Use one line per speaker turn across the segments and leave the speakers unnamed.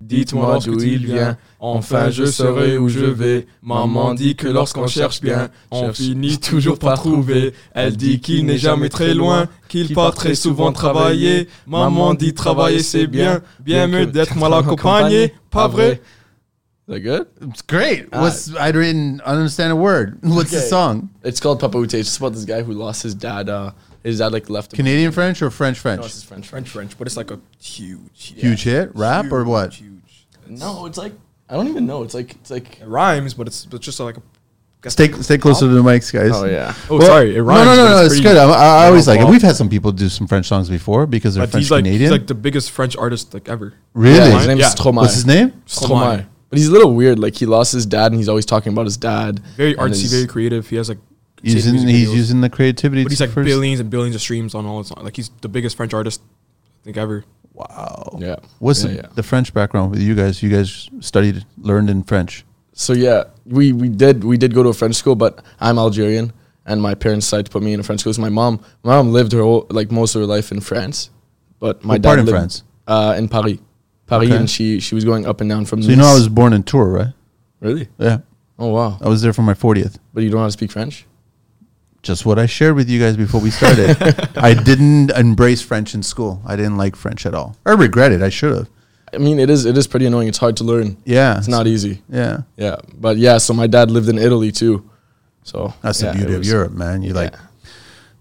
dites-moi d'où il vient. Enfin, je serai où je vais. Maman dit que lorsqu'on cherche bien, on finit toujours par trouver. Elle dit qu'il n'est jamais très loin, qu'il part très souvent travailler. Maman dit travailler c'est bien, bien mieux d'être mal accompagné. Pas vrai? That good?
It's great. What's I didn't understand a word. What's the
Uh, Okay.
song?
It's called Papa Ute. It's just about this guy who lost his dad. Uh, his dad like left him.
Canadian French or French French?
No, it's French.
French, French, but it's like a huge, yeah.
Huge hit, rap or what?
Huge.
No, it's like I don't even know. It's like it's like.
It rhymes, but it's, it's just like a.
Stay stay closer to the mics, guys.
Oh yeah.
Oh,
Well,
sorry, it rhymes.
no, no,
but
no, no. It's
pretty-
good. I, I always like it.
well-
We've had some people do some French songs before because they're
But
French
he's like
Canadian.
he's like the biggest French artist like ever.
really?
Yeah, his name
Yeah.
is Stromae.
What's his name?
Stromae. But he's a little weird. Like he lost his dad, and he's always talking about his dad.
Very
and
artsy,
his-
very creative. He has like
Using
music
he's
videos.
using the creativity.
but he's
to
like
first-
billions and billions of streams on all his like he's the biggest French artist I think ever.
Wow.
Yeah.
What's
Oh. Yeah,
the,
yeah.
the French background with you guys? You guys studied, learned in French.
So yeah, we we did we did go to a French school, but I'm Algerian, and my parents decided to put me in a French school. So my mom, my mom lived her whole, like most of her life in France, but my
What
dad
part in
lived,
France?
uh, in Paris, Paris,
Okay.
and she she was going up and down from.
So you know I was born in Tours, right?
really
Yeah,
oh wow,
I was there for my 40th.
but you don't know how to speak French.
Just what I shared with you guys before we started. I didn't embrace French in school. I didn't like French at all. I regret it. I should have.
I mean, it is it is pretty annoying. It's hard to learn.
Yeah.
It's not easy.
Yeah.
Yeah, but yeah. So my dad lived in Italy too. So
That's
yeah,
the beauty
it
of
was-
Europe, man. You like
Yeah.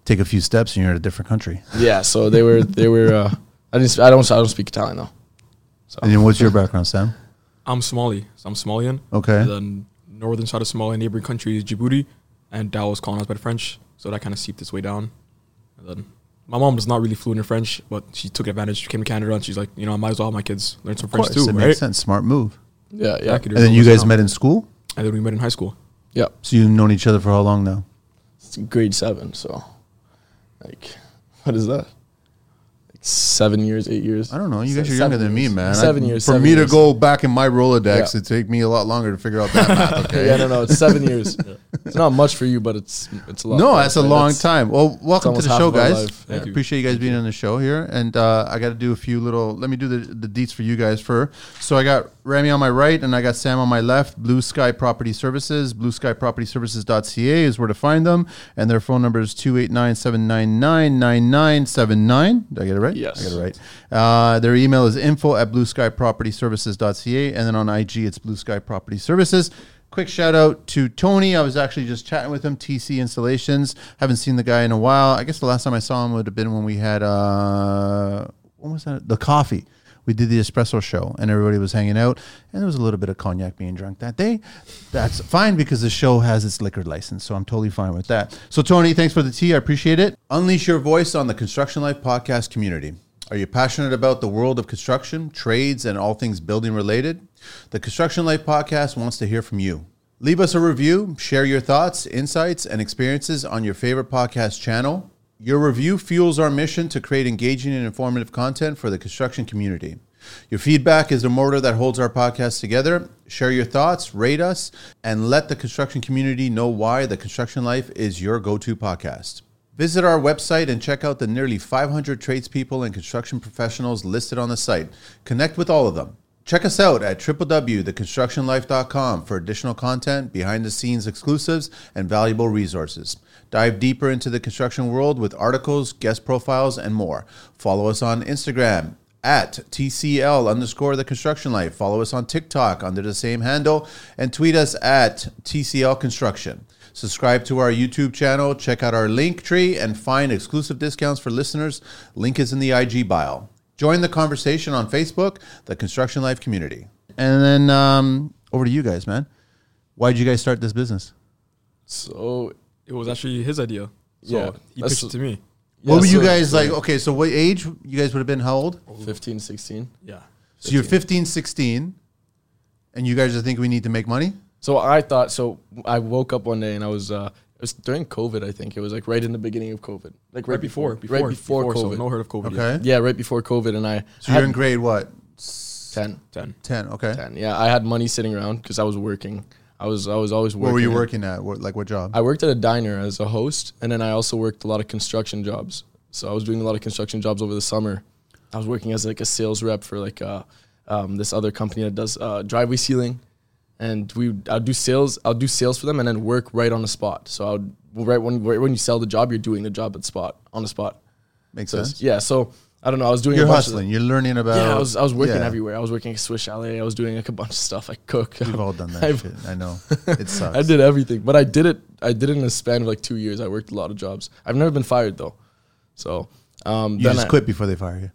take a few steps and you're in a different country.
Yeah. So they were they were. Uh, I didn't. sp- I don't. I don't speak Italian though.
And then what's your background, Sam?
I'm Somali, so I'm Somalian.
Okay.
The northern side of Somalia, neighboring country is Djibouti, and that was colonized by the French, so that kind of seeped its way down. And then my mom was not really fluent in French, but she took advantage. She came to Canada and she's like, you know, I might as well have my kids learn some
Of course,
French too,
it
right?
makes sense. Smart move.
Yeah. Yeah.
Exactly,
And
there's
then
no
you
reason
guys
not.
met in school.
and then we met in high school.
Yeah.
So you've known each other for how long now?
It's grade seven. So, like, what is that? Like seven years, eight years.
I don't know. You
Se-
guys are younger
seven
than me,
years.
man. I-
Seven years.
For
seven
me
years.
to go back in my Rolodex,
Yeah.
it'd take me a lot longer to figure out that math. Okay.
Yeah, no, no. It's seven years. It's not much for you, but it's it's a lot.
No,
for us,
that's a
right?
long
That's-
time. Well, welcome to
almost
the
half
show,
of our
guys.
life. Thank
I
you.
appreciate you guys being on the show here, and uh, I got to do a few little. Let me do the the deets for you guys for. So I got Remy on my right, and I got Sam on my left. Blue Sky Property Services, blueskypropertyservices.ca is where to find them, and their phone number is 289-799-9979. Did I get it right?
Yes.
I got it right. Uh, their email is info at blueskypropertyservices.ca, and then on IG it's Blue Sky Property Services. Quick shout out to Tony. I was actually just chatting with him. TC Installations. Haven't seen the guy in a while. I guess the last time I saw him would have been when we had uh, what was that? The coffee. We did the espresso show, and everybody was hanging out, and there was a little bit of cognac being drunk that day. That's fine because the show has its liquor license, so I'm totally fine with that. So Tony, thanks for the tea. I appreciate it. Unleash your voice on the Construction Life podcast community. Are you passionate about the world of construction, trades, and all things building related? The Construction Life Podcast wants to hear from you. Leave us a review, share your thoughts, insights, and experiences on your favorite podcast channel. Your review fuels our mission to create engaging and informative content for the construction community. Your feedback is the mortar that holds our podcast together. Share your thoughts, rate us, and let the construction community know why the construction life is your go to podcast. Visit our website and check out the nearly 500 tradespeople and construction professionals listed on the site. Connect with all of them. Check us out at www.theconstructionlife.com for additional content, behind the scenes exclusives, and valuable resources. Dive deeper into the construction world with articles, guest profiles, and more. Follow us on Instagram at TCL underscore the construction life. Follow us on TikTok under the same handle and tweet us at TCL Construction. Subscribe to our YouTube channel, check out our link tree, and find exclusive discounts for listeners. Link is in the IG bio. Join the conversation on Facebook, the Construction Life Community. And then um, over to you guys, man. Why did you guys start this business?
So
It was actually his idea. So
Yeah,
he
that's-
pitched it to me.
yeah,
what were you
so-
guys like? Okay, so what age you guys would have been? How old?
15, 16.
Yeah.
So you're 15, 16, and you guys are thinking we need to make money?
So I thought. So I woke up one day and I was. uh it was during COVID, I think. It was like right in the beginning of COVID, like right,
Right before, before,
right before,
so
COVID.
no heard of COVID. yet.
Okay.
yeah, right before COVID, and I
So you're in grade what?
ten.
Ten.
10, okay.
10. Yeah, I had money sitting around because I was working. I was I was always working.
Where were you
at-
working at? What, like what job?
I worked at a diner as a host, and then I also worked a lot of construction jobs. So I was doing a lot of construction jobs over the summer. I was working as like a sales rep for like a, um, this other company that does uh, driveway sealing, and we I'll do sales. I'll do sales for them, and then work right on the spot. So I'll right when right when you sell the job, you're doing the job at the spot on the spot.
Makes
So it's-
sense.
yeah. So I don't know. I was doing
You're
a bunch of-
hustling. You're learning about.
yeah, I was I was working
yeah.
everywhere. I was working at Swiss Chalet. I was doing like a bunch of stuff. I cook.
We've all done that
I've-
shit. I know. It sucks.
I did everything, but I did it. I did it in a span of like two years. I worked a lot of jobs. I've never been fired though, so um,
You
then
just
I-
quit before they fire you.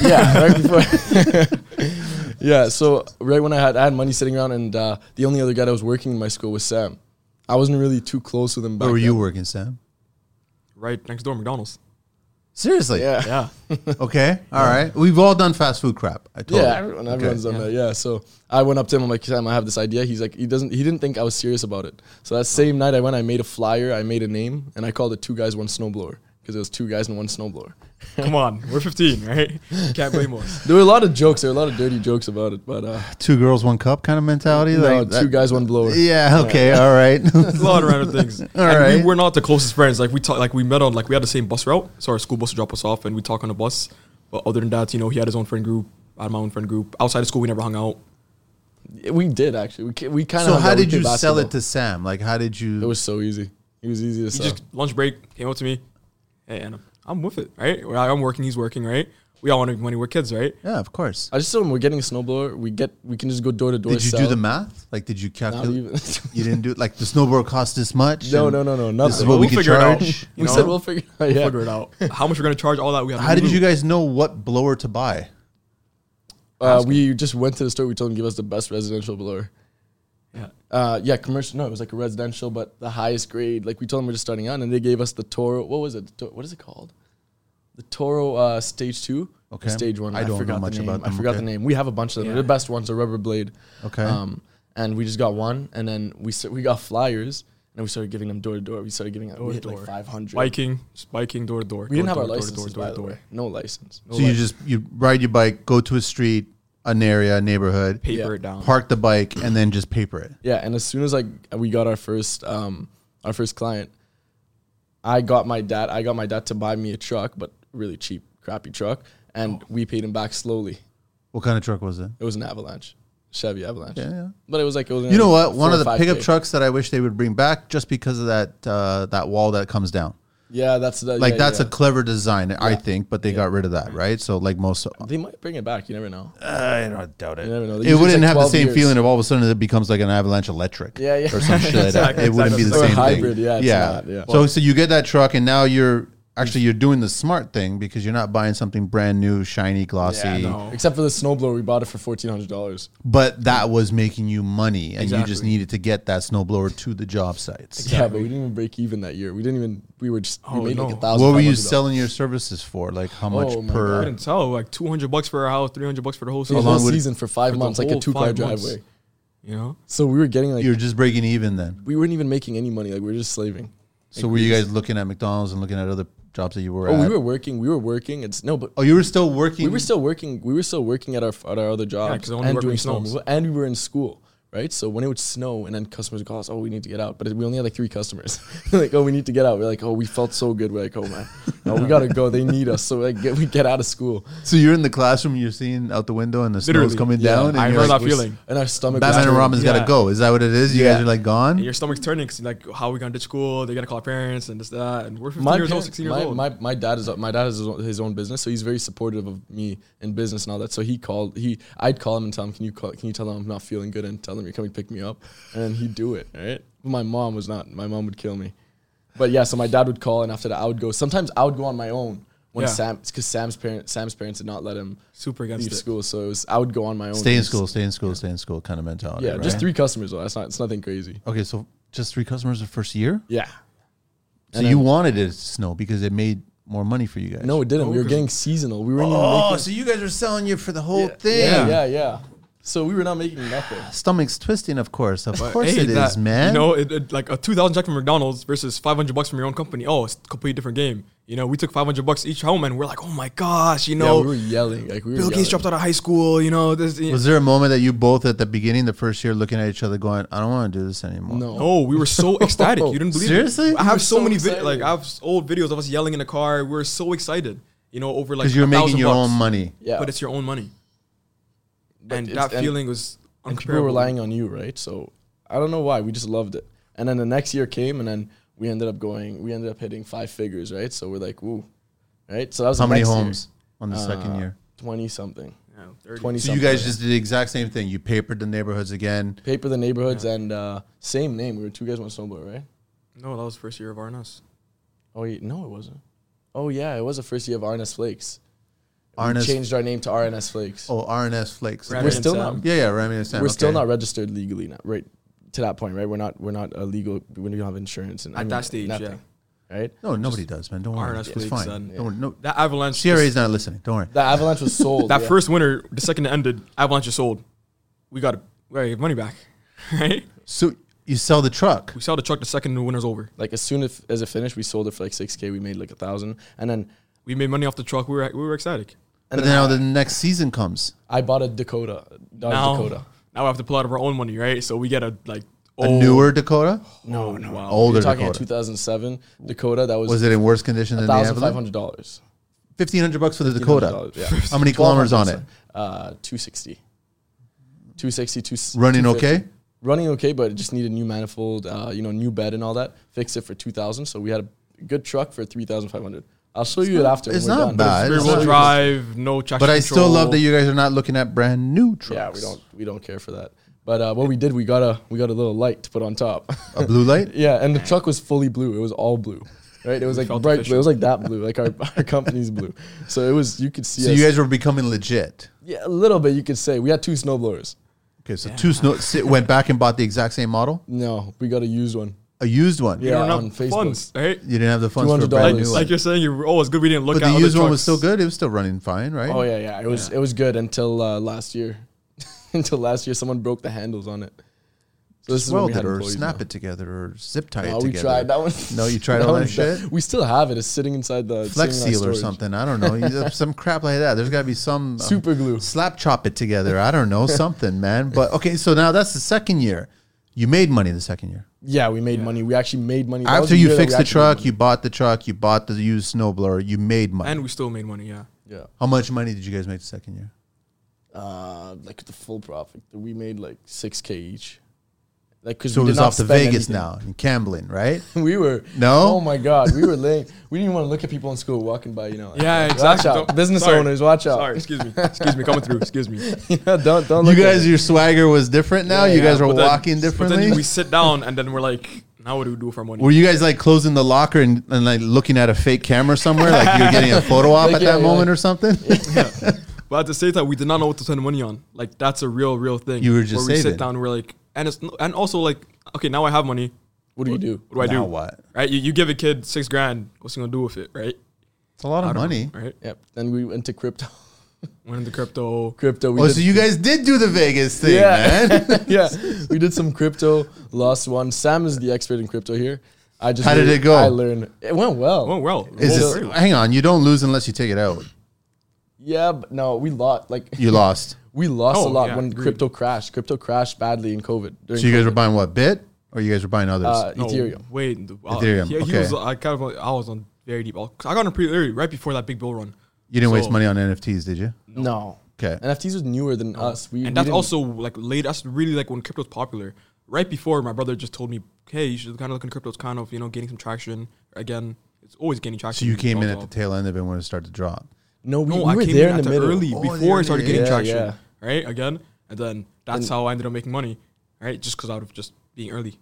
Yeah, right before. yeah, so right when I had I had money sitting around, and uh, the only other guy that was working in my school was Sam. I wasn't really too close with him. Back
Where Oh, were you
then.
working, Sam?
Right next door, McDonald's.
Seriously?
Yeah,
Yeah.
Okay. All right. We've all done fast food crap. I told
Yeah,
you.
everyone,
Oh. Okay.
everyone's done
Yeah.
that. Yeah, so I went up to him. I'm like, Sam, I have this idea. He's like, he doesn't. He didn't think I was serious about it. So
Oh.
that same night, I went. I made a flyer. I made a name, and I called it two guys, one snowblower, because it was two guys and one snowblower.
Come on, we're 15, right? You Can't blame us.
There were a lot of jokes. There were a lot of dirty jokes about it, but uh,
Two girls, one cup kind of mentality.
no,
like that-
two guys, one blower.
Yeah. Okay. All right.
There's a lot of random things. and
right.
We were not the closest friends. Like we talk, like we met on like we had the same bus route, so our school bus would drop us off, and we talk on the bus. But other than that, you know, he had his own friend group. I had my own friend group. Outside of school, we never hung out.
We did actually. We ca- we kind of.
so how did you sell it to Sam? Like how did you?
It was so easy. It was easy to
He
sell.
just lunch break came up to me, hey, and I'm with it, right? Well, I'm working, he's working, right? We all want to make money. We're kids, right?
yeah, of course.
I just told him we're getting a snowblower. We get we can just go door to door.
Did you do
sell.
the math? Like did you
Not
calculate?
even.
You didn't do it. Like the snowboard cost this much.
no,
and
no, no, no, nothing.
This is what we
We'll
can
figure it out.
charge.
we
you
said
know?
we'll figure. It out. Yeah.
Figure it out. How much we're gonna charge? All that we have. no
How did
clue.
you guys know what blower to buy?
Uh, we just went to the store. We told them give us the best residential blower.
Yeah.
Uh, yeah, commercial. No, it was like a residential, but the highest grade. Like we told them we're just starting out, and they gave us the Toro. What was it? The Tor- what is it called? The Toro uh, Stage Two. or
Okay.
Stage One. I,
I don't know
forgot
much
the name.
about
I
them,
forgot the
okay.
name. We have a bunch of them. They're the best ones. A rubber blade.
Okay.
Um, and we just got one, and then we s- we got flyers, and we started giving them door to door. We started giving out we hit like
Door-to-door.
five hundred.
biking, just biking door to door.
We didn't have
door
our
to door,
license.
door to door, door to door.
No license. No
So you
license.
just you ride your bike, go to a street, an area, a neighborhood,
Paper
Yeah.
it down.
park the bike, and then just paper it.
Yeah, and as soon as like we got our first um our first client, I got my dad I got my dad to buy me a truck, but really cheap, crappy truck,
Oh.
and we paid him back slowly.
What kind of truck was it?
It was an Avalanche, Chevy Avalanche.
Yeah, yeah.
But it was like it was
You know what?
four
One
or
of the
five
pickup
K.
trucks that I wish they would bring back, just because of that uh, that wall that comes down.
Yeah, that's the,
Like
yeah,
that's
yeah.
a clever design, I think, but they got rid of that, right? So like most,
They might bring it back. You never know.
Uh, I don't doubt
You never know. Usually
It
it's
wouldn't
like
have the
12
same
years.
feeling of all of a sudden it becomes like an avalanche electric.
Yeah, yeah.
Or some shit like that.
Exactly,
It wouldn't be the
exactly.
same
Or
thing.
hybrid, yeah, it's not, yeah.
So so you get that truck and now you're actually you're doing the smart thing because you're not buying something brand new, shiny, glossy.
Yeah, no. Except for the snowblower, we bought it for fourteen hundred dollars.
But that was making you money and you just
Exactly.
needed to get that snowblower to the job sites.
Yeah, but we didn't even break even that year. We didn't even. We were just.
Oh,
we made like
no.
a thousand.
What were
five
you
hundred dollars.
selling your services for? Like how much
Oh my
I
per
couldn't tell. Like 200 bucks for a house, 300 bucks for the whole
The
season.
whole
long would it-
season for five
For the
months, like a
whole
two car
five months.
driveway.
You know?
So we were getting like
you're just breaking even then.
we weren't even making any money. Like we were just slaving.
So were you guys looking at McDonald's and looking at other jobs that you were
Oh,
at?
we were working. We were working. It's no, but
oh, you were still working
we were still working. We were still working at our at our other jobs
'cause I only
and
work when
doing
it
snow
snows.
removal, and we were in school, right? So when it would snow, and then customers would call us, "Oh, we need to get out," but we only had like three customers. like, "Oh, we need to get out." We're like, "Oh, we felt so good." We're like, "Oh man, no, we gotta go. They need us." So like, get, we get out of school.
So you're in the classroom, you're seeing out the window, and the snow's
Literally.
coming
Yeah.
down. And
I
you're
know
like,
that feeling.
and our stomach. was
Batman and
turning.
Robin's got
Yeah.
to go. Is that what it is? You
Yeah.
guys are like gone.
And your stomach's turning because like, how are we going to ditch school? They got to call our parents and this, that. And we're 15
my
years old,
parents-
16 years
my,
old.
My, my dad is my dad has his own, his own business, so he's very supportive of me in business and all that. So he called he I'd call him and tell him, can you call, can you tell them I'm not feeling good and tell them you're coming to pick me up, and then he'd do it. All right, my mom was not. My mom would kill me. But yeah, so my dad would call, and after that I would go. Sometimes I would go on my own when
Yeah.
Sam because Sam's parents Sam's parents did not let him
Super against
leave
it.
school, so it was I would go on my own.
Stay in
It's-
school, stay in school, stay in school, kind of mentality.
Yeah,
right?
just three customers though. That's not it's nothing crazy.
Okay, so just three customers the first year.
Yeah.
So
And
you
then-
wanted it to snow because it made more money for you guys.
No, it didn't.
No,
we were
'cause-
getting seasonal. We were
Oh, so you guys are selling you for the whole thing.
yeah, yeah, yeah. So we were not making nothing.
Stomach's twisting, of course. Of
But,
course
hey,
it is,
that-
man.
You know, it, it- like a 2,000 check from McDonald's versus 500 bucks from your own company. Oh, it's a completely different game. You know, we took 500 bucks each home and we're like, oh my gosh, you
No,
know,
we were yelling. Like we were
Bill Gates dropped out of high school, you know. This,
was there a moment that you both at the beginning, the first year, looking at each other, going, "I don't want to do this anymore"?
No.
No, we were so ecstatic. You didn't believe
Seriously?
it. I have
were
so,
so
many vid-
excited.
like I have s- old videos of us yelling in the car. We were so excited, you know, over like
because you're
a
making
thousand
your
bucks.
own money.
Yeah.
but it's your own money. and
it's-
that
and-
feeling was
and people were
uncomparable.
relying on you, right? So I don't know why we just loved it. And then the next year came, and then we ended up going. We ended up hitting five figures, right? So we're like, woo, right? So that was
How
the
many
next year.
homes on the second
Uh,
year?
Twenty something.
Yeah, 30.
Twenty.
So you guys just did the exact same thing. You papered the neighborhoods again.
paper the neighborhoods and uh, same name. We were two guys one snowboard, right?
No, that was first year of RNS.
Oh wait, no, it wasn't. Oh yeah, it was the first year of RNS Flakes.
RNS
we changed our name to RNS Flakes.
Oh, RNS Flakes.
Right.
we're
Remy
still
and Sam.
not.
Yeah, yeah, Remy and Sam.
we're still
okay.
not registered legally now, right? To that point, right? We're not. We're not uh, legal. We don't have insurance and I
At
mean,
that stage, yeah.
nothing, Right.
No, nobody does, man. Don't worry.
RNS
It's
Flakes
fine.
and-
Don't worry. No,
That Avalanche.
CRA is not listening. Don't worry.
The Avalanche was sold.
that
yeah.
first winter, the second it ended, Avalanche is sold. We got we gotta get money back, right?
So you sell the truck.
We sell the truck the second the winter's over.
Like as soon as, as it finished, we sold it for like six k. We made like a thousand, and then
We made money off the truck. We were we were ecstatic.
But
and
now
then
the next season comes.
I, I bought a Dakota, Dodge
now,
Dakota.
now we have to pull out of our own money, right? So we get a like
A
old-
newer Dakota?
No, no,
wow.
Older
Oh. You're talking
Dakota.
2007 Dakota. That was,
Was it in worse condition than the
thousand five
Avalanche?
hundred dollars.
Fifteen hundred bucks for the Dakota.
Yeah.
How many kilometers on it?
Uh, 260. 260, two,
Running
250.
okay?
Running okay, but it just needed new manifold, uh, you know, new bed and all that. Fixed it for 2000 So we had a good truck for 3,500. I'll show you it after. when
it's
we're
not
done.
bad.
rear
It's
wheel
not-
drive, no traction.
But I still love
control.
that you guys are not looking at brand new trucks.
Yeah, we don't we don't care for that. But uh, what we did, we got a we got a little light to put on top.
A blue light?
yeah, and the truck was fully blue. It was all blue, right? It was like
felt
bright blue.
official.
It was like that blue, like our, our company's blue. So it was you could see.
So
us-
you guys were becoming legit.
yeah, a little bit. You could say we had two snowblowers.
Okay, so two snow si- went back and bought the exact same model,
No, we got a used one.
a used one.
Yeah.
We don't have
on Facebook.
funds, right?
You didn't have the funds for a
Like,
brand new
$200.
one.
like you're saying, you're, oh, it's good we didn't look
But
at
the
other
used one was
trucks.
still good. It was still running fine, right?
Oh yeah, yeah. It was it was good until uh, last year. until last year, someone broke the handles on it. So this is when
Weld
we had
it or
employees
snap
now.
it together or zip
Oh,
tie it
we
together.
tried that one.
No, you tried all
one
that
was done.
shit?
We still have it. It's sitting inside the it's
Flex
sitting in our
seal or
storage.
something. I don't know. You- some crap like that. There's got to be some um,
Super glue.
Slap chop it together. I don't know something, man. But okay, so now that's the second year. You made money the second year.
Yeah, we made money. We actually made money That was
After
the
you
year that
fixed
we
the
actually made
truck, you bought the truck, you bought the used snowblower, you made money.
and we still made money. Yeah,
money.
How much money did you guys make the second year?
yeah, uh, like the full profit. We made like six k each. Like because
So
we
it
did
was
not
off to
spend
Vegas
anything.
now in Camblin, right?
we were
No?
Oh my god, we were laying. We didn't even want to look at people in school walking by. You know.
yeah,
Like,
exactly.
Watch out,
Don't-
business
sorry.
owners. Watch out.
Sorry, excuse me, excuse me, coming through. Excuse me.
Yeah, don't don't.
You
Look at
guys,
it.
your swagger was different now. you
yeah,
guys were
But then-
walking
but
differently.
then we sit down and then we're like, now what do we do with our money?
were you guys like closing the locker and, and like looking at a fake camera somewhere? Like you were getting a photo op
Like,
at
yeah,
that
yeah,
moment
like-
or something?
but at the same time, we did not know what to spend money on. Like that's a real, real thing.
You were just
where we
saving.
sit down. We're like, and it's no- and also like, okay, now I have money.
What do you do?
What do I
Now
do?
what?
Right? You, you give a kid six grand. What's he gonna do with it? Right?
It's a lot
I
of
don't know,
money.
Right?
Yep. Then we went to crypto.
Went into crypto.
Crypto. We
Oh,
did,
so you guys did do the Vegas thing,
Yeah.
man.
yeah, we did some crypto. Lost one. Sam is the expert in crypto here. I just
How did
learned-
it go?
I learned it went well.
Went Oh, well.
Is
Well,
this,
very well.
hang on, you don't lose unless you take it out.
Yeah, but no, we lost. Like
You lost.
we lost
Oh,
a lot
yeah,
when
agreed.
crypto crashed. Crypto crashed badly in COVID. During
So you guys were
COVID.
buying what bit, or you guys were buying others?
uh,
No,
Ethereum.
Wait, uh,
Ethereum,
He, he
okay.
was, I kind of I was on very deep. I got on pretty early right before that big bull run.
you didn't waste
so-
money on NFTs, did you?
No.
Okay.
NFTs was newer than us. We we
and that's
didn't-
also like late. That's really like when crypto's popular. Right before, my brother just told me, "Hey, you should kind of look in crypto's kind of you know gaining some traction again. It's always gaining traction."
So you came in
Also.
at the tail end of it when it started to drop.
no. We,
No,
we
I
were
came
there
in
in
at
the
the
middle.
early
Oh,
before
yeah,
I started
yeah,
getting
yeah.
traction.
Yeah.
Right again, and then that's how I ended up making money. Right, just because out of just being early,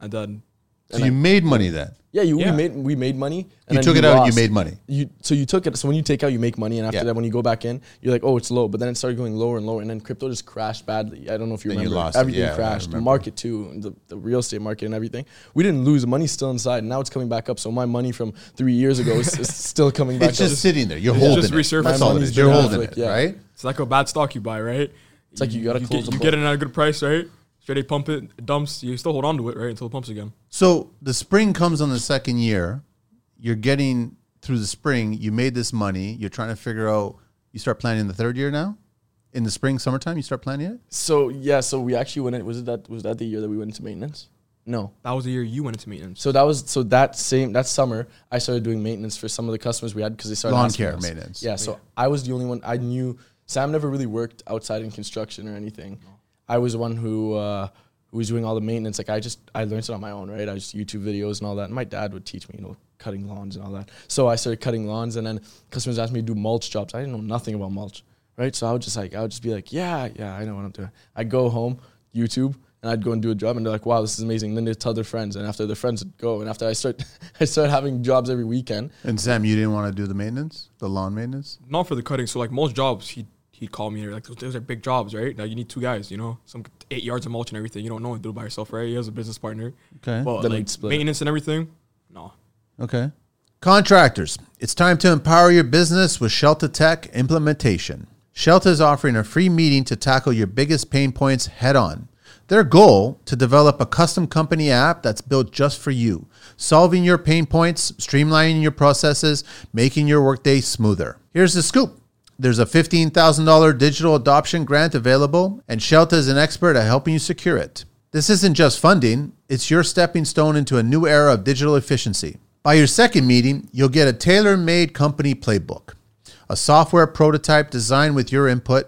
and then
So you made money then.
Yeah, you,
Yeah.
we made we made money. And
You
then
took it out and you
lost.
made money.
You so you took it. So when you take out, you make money, and after
Yeah.
that, when you go back in, you're like, oh, it's low. But then it started going lower and lower, and then crypto just crashed badly. I don't know if you
Then you
remember.
lost it.
everything
Yeah, I
crashed. The
remember.
market too, and the, the real estate market and everything. We didn't lose. The money's still inside, and now it's coming back up. So my money from three years ago is, is still coming back
It's
up.
just sitting there. You're
It's
holding
just
it.
resurfaced.
That's all it
Money's
is. You're
been
holding
out,
it,
yeah.
right?
it's like a bad stock you buy. Right, it's
like you gotta close
get,
the
you
book.
get it at a good price, right? Straight A pump it, it dumps. You still hold on to it, right, until it pumps again.
So the spring comes on the second year. You're getting through the spring. You made this money. You're trying to figure out. You start planning the third year now. In the spring, summertime, you start planning it.
so yeah, so we actually went. In, was it that was that the year that we went into maintenance? No,
That was the year you went into maintenance.
So that was so that same that summer I started doing maintenance for some of the customers we had because they started
Lawn
asking
care
us.
maintenance.
Yeah, so I was the only one I knew Sam never really worked outside in construction or anything. I was the one who uh, who was doing all the maintenance. Like I just I learned it on my own, right? I just YouTube videos and all that. And my dad would teach me, you know, cutting lawns and all that. So I started cutting lawns, and then customers asked me to do mulch jobs. I didn't know nothing about mulch, right? So I would just like I would just be like, yeah, yeah, I know what I'm doing. I'd go home, YouTube. And I'd go and do a job, and they're like, "Wow, this is amazing." And then they'd tell their friends, and after their friends would go, and after I start, I started having jobs every weekend.
And Sam, you didn't want to do the maintenance, the lawn maintenance.
Not for the cutting. So like most jobs, he he'd call me and they're like those, those are big jobs, right? Now you need two guys, you know, some eight yards of mulch and everything. You don't know and do it by yourself, right? He has a business partner.
Okay.
But
Then we'd
like
split.
maintenance and everything, no.
Okay. Contractors, it's time to empower your business with Shelter Tech implementation. Shelter is offering a free meeting to tackle your biggest pain points head on. Their goal to develop a custom company app that's built just for you, solving your pain points, streamlining your processes, making your workday smoother. Here's the scoop. There's a $15,000 digital adoption grant available, and Shelta is an expert at helping you secure it. This isn't just funding, it's your stepping stone into a new era of digital efficiency. By your second meeting, you'll get a tailor made company playbook, a software prototype designed with your input,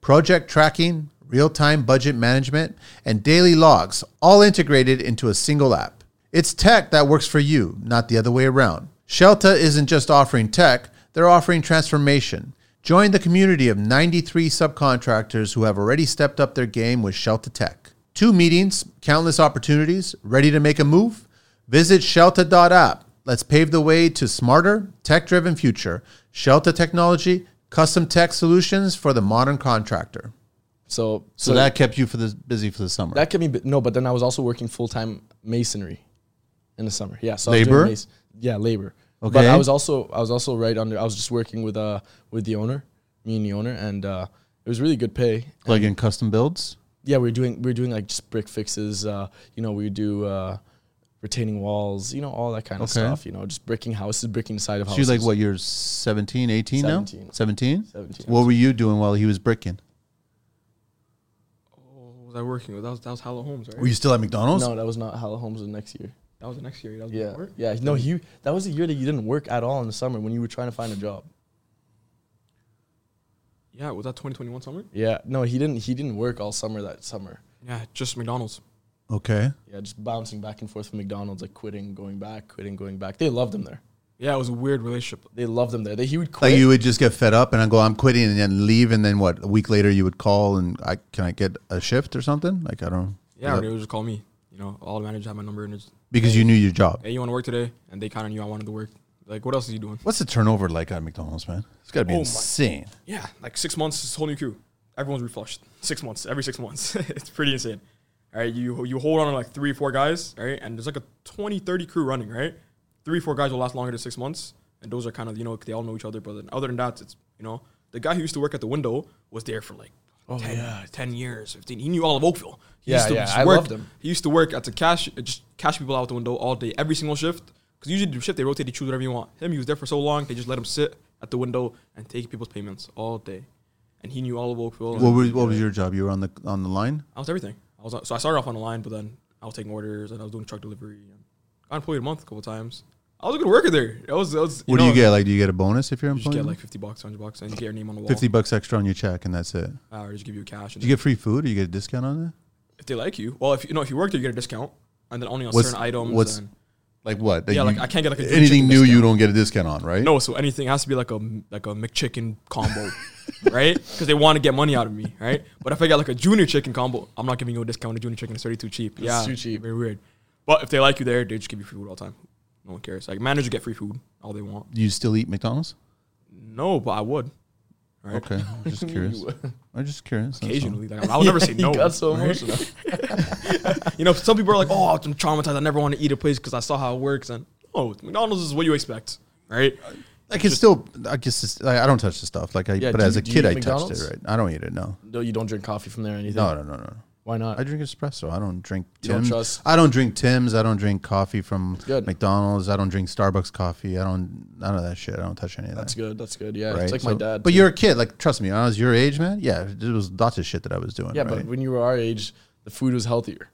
project tracking, real time budget management, and daily logs, all integrated into a single app. It's tech that works for you, not the other way around. Shelta isn't just offering tech, they're offering transformation. Join the community of 93 subcontractors who have already stepped up their game with Shelta Tech. Two meetings, countless opportunities. Ready to make a move? Visit shelta.app. Let's pave the way to smarter, tech-driven future. Shelta technology, custom tech solutions for the modern contractor.
So
So that kept you for the busy for the summer.
That could be bu- no, but then I was also working full time masonry in the summer. Yeah, so I
Labor?
was doing mas- yeah, labor. But
Okay.
I was also I was also right under. I was just working with uh with the owner, me and the owner, and uh, it was really good pay.
like in custom builds?
Yeah, we were doing we were doing like just brick fixes. Uh, you know, we would do uh, retaining walls. You know, all that kind of
Okay.
stuff. You know, just bricking houses, bricking the side of
So
houses.
you're like what, you're 17, 18 now?
Seventeen.
17?
17.
What were you doing while he was bricking?
What was I working with? That was that was Hallow Homes, right?
Were you still at McDonald's?
No, that was not Hella Homes. Was next year.
that was the next year. That was
Yeah,
before?
yeah. No, you. That was the year that you didn't work at all in the summer when you were trying to find a job.
Yeah, was that 2021 summer?
Yeah. No, he didn't. He didn't work all summer that summer.
Yeah, just McDonald's.
Okay.
Yeah, just bouncing back and forth from McDonald's, like quitting, going back, quitting, going back. They loved him there.
Yeah, it was a weird relationship.
They loved him there. They, he would quit.
Like you would just get fed up and I go, I'm quitting, and then leave, and then what? A week later, you would call and I can I get a shift or something? Like I don't.
Yeah,
Yeah.
they would just call me. You know, all the managers had my number and just,
because you knew your job.
hey, you want to work today? And they kind of knew I wanted to work. Like, what else is he doing?
What's the turnover like at McDonald's, man? It's got to be
Oh my-
insane.
Yeah, like six months, this whole new crew. Everyone's reflushed. Six months, every six months. it's pretty insane. All right, you you hold on to like three, four guys, all right? And there's like a 20, 30 crew running, right? Three, four guys will last longer than six months. And those are kind of, you know, they all know each other. But then other than that, it's, you know, the guy who used to work at the window was there for like 10, 10 years, 15. He knew all of Oakville. He
Oh, Yeah,
used to
yeah,
just
I
work-
loved him.
He used to work at the cash, uh, just cash people out the window all day, every single shift. Because usually the shift they rotate, they choose whatever you want. Him, he was there for so long, they just let him sit at the window and take people's payments all day. And he knew all of Oakville.
What was what was your job? You were on the on the line.
I was everything. I was on- so I started off on the line, but then I was taking orders and I was doing truck delivery. And I employed a month a couple times. I was a good worker there. I was. I was
What do you
know,
get? Like, do you get a bonus if you're
You just
employed?
get like fifty bucks, hundred bucks, and you get your name on the wall.
fifty bucks extra on your check, and that's it.
Uh, or just give you cash. And
Do you get free food? Do you get a discount on it?
if they like you, well, if you know if you work there, you get a discount, and then only on
What's-
certain items.
what's-
and-
Like what?
Yeah, like, I can't get, like, a green
anything
chicken
new. You
discount.
don't get a discount on, right?
No, so anything has to be like a like a McChicken combo, right? Because they want to get money out of me, right? But if I got like a junior chicken combo, I'm not giving you a discount. The junior chicken is 32 cheap. yeah,
too cheap.
Very weird. But if they like you there, they just give you free food all the time. No one cares. Like managers get free food all they want.
You still eat McDonald's?
No, but I would Right.
Okay, I'm just curious. I'm just curious. that's all.
occasionally. Like I would never say no.
He got so
right?
emotional.
You know, some people are like, "Oh, I'm traumatized. I never want to eat a place because I saw how it works." And oh, McDonald's is what you expect, right?
I can still. I guess it's, like, I don't touch the stuff. Like I,
Yeah,
but
do
as
you-
a
do you
kid,
eat
I touched
McDonald's?
it. Right? I don't eat it. No.
no, you don't drink coffee from there or anything.
No. No. No. No.
Why not?
I drink espresso. I don't drink
You don't
Tim's.
trust-
I don't drink Tim's. I don't drink coffee from
good.
McDonald's. I don't drink Starbucks coffee. I don't none of that shit. I don't touch any of that.
that's good. That's good. Yeah,
right?
it's like my
So-
dad.
But
too.
you're a kid. Like trust me, when I was your age, man. Yeah, there was lots of shit that I was doing.
yeah,
right?
but when you were our age, the food was healthier.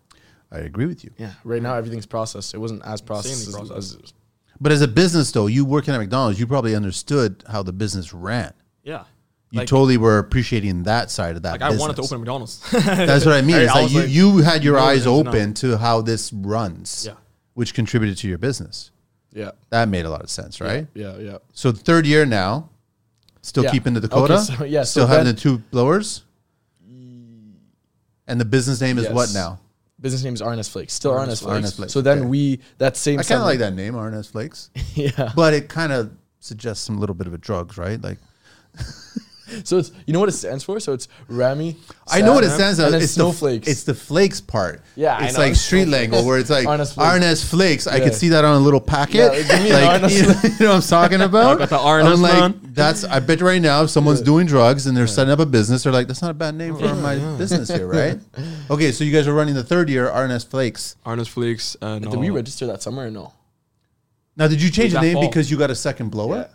I agree with you.
Yeah. Right now, everything's processed. It wasn't as processed.
Insanely
as-
processed.
as-
But as a business though, you working at McDonald's, you probably understood how the business ran.
Yeah.
you
Like-
totally were appreciating that side of that.
Like I wanted to
business.
open a McDonald's.
That's what I mean.
I-
It's
I
like
was
you,
like,
you had your
you know
eyes
it is now.
open to how this runs,
Yeah.
which contributed to your business.
Yeah.
That made a lot of sense, right?
Yeah. Yeah.
So third year now, still
Yeah.
keeping the
Okay,
Dakota,
so- yeah, so
still having
then-
the two blowers, and the business name is what
Yes.
now?
Business name is RNS Flakes. Still RNS, Flakes.
RNS Flakes,
So then
okay.
we that same.
I kind of like that name, RNS Flakes,
yeah.
but it kind of suggests some little bit of a drugs, right? Like
So it's you know what it stands for. So it's Rami.
I know what it
Sam,
stands
And
for.
then
It's
snowflakes.
The, it's the flakes part.
Yeah, I
it's
know.
like street lingo where it's like
Arnest
Arnest
Flakes.
Flakes. I could
Yeah.
see that on a little packet.
Yeah, give me an
like,
Arnest
you, know, you know what I'm talking about?
got the Arnest
I'm like,
man.
that's. I bet you right now, if someone's doing drugs and they're setting up a business, they're like, that's not a bad name for my business here, right? okay, so you guys are running the third year Arnest Flakes.
Arnold's Flakes. Uh, no.
Did
Oh.
we register that summer or no?
Now, did you change the
that
name
fall?
because you got a second blower?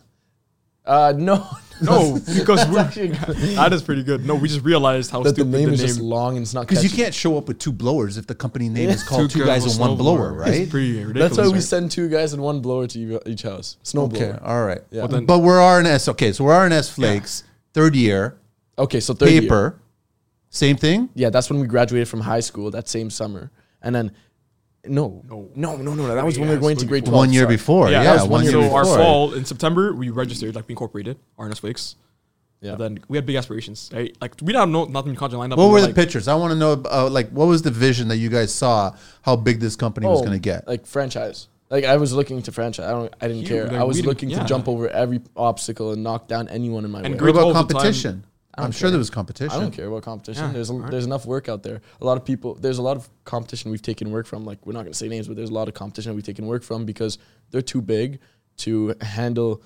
Uh, no.
No, because we're,
actually good.
that is pretty good. No, we just realized how
That the
stupid
name is just long and it's not
Because you
catchy.
can't show up with two blowers if the company name is called Two
girls
Guys
with
and One
snow
Blower, right?
It's pretty ridiculous.
That's why we
right?
send two guys and one blower to ev- each house.
Okay,
Snowblower. Okay.
all right.
Yeah. But
then-
But we're RNS. Okay, so we're RNS Flakes, third year,
so third year.
paper, same thing.
Yeah, that's when we graduated from high school that same summer, and then no,
No.
no, no, no, no. That was when we
Yeah,
were going
it's
to
before.
grade twelve.
One year
sorry.
before, yeah,
that was
one
one
year
So
before.
our fall in September, we registered like we incorporated Arnold's Flakes.
Yeah.
Yeah. And then we had big aspirations, right? Like we don't know nothing college lined up.
What
we
were the
like,
pictures? I want to know, uh, like, what was the vision that you guys saw? How big this company was
Oh,
going to get?
like franchise. Like I was looking to franchise. I don't. I didn't
Huge,
care.
like,
I was
we didn't-
looking to
yeah.
jump over every obstacle and knock down anyone in my way.
And
what
grade
about
12 at the time-
competition? I'm sure
care.
there was competition.
I don't care about competition.
Yeah,
there's a,
alright.
there's enough work out there. A lot of people. There's a lot of competition we've taken work from. Like we're not gonna say names, but there's a lot of competition we've taken work from because they're too big to handle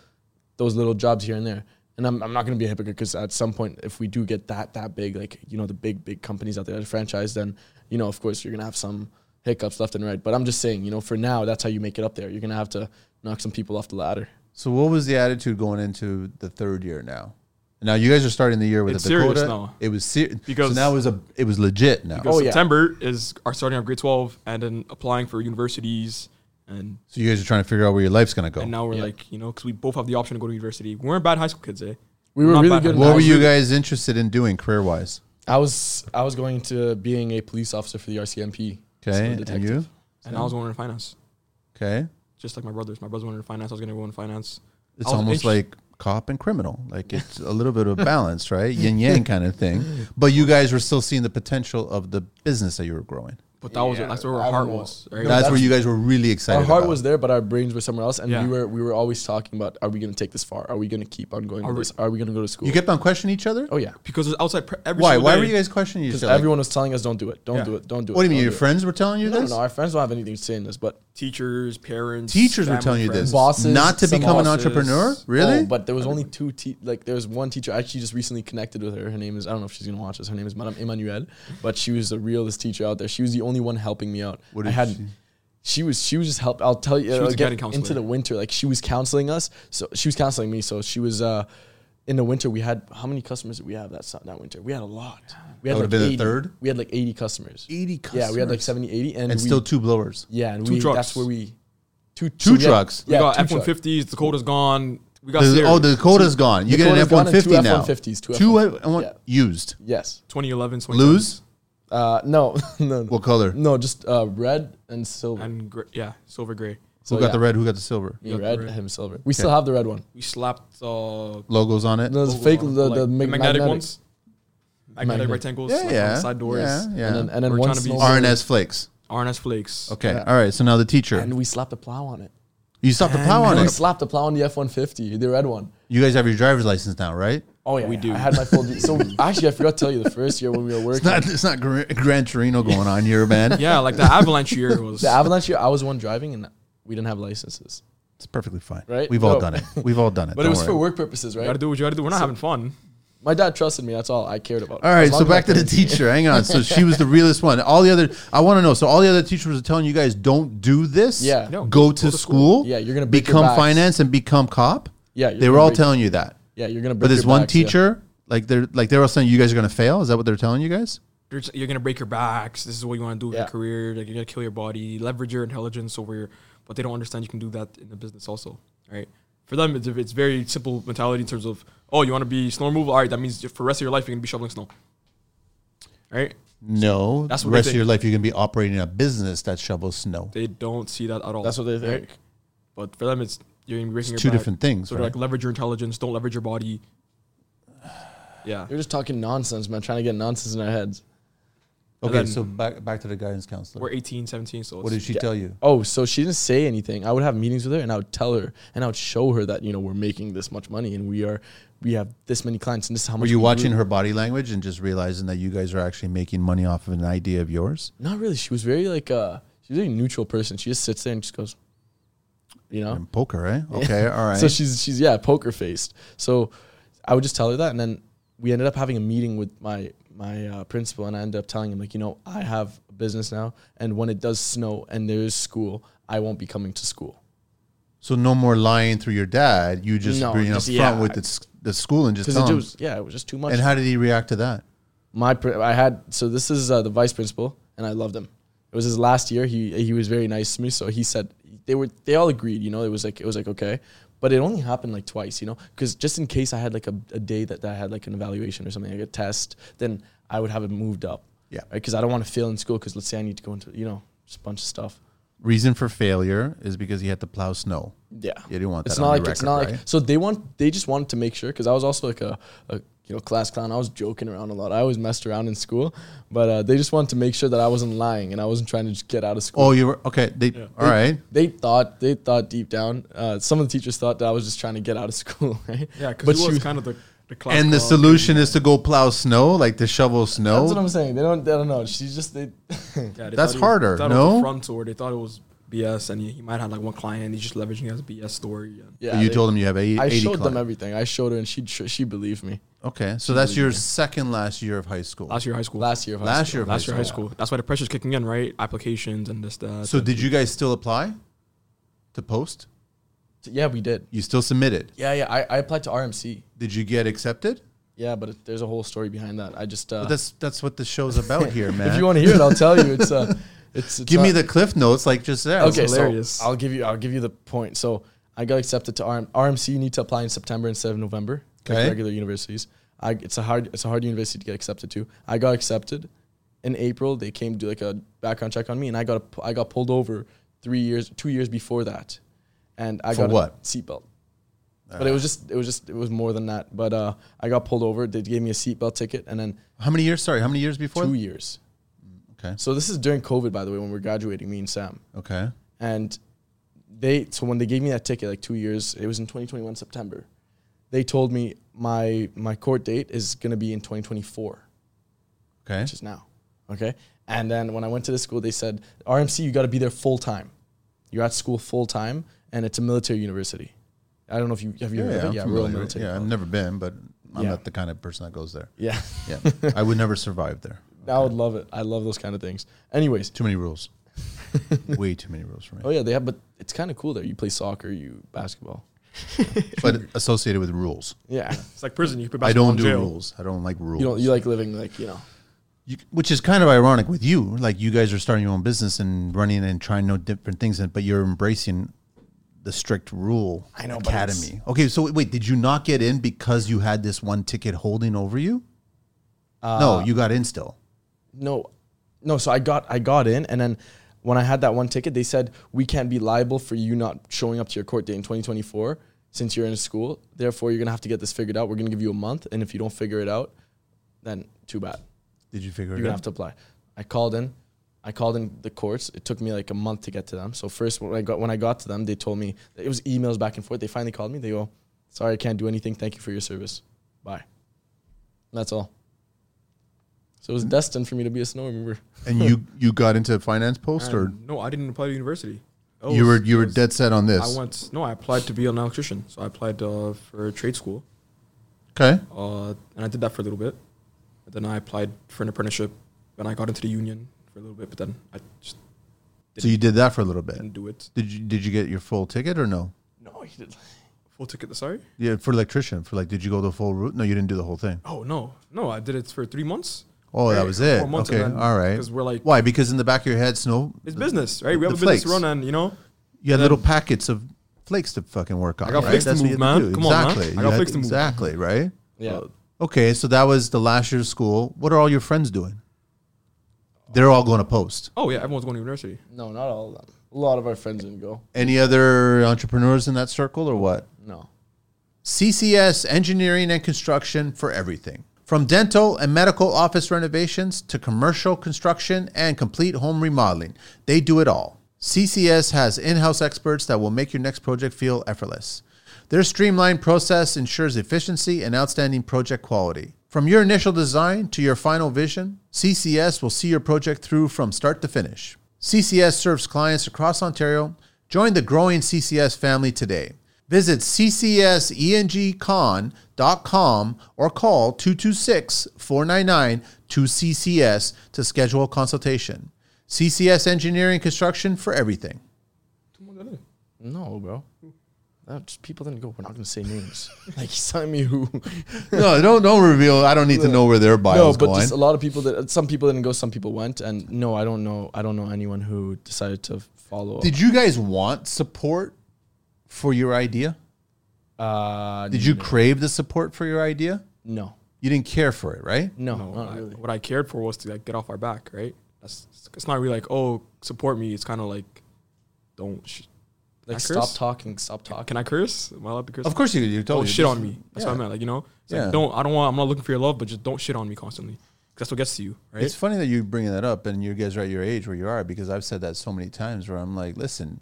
those little jobs here and there. And I'm, I'm not gonna be a hypocrite because at some point, if we do get that that big, like you know the big big companies out there that franchise, then you know of course you're gonna have some hiccups left and right. But I'm just saying, you know, for now that's how you make it up there. You're gonna have to knock some people off the ladder.
So, what was the attitude going into the third year now? Now you guys are starting the year with
It's
a
serious
Dakota.
now.
It was serious because
Because-
so now it was a it was legit now.
Because
Oh, yeah.
September is our starting of grade twelve, and then applying for universities, and
So you guys are trying to figure out where your life's going to go.
and now we're
Yeah.
like you know because we both have the option to go to university. We weren't bad high school kids, eh?
We were
Not
really
bad.
good. in
What
high
What were you
school.
guys interested in doing career wise?
I was I was going to being a police officer for the RCMP. so a
Okay, and
detective.
you?
And I was going into finance,
Okay.
just like my brothers. My brothers went into finance. I was gonna go into finance.
it's
I was
almost
inter-
like cop and criminal. Like it's a little bit of a balance, right? Yin yang kind of thing. But you guys were still seeing the potential of the business that you were growing.
But that was
Yeah,
that's where
I
our heart
don't know.
was. Right?
that's, where you guys were really excited.
Our heart
about.
was there, but our brains were somewhere else, and
Yeah.
we were we were always talking about: Are we going to take this far? Are we going to keep on going?
Are
with
we-
this? Are we going to go to school?
You kept on questioning each other.
oh yeah,
because it was outside pre- every
Why?
single
Why
day.
were you guys questioning each
because
other?
everyone was telling us, "Don't do it, don't
Yeah.
do it, don't do it."
Like, what do you mean? Your
don't do it."
friends were telling you
No, no,
this?
no, our friends don't have anything to say in this, but
teachers, parents,
Teachers were
family
telling you this.
friends.
Bosses,
not to
some
become an
bosses.
entrepreneur.
Oh,
Really?
Oh, but there was only two te- like there was one teacher. I actually just recently connected with her. Her name is I don't know if she's gonna watch this. Her name is Madame Emmanuelle, but she was the realest teacher out there. She was the only one helping me out.
What
I
did
had.
she-
She? was she was just help. I'll tell you.
She was
uh,
a
get
guiding counselor.
into the winter, like she was counseling us. So she was counseling me. So she was. uh in the winter, we had how many customers did we have that su- that winter? We had a lot. We had like
That would've been a
80.
third?
We had like eighty customers.
Eighty
Yeah, we had like
customers.
70, 80. and,
and
we,
still two blowers.
yeah, and
Two
we
trucks.
that's where we two
Two
so we had-
trucks.
We got
two
F one
trucks.
fifties. Dakota's gone. We got
The-
Sarah.
oh, the Dakota's gone. You get an
Dakota's
F
gone
one
and two
fifty now.
F-150s, two
Two
F-150s.
F one
Yeah.
used.
Yes.
2011, 2012.
Blues.
Uh, no, no, no.
What color?
no, just uh, red and silver.
and gr- yeah, silver gray.
so
Who got
yeah,
the red? Who got the silver?
Me
You got the
red,
red.
him silver. We still have the red one.
We slapped uh,
Logos on it.
No, it's
logo
fake. The,
on it,
the,
like, magnetic,
mag- magnetic
ones, magnetic,
Magnet.
rectangles,
yeah,
like, on the
yeah,
side doors,
Yeah, yeah.
And then, and then
We're
one
trying to be-
small-
RNS flakes.
RNS flakes.
Okay. All right. So now the teacher.
And we slapped a plow on it.
you stopped the plow on
And we
it.
slapped a plow on the F one fifty, the red one.
You guys have your driver's license now, right?
Oh yeah,
We
yeah,
do.
I had my full. D- so actually, I forgot to tell you the first year when we were
It's
working.
not. It's not Gran, Gran Torino going on here, man.
Yeah, like the avalanche year was.
the avalanche year, I was the one driving, and we didn't have licenses.
It's perfectly fine.
Right?
We've all
No.
done it. We've all done it.
But it
Don't
was
worry.
for work purposes,
you gotta
right?
do what you gotta do. We're not having fun.
My dad trusted me. That's all I cared about.
All
As
right,
long
so
as I
back to the
could-
teacher. Hang on. So she was the realest one. All the other, I want to know. So all the other teachers were telling you guys, don't do this.
Yeah.
No,
Go to
go to
school.
school.
Yeah, you're gonna break your
become
backs.
finance and become cop.
Yeah, you're
they were
gonna
all
break-
telling you that.
Yeah, you're gonna.
But
break
this
your
one
backs, yeah.
teacher, like they're like they're all saying you guys are gonna fail. Is that what they're telling you guys?
You're, just- you're gonna break your backs. This is what you want to do with
Yeah.
your career. Like you gotta kill your body, leverage your intelligence over. Your, but they don't understand you can do that in the business also, right? For them, it's, it's very simple mentality in terms of oh, you want to be snow removal? All right, that means for the rest of your life you're gonna be shoveling snow. Right?
No,
That's
that's
what
the
they
rest of
think.
your life you're gonna be operating a business that shovels snow.
They don't see that at all.
That's what they think.
But for them, it's you're gonna be raising
It's
your
two
back.
different things,
So
right?
they're like leverage your intelligence. Don't leverage your body. Yeah.
You're just talking nonsense, man. Trying to get nonsense in our heads.
okay,
then-
so back back to the guidance counselor.
We're 18, 17, so
what did
it's,
she tell you?
Oh, so she didn't say anything. I would have meetings with her, and I would tell her, and I would show her that you know we're making this much money, and we are, we have this many clients, and this is how much.
Were you
we
watching
grew.
her body language and just realizing that you guys are actually making money off of an idea of yours?
Not really. She was very like uh, she's a very neutral person. She just sits there and just goes, you know.
And poker, right? Okay, all right.
So she's she's yeah poker faced. So I would just tell her that, and then we ended up having a meeting with my my uh, principal, and I ended up telling him like, you know, I have a business now, and when it does snow and there is school, I won't be coming to school.
so no more lying through your dad. You just
No,
being
just-
upfront
yeah.
with the, s- the school and just
Because
tell
it
him.
was yeah, it was just too much.
And how did he react to that?
my pr- I had so this is uh, the vice principal, and I loved him. It was his last year. He he was very nice to me. So he said they were they all agreed. You know, it was like it was like okay, but it only happened like twice. You know, because just in case I had like a, a day that, that I had like an evaluation or something like a test, then I would have it moved up.
Yeah.
Because I don't want to fail in school. Because let's say I need to go into you know just a bunch of stuff.
Reason for failure is because he had to plow snow.
Yeah.
You didn't want
it's
that
not
on
like
the
it's
record,
not
right?
like so they want they just wanted to make sure because I was also like a, a you know class clown. I was joking around a lot. I always messed around in school, but uh, they just wanted to make sure that I wasn't lying and I wasn't trying to just get out of school.
Oh, you were okay. They all right.
They thought they thought deep down. Uh, some of the teachers thought that I was just trying to get out of school, right?
yeah,
But
because he was
you-
kind of the the uh, class
And the
clown.
solution is to go plow snow, like to shovel snow.
That's what I'm saying. They don't. They don't know. She's just they.
Yeah, they thought he
That's
was-
harder,
thought it was
no?
a front or they thought it was BS, and he, he might have like one client. and He's just leveraging his BS story. And
yeah.
you
they-
told him you have eight- 80
I showed
clients.
them everything. I showed her, and she tr- she believed me.
Okay, so that's your second last year of high school.
last year of high school.
Last year. Of high
Last
school.
year of
last year of high school. That's why the pressure's kicking in, right? Applications and this that.
So did you guys still apply to post?
Yeah, we did.
You still submitted?
Yeah, yeah. I, I applied to RMC.
Did you get accepted?
Yeah, but it, there's a whole story behind that. I just. Uh,
But that's that's what the show's about here, man.
If you want to hear it, I'll tell you. It's uh, it's, it's
give me
uh,
the cliff notes, like just there.
okay.
hilarious.
So I'll give you I'll give you the point. So I got accepted to RM, RMC. You need to apply in September instead of November. like
Okay.
regular universities. I it's a hard it's a hard university to get accepted to. I got accepted in April. They came do like a background check on me, and I got a, I got pulled over three years two years before that, and I
For
got a
what? Ah.
seatbelt. But it was just it was just it was more than that. But uh, I got pulled over. They gave me a seatbelt ticket, and then
How many years? Sorry, how many years before?
two years.
Mm, Okay.
So this is during COVID, by the way, when we're graduating, me and Sam.
Okay.
And they so when they gave me that ticket, like two years, it was in 2021 September. They told me my my court date is gonna be in 2024,
Okay.
which is now. Okay. And then when I went to the school, they said RMC, you got to be there full time. You're at school full time, and it's a military university. I don't know if you have you
Yeah,
heard
yeah,
of
I'm
it. Yeah,
familiar.
rural military.
yeah, I've never been, but I'm
Yeah.
not the kind of person that goes there.
yeah.
Yeah, I would never survive there.
I would love it. I love those kind of things. Anyways,
Too many rules. Way too many rules for me.
oh yeah, they have, but it's kind of cool there. You play soccer, you basketball.
But associated with rules.
Yeah.
It's like prison. You could
I don't do
jail.
rules. I don't like rules.
You don't you like living like you know.
You, which is kind of ironic with you. Like you guys are starting your own business and running and trying no different things, and- but you're embracing the strict rule.
I know, but it's-
academy. okay, so wait, did you not get in because you had this one ticket holding over you? no, you got in still.
No, no. So I got I got in, and then when I had that one ticket, they said we can't be liable for you not showing up to your court date in 2024 since you're in school. Therefore, you're gonna have to get this figured out. We're gonna give you a month, and if you don't figure it out, then too bad.
Did you figure
You're
it
gonna
out?
have to apply. I called in. I called in the courts. It took me like a month to get to them. So first, when I got when I got to them, they told me it was emails back and forth. They finally called me. They go, "Sorry, I can't do anything. Thank you for your service. Bye." And that's all. So it was destined for me to be a snow remover.
and you you got into finance post,
And
or
no, I didn't apply to university. I
you
was-
were you were
I was-
dead set on this?
I went. No, I applied to be an electrician. So I applied uh, for trade school,
okay,
uh, and I did that for a little bit. But then I applied for an apprenticeship, and I got into the union for a little bit. But then I just
so you did that for a little bit.
didn't do it.
Did you did you get your full ticket or no?
No, he did.
Full ticket. Sorry.
Yeah, for electrician, for like, did you go the full route? No, you didn't do the whole thing.
Oh no, no, I did it for three months.
Oh, that
Right,
was
four
it.
months
Okay,
and then-
all right.
'cause we're like-
why? Because in the back of your head, snow.
It's business, right? We
the
have a business
flakes.
run, and you know,
You had little packets of flakes to fucking work on.
I got
right?
flakes to
That's what
move,
you
man.
had do.
Come on, man.
Exactly.
I
You
got
had-
flakes to move.
Exactly, right?
Yeah.
Okay, so that was the last year of school. What are all your friends doing? They're all going to post.
Oh yeah, everyone's going to university.
no, not all of them. A lot of our friends didn't go.
Any other entrepreneurs in that circle or what?
No.
CCS, engineering and construction for everything. From dental and medical office renovations to commercial construction and complete home remodeling, they do it all. CCS has in house experts that will make your next project feel effortless. Their streamlined process ensures efficiency and outstanding project quality. From your initial design to your final vision, CCS will see your project through from start to finish. CCS serves clients across Ontario. Join the growing CCS family today. Visit E ccsengcon.com or call 226 499 2CCS to schedule a consultation. CCS Engineering Construction for everything.
No, bro. No, just people didn't go. We're not going to say names. like, sign me who.
No, don't don't reveal. I don't need to know where their bio
no,
is
but
going.
just a lot of people that some people didn't go, some people went, and no, I don't know. I don't know anyone who decided to follow.
Did you guys want support for your idea?
uh,
Did you crave the support for your idea?
No,
You didn't care for it, right?
no,
No,
not
I-
really.
what I cared for was to like get off our back, right? That's it's not really like oh support me. It's kind of like don't sh-
Like,
I
stop
curse?
talking. Stop talking.
Can I curse? Am I allowed to curse?
Of course you you
Don't
told
shit on me. That's what I meant. Like you know, it's
Yeah.
like, don't I don't want. I'm not looking for your love, but just don't shit on me constantly. 'Cause That's what gets to you, right?
It's funny that you're bringing that up, and you guys are at your age where you are, because I've said that so many times where I'm like, listen,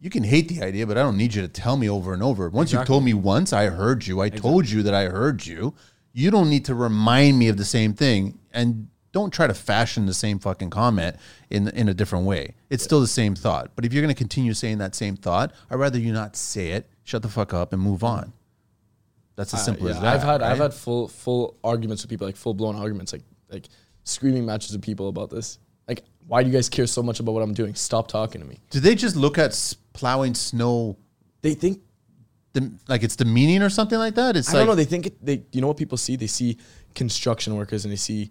you can hate the idea, but I don't need you to tell me over and over. Once you've
Exactly.
told me once, I heard you. I told you that I heard you. You don't need to remind me of the same thing, and don't try to fashion the same fucking comment in in a different way. It's still the same thought. But if you're going to continue saying that same thought, I'd rather you not say it. Shut the fuck up and move on. That's as simple
Yeah,
as that.
I've had I've
right?
had full full arguments with people, like full blown arguments, like like screaming matches with people about this. Like, why do you guys care so much about what I'm doing? Stop talking to me.
Do they just look at s- plowing snow
They think
dem- like it's demeaning or something like that. It's
I
like
don't know. They think it, they. You know what people see? They see construction workers and they see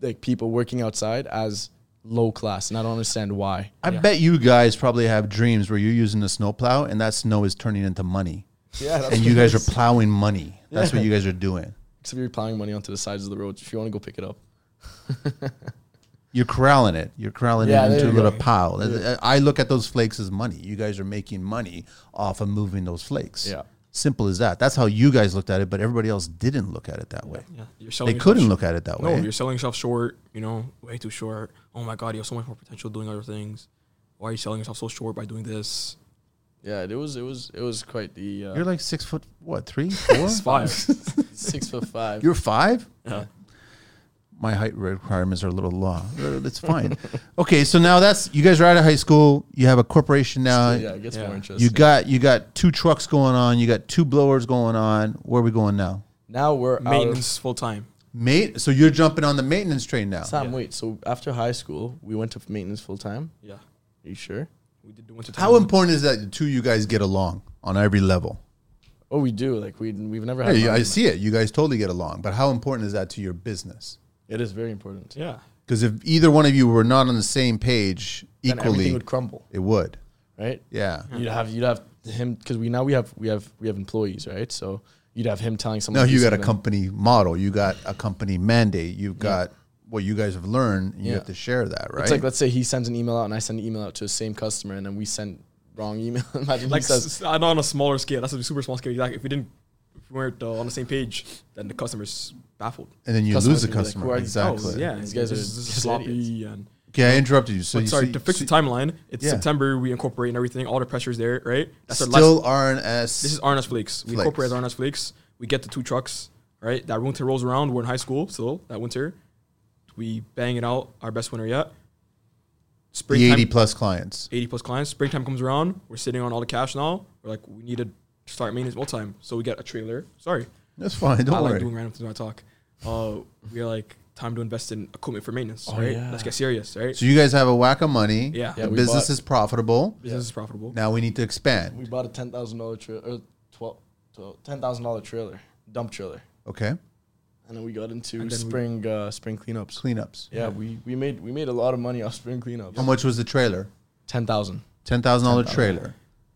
like people working outside as low class, and I don't understand why.
I bet you guys probably have dreams where you're using a snowplow and that snow is turning into money,
Yeah, that's
and you guys are plowing money. That's what you guys are doing.
except you're plowing money onto the sides of the road. If you want to go pick it up,
You're corralling it. You're corralling
Yeah,
it
there
into a
you
little pile. Uh, I look at those flakes as money. You guys are making money off of moving those flakes.
Yeah.
Simple as that. That's how you guys looked at it, but everybody else didn't look at it that way.
Yeah, you're selling
They
yourself
couldn't
short.
look at it that
No,
way.
you're selling yourself short. You know, way too short. Oh my god, you have so much more potential doing other things. Why are you selling yourself so short by doing this?
yeah, it was it was it was quite the uh,
You're like six foot, what, three, four?
It's fire.
six foot 5
You're five?
Yeah.
My height requirements are a little low. Uh, That's fine. okay, so now that's you guys are out of high school. You have a corporation now.
yeah, it gets
yeah.
more
You
you
interesting.
got you got two trucks going on. You got two blowers going on. Where are we going now?
now we're out of
Maintenance full time.
Mate, so you're jumping on the maintenance train now.
Sam, wait. So after high school, we went to maintenance full time.
Yeah,
Are you sure?
we did the winter time.
How important is that the two of you guys get along on every level?
Oh, we do. Like we we've never had.
Hey,
an
I
argument.
see it. You guys totally get along, but how important is that to your business?
It is very important.
Yeah,
Because if either one of you were not on the same page
Then everything
equally,
would crumble,
it would.
right?
Yeah.
You'd have you'd have him because we now we have we have we have employees, right? So you'd have him telling someone.
No,
to do
you got a
something.
company model. You got a company mandate. You've got what you guys have learned. And You
Yeah.
have to share that, right?
It's like let's say he sends an email out and I send an email out to the same customer, and then we send wrong email. Imagine
like
he says,
s- not on a smaller scale. That's a super small scale. Like if we didn't, if we weren't uh, on the same page, then the customer's baffled.
and then you
customers
lose the
would be like,
customer.
"Who are these
exactly.
Oh, yeah,
These
these
guys
guys
are
this, this
just
is sloppy
idiots.
and.
Okay, I interrupted you. So
But
you
sorry,
see-
to fix
see-
the timeline, it's
Yeah.
September. We incorporate and everything. All the pressures there, right? That's our last
still RNS.
This is RNS Flakes. We
Flakes.
incorporate RNS Flakes. We get the two trucks, right? That winter rolls around. We're in high school still that winter. We bang it out, our best winter yet.
the
Springtime,
80 plus clients.
80 plus clients. Springtime comes around. We're sitting on all the cash now. We're like, we need to start maintenance all time. So we get a trailer. Sorry.
That's fine. Don't
I
worry.
like doing random things when I talk. Uh, we're like, time to invest in equipment for maintenance,
Oh,
right?
yeah.
Let's get serious, right?
so you guys have a whack of money.
Yeah. Yeah,
The
we
business
bought-
is profitable.
Business is profitable.
Now we need to expand.
we bought a ten thousand dollar trailer, or twelve, twelve ten thousand dollar trailer, dump trailer,
Okay.
and then we got into
And then we-
spring uh, spring cleanups.
Cleanups.
Yeah, we we made we made a lot of money off spring cleanups.
How much was the trailer?
Ten thousand.
$10,000 trailer.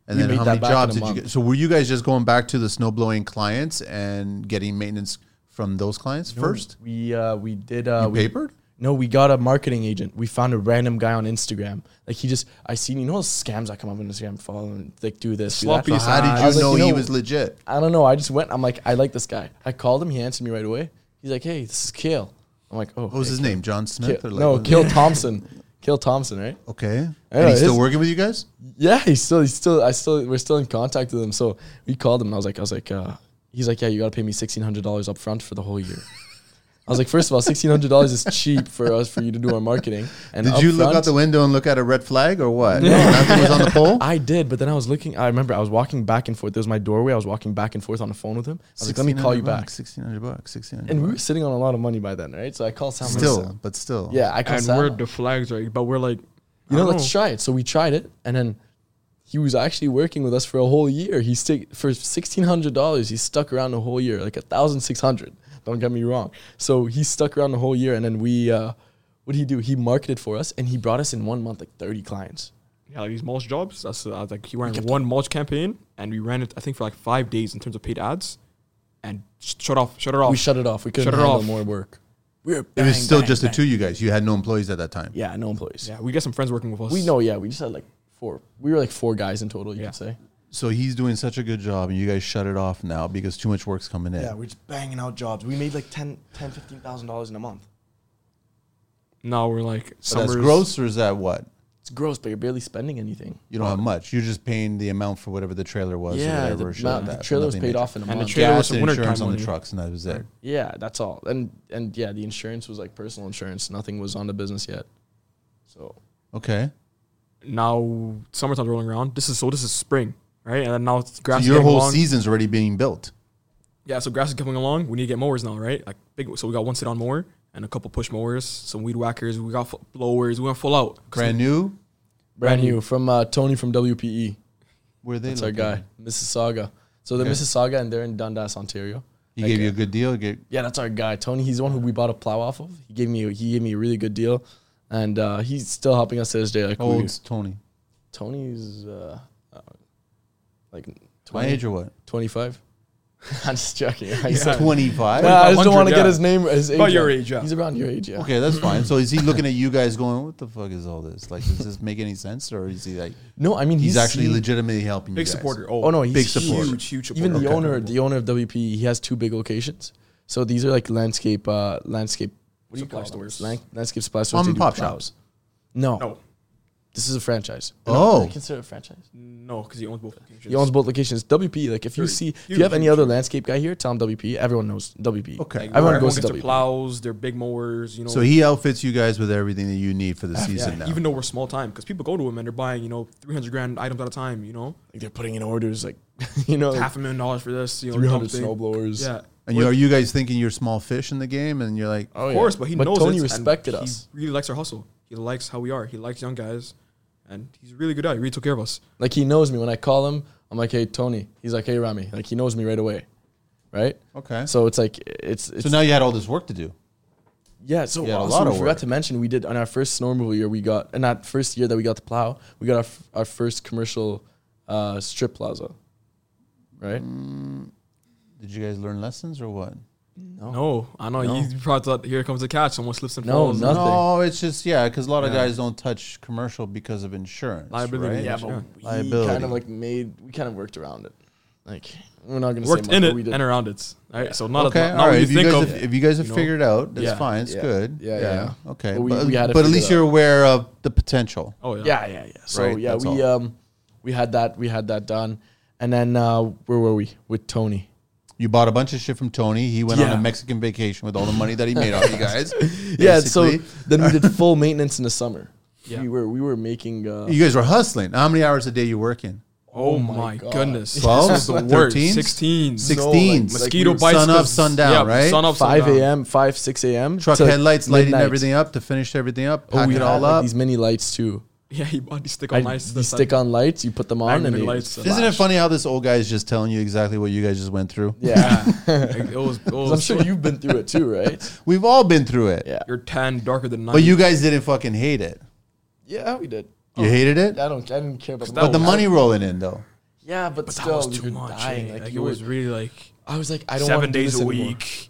And
We
then
made
how
that
many
back in
jobs
a
did you
month.
get? So were you guys just going back to the snow blowing clients and getting maintenance from those clients first?
we uh, we did uh,
You
we,
papered?
No, we got a marketing agent. We found a random guy on Instagram. Like he just, I seen you know those scams that come up on Instagram, follow and like do this, do that.
Sloppy
So how
I
did
was
you
like,
know
you
he
know-
was legit?
I don't know. I just went. I'm like, I like this guy. I called him. He answered me right away. He's like, hey, this is Kale. I'm like, oh,
What was his name? John Smith? or like
no,
what-
Kale Thompson. Kale Thompson, right?
Okay.
Yeah,
And he's
his-
still working with you guys?
Yeah, he's still, he's still, I still, we're still in contact with him. So we called him, and I was like, I was like, uh, he's like, yeah, you gotta pay me sixteen hundred dollars up front for the whole year. I was like, first of all, sixteen hundred dollars is cheap for us for you to do our marketing. And
Did you look
upfront-
out the window and look at a red flag or what? Nothing was on the pole?
I did, but then I was looking. I remember I was walking back and forth. There was my doorway. I was walking back and forth on the phone with him. I was like, "Let me call you
1600
back."
bucks, 1600 bucks, 1600
And we were
bucks.
sitting on a lot of money by then, right? So I called Sam.
still, but still.
yeah, I called
and
Sam.
we're the flags, right? But we're like,
you
I
know,
don't
Oh.
let's try it. So we tried it, and then he was actually working with us for a whole year. He stick for sixteen hundred dollars. He stuck around the whole year, like a thousand six hundred. Don't get me wrong. So he stuck around the whole year, and then we, uh, what did he do? He marketed for us, and he brought us in one month like thirty clients.
yeah, like these mulch jobs. That's uh, like he ran one mulch campaign, and we ran it. I think for like five days in terms of paid ads, and sh- shut off, shut her off.
We shut it off. We couldn't
Shut it
handle
off.
more work. We were
It
bang,
was still
bang,
just the
bang.
two of you guys. You had no employees at that time.
Yeah, no employees.
yeah, we got some friends working with us.
We know, yeah. We just had like four. We were like four guys in total, you
Yeah.
could say.
So he's doing such a good job, and you guys shut it off now because too much work's coming in.
we're just banging out jobs. We made like 10, 10 15000 dollars in a month.
Now we're like,
So that's
summers,
gross, or is that what?
It's gross, but you're barely spending anything.
You don't have much. You're just paying the amount for whatever the trailer was. or
Uh, yeah,
whatever,
the,
shit
amount-
like
the
that.
trailer was
Nothing
paid
major.
off in a
And the
month.
tra- Trailer
Gas
was
and
some wintertime
insurance on the
money.
trucks, and that was it.
yeah, that's all. And and yeah, the insurance was like personal insurance. Nothing was on the business yet. So
Okay.
now summertime's rolling around. This is so this is spring, right? And then now it's
So
grass. is
your
getting
whole
along.
season's already being built.
Yeah, so grass is coming along. We need to get mowers now, right? Like big. So we got one sit on mower and a couple push mowers, some weed whackers. We got fu- blowers. We went full out. 'Cause
Brand new.
brand new from uh, Tony from WPE.
Where they?
That's our
located?
guy, Mississauga. So they're
Okay.
Mississauga, and they're in Dundas, Ontario.
He
That
gave
guy.
you a good deal. Get
Yeah, that's our guy, Tony. He's the one who we bought a plow off of. He gave me he gave me a really good deal, and uh, he's still helping us to this day. Like
how
we,
old's Tony?
Tony's uh, uh, like
My
20,
age or what?
25. I'm just joking. I,
Yeah.
said-
Twenty five.
Nah, I just don't
100,
want to
yeah.
get his name. His age
About your
out.
age, yeah.
He's around your age, yeah.
Okay, that's fine. So is he looking at you guys going, "What the fuck is all this? Like, does this make any sense?" Or is he like,
No, I mean
he's,
he's,
actually
he-
legitimately helping you
Big
guys?
supporter. Oh,
Oh no, he's
Big
huge.
supporter.
huge, huge supporter.
Even the
Okay.
owner, the owner of WP, he has two big locations. So these are like landscape, uh, landscape. What do you
Supply
call stores?
stores.
landscape supply stores.
Mom
they
and
do
pop
plows.
shops.
No,
no,
this is a franchise.
Oh.
Is it considered a franchise.
no, because he owns both. locations.
He owns both locations. WP, like if you
Huge,
see, if
huge,
you have any
huge,
other landscape guy here, tell him WP. Everyone knows WP.
Okay.
Like,
everyone
everyone
goes
gets
to
their
WP.
plows, their big mowers. You know,
So he outfits you guys with everything that you need for the
Yeah,
season now.
even though we're small time, because people go to him and they're buying, you know, three hundred grand items at a time. You know,
Like they're putting in orders, like you know,
half a million dollars for this. You know,
Oh. three hundred
something.
snowblowers.
Yeah,
and you, are you guys thinking you're small fish in the game? And you're like,
Oh,
of
yeah.
course, but he knows
Tony
it, and
respected
he
us.
Really likes our hustle. He likes how we are. He likes young guys, and he's a really good guy. He really took care of us.
Like he knows me when I call him. I'm like, hey Tony. He's like, hey Rami. Like he knows me right away, right?
okay. So,
So it's like it's it's
now you had all this work to do.
yeah. So
you had a
also
lot
we
of
forgot
work.
to mention we did on our first snow removal year we got and that first year that we got the plow we got our f- our first commercial uh, strip plaza, right?
Mm, Did you guys learn lessons or what?
No, I know.
No.
You probably thought here comes the catch. Someone slips and
No,
falls.
nothing.
No, it's just yeah, because a lot of
Yeah.
guys don't touch commercial because of insurance.
Liability,
Right?
Yeah, but
Sure.
we
Liability.
kind of like made we kind of worked around it. Like we're not gonna
Worked
say much,
in
but
it
we did.
and around it. All right, so not
Okay,
as not,
all right.
what you
If you,
think
guys
of.
have, if you guys have
you know?
figured it out, that's
Yeah,
fine. It's
yeah,
good.
yeah, yeah.
Okay,
But we-
but,
we had to
but at
figure
least
that
you're aware of the potential.
oh yeah.
Yeah, yeah, yeah. So
Right,
yeah,
that's
we um we had that we had that done, and then uh, where were we with Tony?
You bought a bunch of shit from Tony. He went on
Yeah.
a Mexican vacation with all the money that he made off you guys.
Yeah, so
basically.
then we did full maintenance in the summer.
Yeah.
We were we were making uh,
you guys were hustling. How many hours a day you working?
Oh,
my
my
God.
goodness.
Twelve?
This is the worst.
Thirteen?
Sixteen.
like,
Sixteen.
like
Mosquito
we were
bites.
sun up,
'cause-
sun down, right?
Sun up,
five
sun down.
a.m., five six a.m.
Truck
to
headlights, lighting
midnight.
everything up to finish everything up,
Oh,
pack
we
it
had
all
like,
up.
these mini lights too.
Yeah, he bought these stick
I,
on lights.
these stick on lights. You put them on and
Magnetic
they
lights.
flash.
Isn't it funny how this old guy is just telling you exactly what you guys just went through?
Yeah,
It was. It
'Cause I'm
was
sure you've been through it too, right?
We've all been through it.
Yeah,
You're tan, darker than night.
But you guys didn't fucking hate it.
yeah, we did.
You hated it?
Oh. I don't. I didn't care about.
That
money.
But the money rolling in though.
Yeah, but,
But
still,
that was too
you're
much.
dying.
eh?
Like,
Like, it
you were,
was really like
I was like, I don't want
seven
to do
days
this
a
anymore.
week.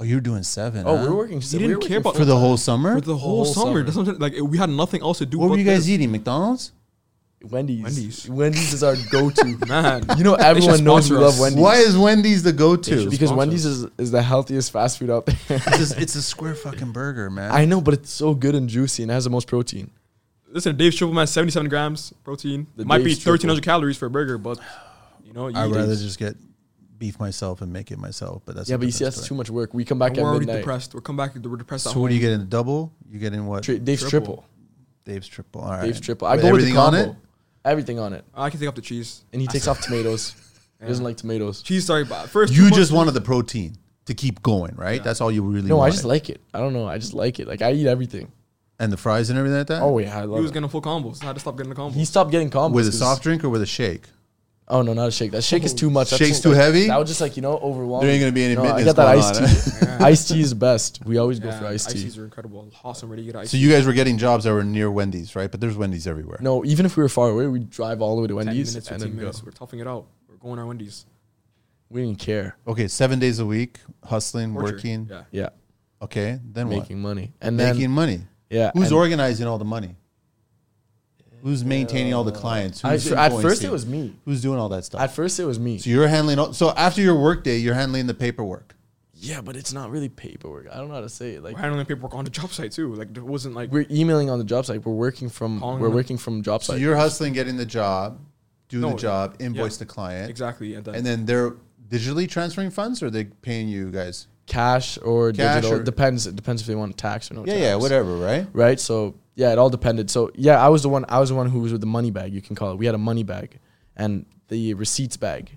Oh, you were doing seven.
Oh,
huh?
we were working.
You didn't care about
for the whole summer.
For the whole,
whole
summer.
summer.
That's what I'm saying. Like it- we had nothing else to do.
what were
but
you guys
this.
eating? McDonald's.
Wendy's.
Wendy's.
Wendy's. is our go-to.
Man,
you know, everyone knows
sponsor
we love
us.
Wendy's.
Why is Wendy's the
They
go-to?
should-
Because
sponsor
Wendy's is, is the healthiest fast food out there.
it's, just, it's a square fucking burger, man.
I know, but it's so good and juicy and has the most protein.
listen, Dave Triple Man, 77 grams protein.
The
Might be
Dave's Triple.
1,300 calories for a burger, but you know, you
I'd
eat
rather
it.
just get beef myself and make it myself. But that's
yeah,
a
but you see,
different
that's too
story.
much work. We come back
we're
at
already
midnight.
depressed. We're come back. We're depressed. at
So what do you
home.
get in a double? You get in what?
Tri- Dave's
Triple.
triple.
Dave's triple. All right.
Dave's triple. I
With
go with the
everything on
combo.
it.
Everything on it,
I can take off the cheese.
and he takes off tomatoes. He doesn't like tomatoes.
Cheese, sorry, but first two
You
months-
just wanted the protein to keep going, right? That's all you really.
No, I
wanted.
just like it. I don't know. I just like it. Like I eat everything.
and the fries and everything like that.
Oh yeah, I love
He was
it.
getting full combos. I had to stop getting the combos.
He stopped getting combos.
with a
'cause-
soft drink or with a shake.
Oh no, not a shake. That shake is too much. That's
Shake's
so-
too
like,
heavy?
That was just like you know overwhelming.
There ain't gonna be any
No, I
maintenance
got that
going
iced
on,
tea. iced tea is best. We always go for iced tea.
teas Um, are incredible. Awesome, ready to get ice.
So you guys were getting jobs that were near Wendy's, right? But there's Wendy's everywhere.
No, even if we were far away, we'd drive all the way to
10
Wendy's
minutes, 15
and then go.
minutes. We're toughing it out. We're going our Wendy's.
We didn't care.
Okay, seven days a week, hustling,
Torture.
working.
Yeah.
Yeah,
Okay, then what?
making money and then
Making money.
yeah.
Who's
and
organizing all the money? Who's maintaining all the clients?
I-
Who's
at first
invoicing?
it was me.
who's doing all that stuff.
At first it was me.
so you're handling. All, so after your workday, you're handling the paperwork.
Yeah, but it's not really paperwork. I don't know how to say it. Like
We're handling paperwork on the job site too. Like it wasn't like
we're emailing on the job site. We're working from
Calling
we're
them.
working from job
So
site.
you're hustling, getting the job, do
No,
the job, invoice the client,
exactly. And then,
and then they're digitally transferring funds, or are they paying you guys?
Cash or
Cash
digital
or-
depends. It depends if they want tax or no.
Yeah,
tax.
yeah, whatever, right?
Right. So yeah, it all depended. So yeah, I was the one. I was the one who was with the money bag. You can call it. We had a money bag and the receipts bag.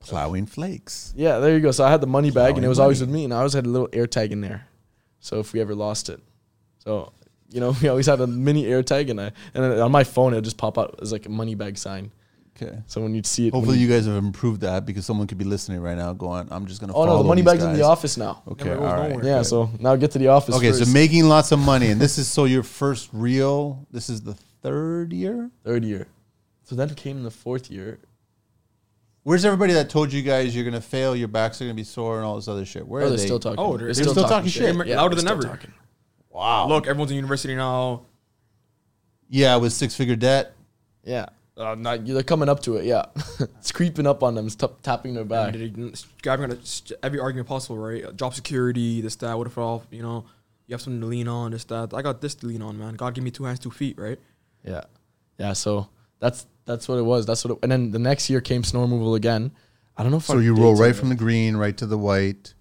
Plowing flakes.
Yeah, there you go. So I had the money bag, and it was
Plowing
always
money.
with me, and I always had a little air tag in there. So if we ever lost it, so you know, we always had a mini air tag, and I and then on my phone it would just pop out as like a money bag sign.
Okay.
So when you'd see it, when
Hopefully, you guys have improved that because someone could be listening right now, going, "I'm just gonna."
oh no,
follow
the money
these
bag's in the
guys."
office now.
Okay,
Never
all
goes
right.
nowhere.
Yeah,
good.
so now get to the office.
Okay,
first.
so making lots of money, and this is so your first real. This is the third year.
third year. So then came the fourth year.
Where's everybody that told you guys you're gonna fail, your backs are gonna be sore, and all this other shit? Where
Oh,
are
they're
they?
still talking.
Oh,
They're
they're
still talking shit.
Remember-
Yeah,
louder
they're
than
still
ever.
talking.
Wow.
Look, everyone's in university now.
Yeah, with six figure debt.
Yeah, uh, not, they're coming up to it. Yeah, it's creeping up on them. It's tap tapping their back.
And they- Grabbing on a- every argument possible, right? Uh, Job security, this, that. What if all you know? You have something to lean on, this, that. I got this to lean on, man. God give me two hands, two feet, right?
Yeah, yeah. So that's that's what it was. That's what. It, and then the next year came snow removal again. I don't know if
So
our
you roll
dates
right
are-
from the green right to the white.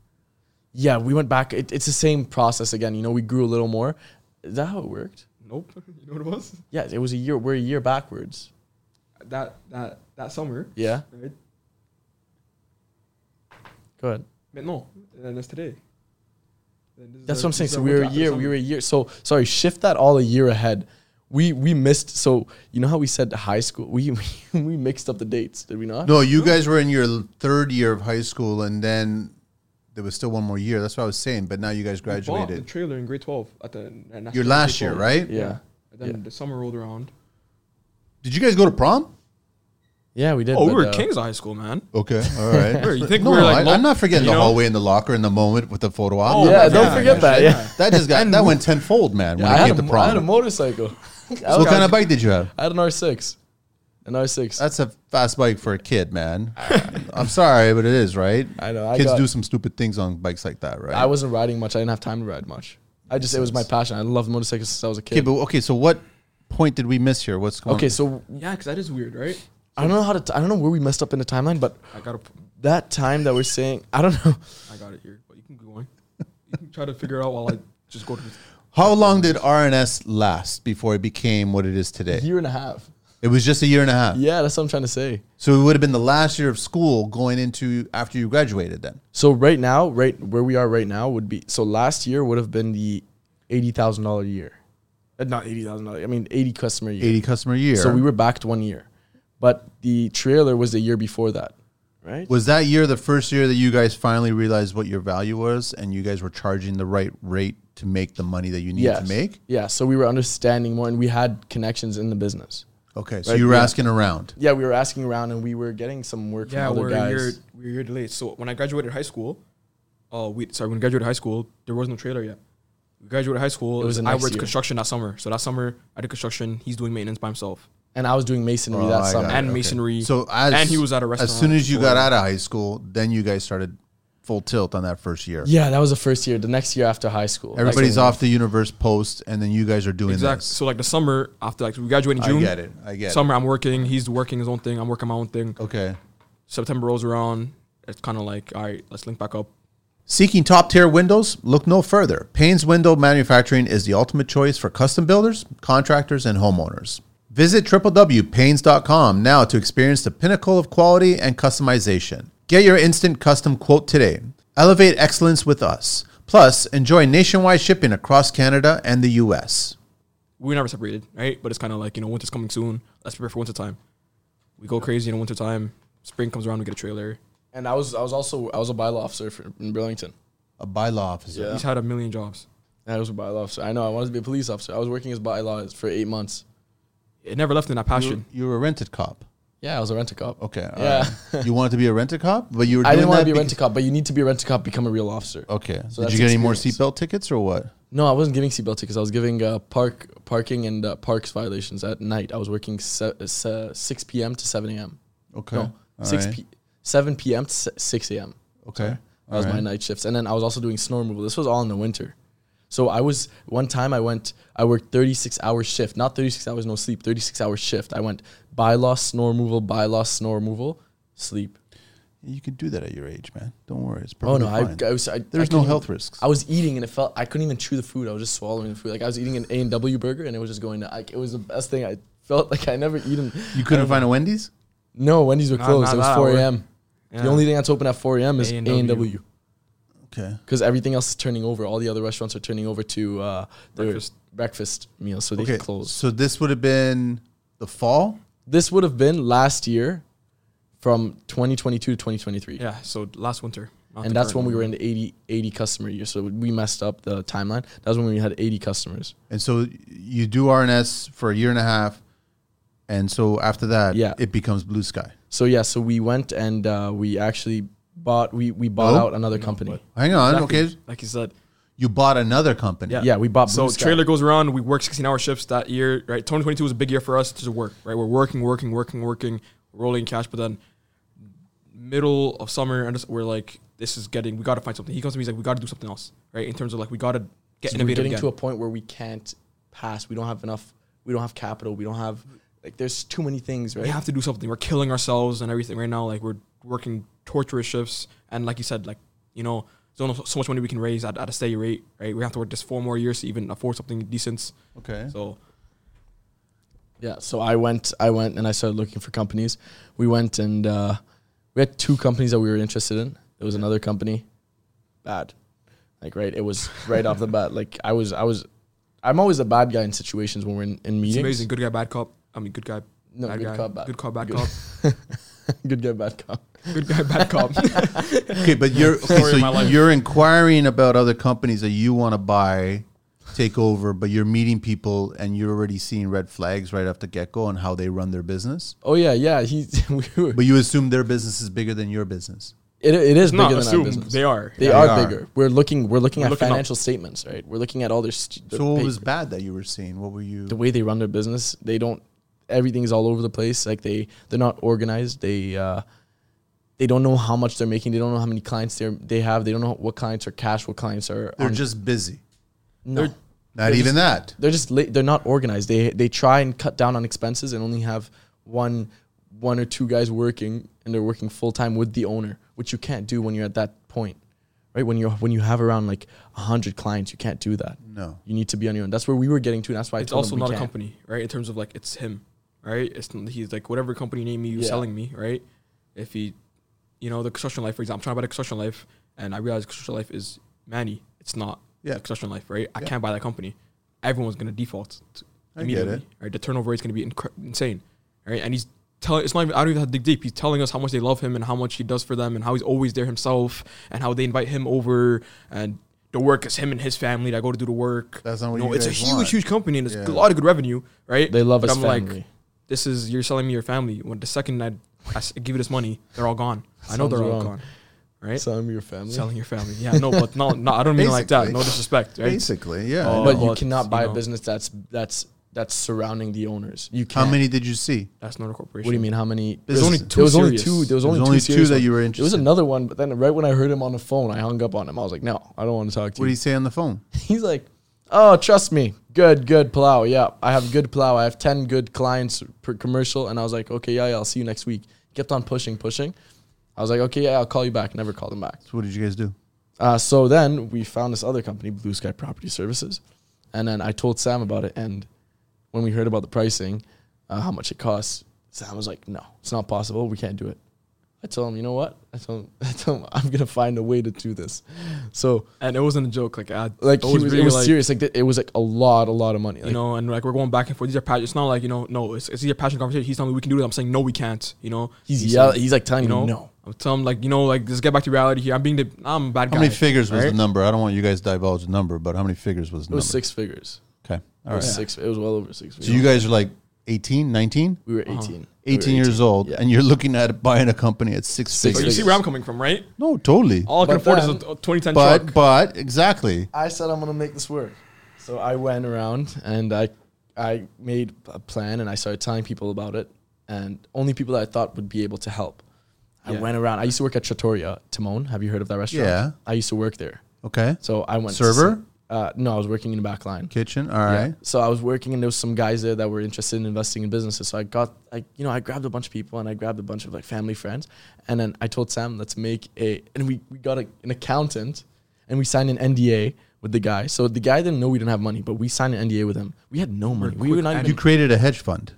Yeah, we went back. It, it's the same process again. You know, we grew a little more. Is that how it worked?
Nope. you know what it was?
Yeah, it was a year. We're a year backwards.
That that that summer,
Yeah.
right?
Go ahead.
But no, and that's today. And this is
That's
the-
what I'm saying.
this is
So
our
we were a
winter
year.
after
We
summer.
were a year. So sorry. Shift that all a year ahead. We we missed. So you know how we said high school. We we, we mixed up the dates. Did we not?
No, you guys were in your l- third year of high school, and then there was still one more year. That's what I was saying. But now you guys
We bought the
graduated.
trailer in grade 12 at the at National
Your last
Grade
year,
12.
right?
Yeah.
And then
Yeah.
the summer rolled around.
Did you guys go to prom?
Yeah, we did.
Oh, we
but,
were
uh,
at King's High School, man.
Okay, all right.
Where, you think
no,
we're like
I,
lo-
am not forgetting
you
the
know?
hallway and the locker and the moment with the photo op.
Oh,
Yeah,
yeah,
don't
yeah,
forget that. Yeah.
That just got that went tenfold, man. When
I,
it
had
came
a,
to
mo- I had a
prom.
motorcycle. I,
So what
was-
kind of bike did you have?
I had an R6. An R6.
That's a fast bike for a kid, man. I'm sorry, but it is right.
I know, I
Kids
got-
do some stupid things on bikes like that, right?
I wasn't riding much. I didn't have time to ride much. I just, it was my passion. I loved motorcycles since I was a
okay,
kid.
but okay. So what point did we miss here? What's going?
okay, so
Yeah, because that is weird, right?
I don't know how to, t- I don't know where we messed up in the timeline, but
I got a,
that time that we're saying, I don't know.
I got it here, but you can go on. You can try to figure it out while I just go to. this-
How long did RNS last before it became what it is
A
today?
year and a half.
It was just a year and a half.
Mm-hmm. Yeah, that's what I'm trying to say.
So it would have been the last year of school going into after you graduated then.
So right now, right where we are right now would be, so last year would have been the $80,000 year. Uh, Not $80,000, I mean 80 customer year.
80 customer a year.
So we were backed one year. But the trailer was the year before that. Right?
was that year the first year that you guys finally realized what your value was and you guys were charging the right rate to make the money that you need
Yes.
to make?
Yeah. So we were understanding more and we had connections in the business.
Okay, so
Right,
you were
yeah.
asking around.
Yeah, we were asking around and we were getting some work
Yeah,
from other
we're a,
guys.
year, we're a year delayed. So when I graduated high school, uh, we sorry, when I graduated high school, there was no trailer yet. We graduated high school.
It was the
I
next
worked
year.
construction that summer. So that summer, I did construction. He's doing maintenance by himself
And I was doing masonry
Oh, I
that
got
summer.
it,
and
okay.
masonry.
So as
and he was at a
as soon
restaurant,
as you
so-
got out of high school, then you guys started full tilt on that first year.
yeah, that was the first year. The next year after high school.
Everybody's
Like,
off the universe post, and then you guys are doing
exactly.
this.
So like the summer after like we graduated in June.
I get it. I get
Summer, I'm working. He's working his own thing. I'm working my own thing.
it. Okay.
September rolls around. It's kind of like, all right, let's link back up.
Seeking top tier windows? Look no further. Payne's Window Manufacturing is the ultimate choice for custom builders, contractors, and homeowners. Visit www.paines.com now to experience the pinnacle of quality and customization. Get your instant custom quote today. Elevate excellence with us. Plus, enjoy nationwide shipping across Canada and the US.
We were never separated, right? But it's kind of like, you know, winter's coming soon. Let's prepare for winter time. We go crazy in winter time. Spring comes around, we get a trailer.
And I was I was also I was a bylaw officer for, in Burlington.
A bylaw officer.
He's had a million jobs.
I was a bylaw officer. I know I wanted to be a police officer. I was working as bylaws for eight months.
It never left in that passion.
You, you were a rented cop.
Yeah, I was a rent a cop.
Okay. all
Yeah.
right. you wanted to be a rented cop, but you were doing
I didn't want
that
to be a
because-
rent a cop, but you need to be a rent a cop become a real officer.
Okay.
So
Did
that's
you get any more
experience.
seatbelt tickets or what?
No, I wasn't giving seatbelt tickets. I was giving uh, park parking and uh, parks violations at night. I was working se- uh, se- six p.m. to seven a.m.
Okay.
No,
all
six
right.
p- seven p.m. to se- six a.m.
Okay.
That was my night shifts, and then I was also doing snow removal. This was all in the winter, so I was one time I went I worked thirty six hour shift, not thirty six hours no sleep, thirty six hour shift. I went bylaw snow removal, bylaw snow removal, sleep.
You can do that at your age, man. Don't worry. It's
Oh
perfectly
no, I,
fine.
I was I,
There's
I
no
couldn't
health
even-
risks.
I was eating and it felt I couldn't even chew the food. I was just swallowing the food. Like I was eating an A and W burger and it was just going. To, like, it was the best thing. I felt like I never eaten.
you couldn't find a Wendy's?
No, Wendy's were
Nah,
closed.
nah,
it was
nah,
four
we're-
a.m. The
Yeah.
only thing that's open at four a.m. is A
A&W.
and W
Okay.
because everything else is turning over. All the other restaurants are turning over to uh, their
Breakfast.
breakfast. meals, so they
Okay.
can close.
So this would have been the fall.
This would have been last year, from 2022 to 2023,
Yeah, so last winter. not
and
the
that's
current
when we
one.
were in the 80 80 customer year. So we messed up the timeline. That's when we had 80 customers.
And so you do RNS for a year and a half. And so after that,
Yeah.
it becomes Blue Sky.
So yeah, so we went and uh, we actually bought we we bought
No?
out another company.
Hang on.
Exactly,
Okay.
Like you said.
You bought another company.
Yeah.
Yeah, we bought
So
Blue Sky.
trailer goes around. We work 16 hour shifts that year, right? 2022 was a big year for us to work, right? We're working, working, working, working, rolling cash. But then middle of summer, and just- we're like, this is getting. We got to find something. He comes to me, he's like, we got to do something else, right? In terms of like, we got to get
So we're
innovative
getting
again.
to a point where we can't pass. We don't have enough. We don't have capital. We don't have like there's too many things, right?
we have to do something. We're killing ourselves and everything right now. Like we're working torturous shifts, and like you said, like you know, there's only so much money we can raise at, at a steady rate, right? We have to work just four more years to even afford something decent.
Okay.
So
Yeah. So I went. I went and I started looking for companies. We went and uh, we had two companies that we were interested in. There was another company, bad. Like right, it was right off the bat. Like I was, I was, I'm always a bad guy in situations when we're in, in
it's
meetings.
amazing. Good guy, bad cop. I mean, good guy.
No,
bad
good
guy.
cop, bad-
Good cop, bad
good-
cop.
Good guy, bad cop.
Good guy, bad cop.
Okay. But you're okay,
Story of my
so
life.
you're inquiring about other companies that you want to buy, take over, but you're meeting people and you're already seeing red flags right off the get go on how they run their business.
Oh yeah, yeah. He. we were,
But you assume their business is bigger than your business.
it, it is
Not
bigger than our
assume
business.
they are.
They
Yeah,
are,
they are.
bigger. We're looking. We're looking
We're
at
looking up.
financial statements, right? We're looking at all their. St-
So
their
what
pa-
was bad that you were seeing? What were you?
the way they run their business. They don't. Everything's all over the place. Like they, they're not organized. They, uh, they don't know how much they're making. They don't know how many clients they they have. They don't know what clients are cash, what clients are.
They're
on-
just busy.
no.
they're-
Not
They're
even
just-
that.
They're just la- they're not organized. They they try and cut down on expenses and only have one one or two guys working and they're working full time with the owner, which you can't do when you're at that point. Right? When you when you have around like 100 clients, you can't do that.
No.
You need to be on your own. That's where we were getting to and that's why
it's
I told
also
them we
not a
can't.
company, right? In terms of like it's him, right? It's he's like whatever company name you're
Yeah.
selling me, right? If he, you know, the construction life, for example, I'm trying to buy the construction life, and I realize construction life is Manny. It's not
Yeah.
the construction life, right? I
Yeah.
can't buy that company. Everyone's gonna default. to-
I get
immediately,
it.
Right, the turnover rate's gonna be incre- insane, right? And he's telling it's not even I don't even have to dig deep. He's telling us how much they love him and how much he does for them and how he's always there himself and how they invite him over and. The work is him and his family that go to do the work.
That's not what
No,
you
it's a
guys
huge,
want.
huge company and it's
Yeah.
a lot of good revenue, right?
They love
But
us
I'm
family.
like, this is you're selling me your family. When the second I, I s- give you this money, they're all gone. I know
Sounds
they're all
wrong.
gone, right?
Selling your family.
Selling your family. Yeah, no, but no, no, I don't mean like that. No
Basically.
disrespect, right?
Basically, yeah.
Oh.
but you
but,
cannot
you
buy
know.
a business that's that's that's surrounding the owners. You
How
can't.
many did you see?
That's not a corporation.
What do you mean? How many?
There's only
there was
two
only
serious.
two. There was
There's
only,
only
two,
two
serious
that you
ones.
were
There was
interested in.
another one, but then right when I heard him on the phone, I hung up on him. I was like, no, I don't want to talk to
What do
you.
you say on the phone?
He's like, oh, trust me, good, good plow. Yeah, I have good plow. I have ten good clients per commercial, and I was like, okay, yeah, yeah, I'll see you next week. Kept on pushing, pushing. I was like, okay, yeah, I'll call you back. Never called him back.
So what did you guys do?
Uh, so then we found this other company, Blue Sky Property Services, and then I told Sam about it. And when we heard about the pricing, uh, how much it costs, Sam was like, "No, it's not possible. We can't do it." I told him, "You know what? I told him, I told him I'm gonna find a way to do this." So
And it wasn't a joke. Like, I,
like
it
he was,
really,
it was
like,
serious. Like th- it was like a lot, a lot of money. Like,
You know, and like we're going back and forth. These are passion. It's not like you know, no. It's, it's these are passionate conversation. He's telling me we can do this. I'm saying no, we can't. You know,
he's
like,
yell- He's like telling
you know,
no.
I'm telling him like you know, like just get back to reality here. I'm being the I'm a bad
How
guy.
many figures was
right?
the number? I don't want you guys to divulge the number, but how many figures was
It
the
was
number?
six figures.
Okay.
it
All right.
was six. It was well over six.
So you guys are like 18, 19?
we were
Uh-huh.
18. We were
18, years old,
yeah.
and you're looking at buying a company at six
Six
But
figures.
you see where I'm coming from, right?
No, totally.
All I can
But
afford
then-
is a 2010
But
truck.
but exactly.
I said I'm gonna make this work. So I went around and I I made a plan and I started telling people about it and only people that I thought would be able to help. I
Yeah.
went around. I used to work at Trattoria Timon. Have you heard of that restaurant?
Yeah.
I used to work there.
Okay.
So I went to
Server?
see- uh, no, I was working in the back line.
Kitchen. All
Yeah.
right.
So I was working, and there was some guys there that were interested in investing in businesses. So I got, I you know, I grabbed a bunch of people, and I grabbed a bunch of like family friends, and then I told Sam, let's make a, and we we got a, an accountant, and we signed an NDA with the guy. So the guy didn't know we didn't have money, but we signed an NDA with him. We had no money. We
quick
were not
and-
You
even.
created a hedge fund.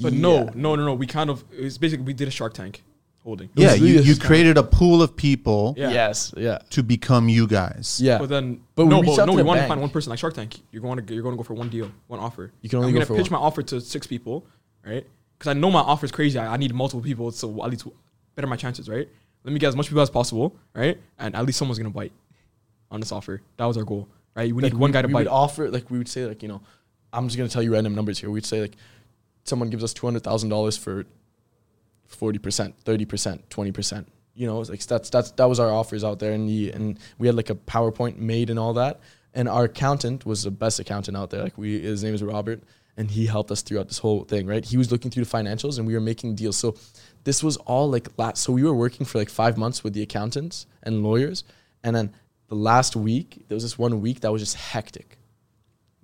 But no,
Yeah.
no, no, no. We kind of it's basically we did a Shark Tank holding.
Yeah,
was really
you,
a
you
scam.
created a pool of people
Yeah.
Yes. Yeah.
to become you guys.
Yeah.
But then, but
But we
no,
reached
but
out
no,
to
you
the
want to
bank.
find one person like Shark Tank. You're going to you're going to go for one deal, one offer.
You can only
I'm
go
gonna
for
pitch
one.
my offer to six people, right? Because I know my offer is crazy. I, I need multiple people, so I need to better my chances, right? Let me get as much people as possible, right? And at least someone's gonna bite on this offer. That was our goal, right? We need
like,
one
we-
guy to
we
bite.
would offer like we would say like you know, I'm just gonna tell you random numbers here. We'd say like, someone gives us two hundred thousand dollars for forty percent, thirty percent, twenty percent. You know, it's like that's that's that was our offers out there, and the and we had like a PowerPoint made and all that. And our accountant was the best accountant out there. Like we, his name is Robert, and he helped us throughout this whole thing. Right, he was looking through the financials, and we were making deals. So this was all like last. So we were working for like five months with the accountants and lawyers, and then the last week there was this one week that was just hectic.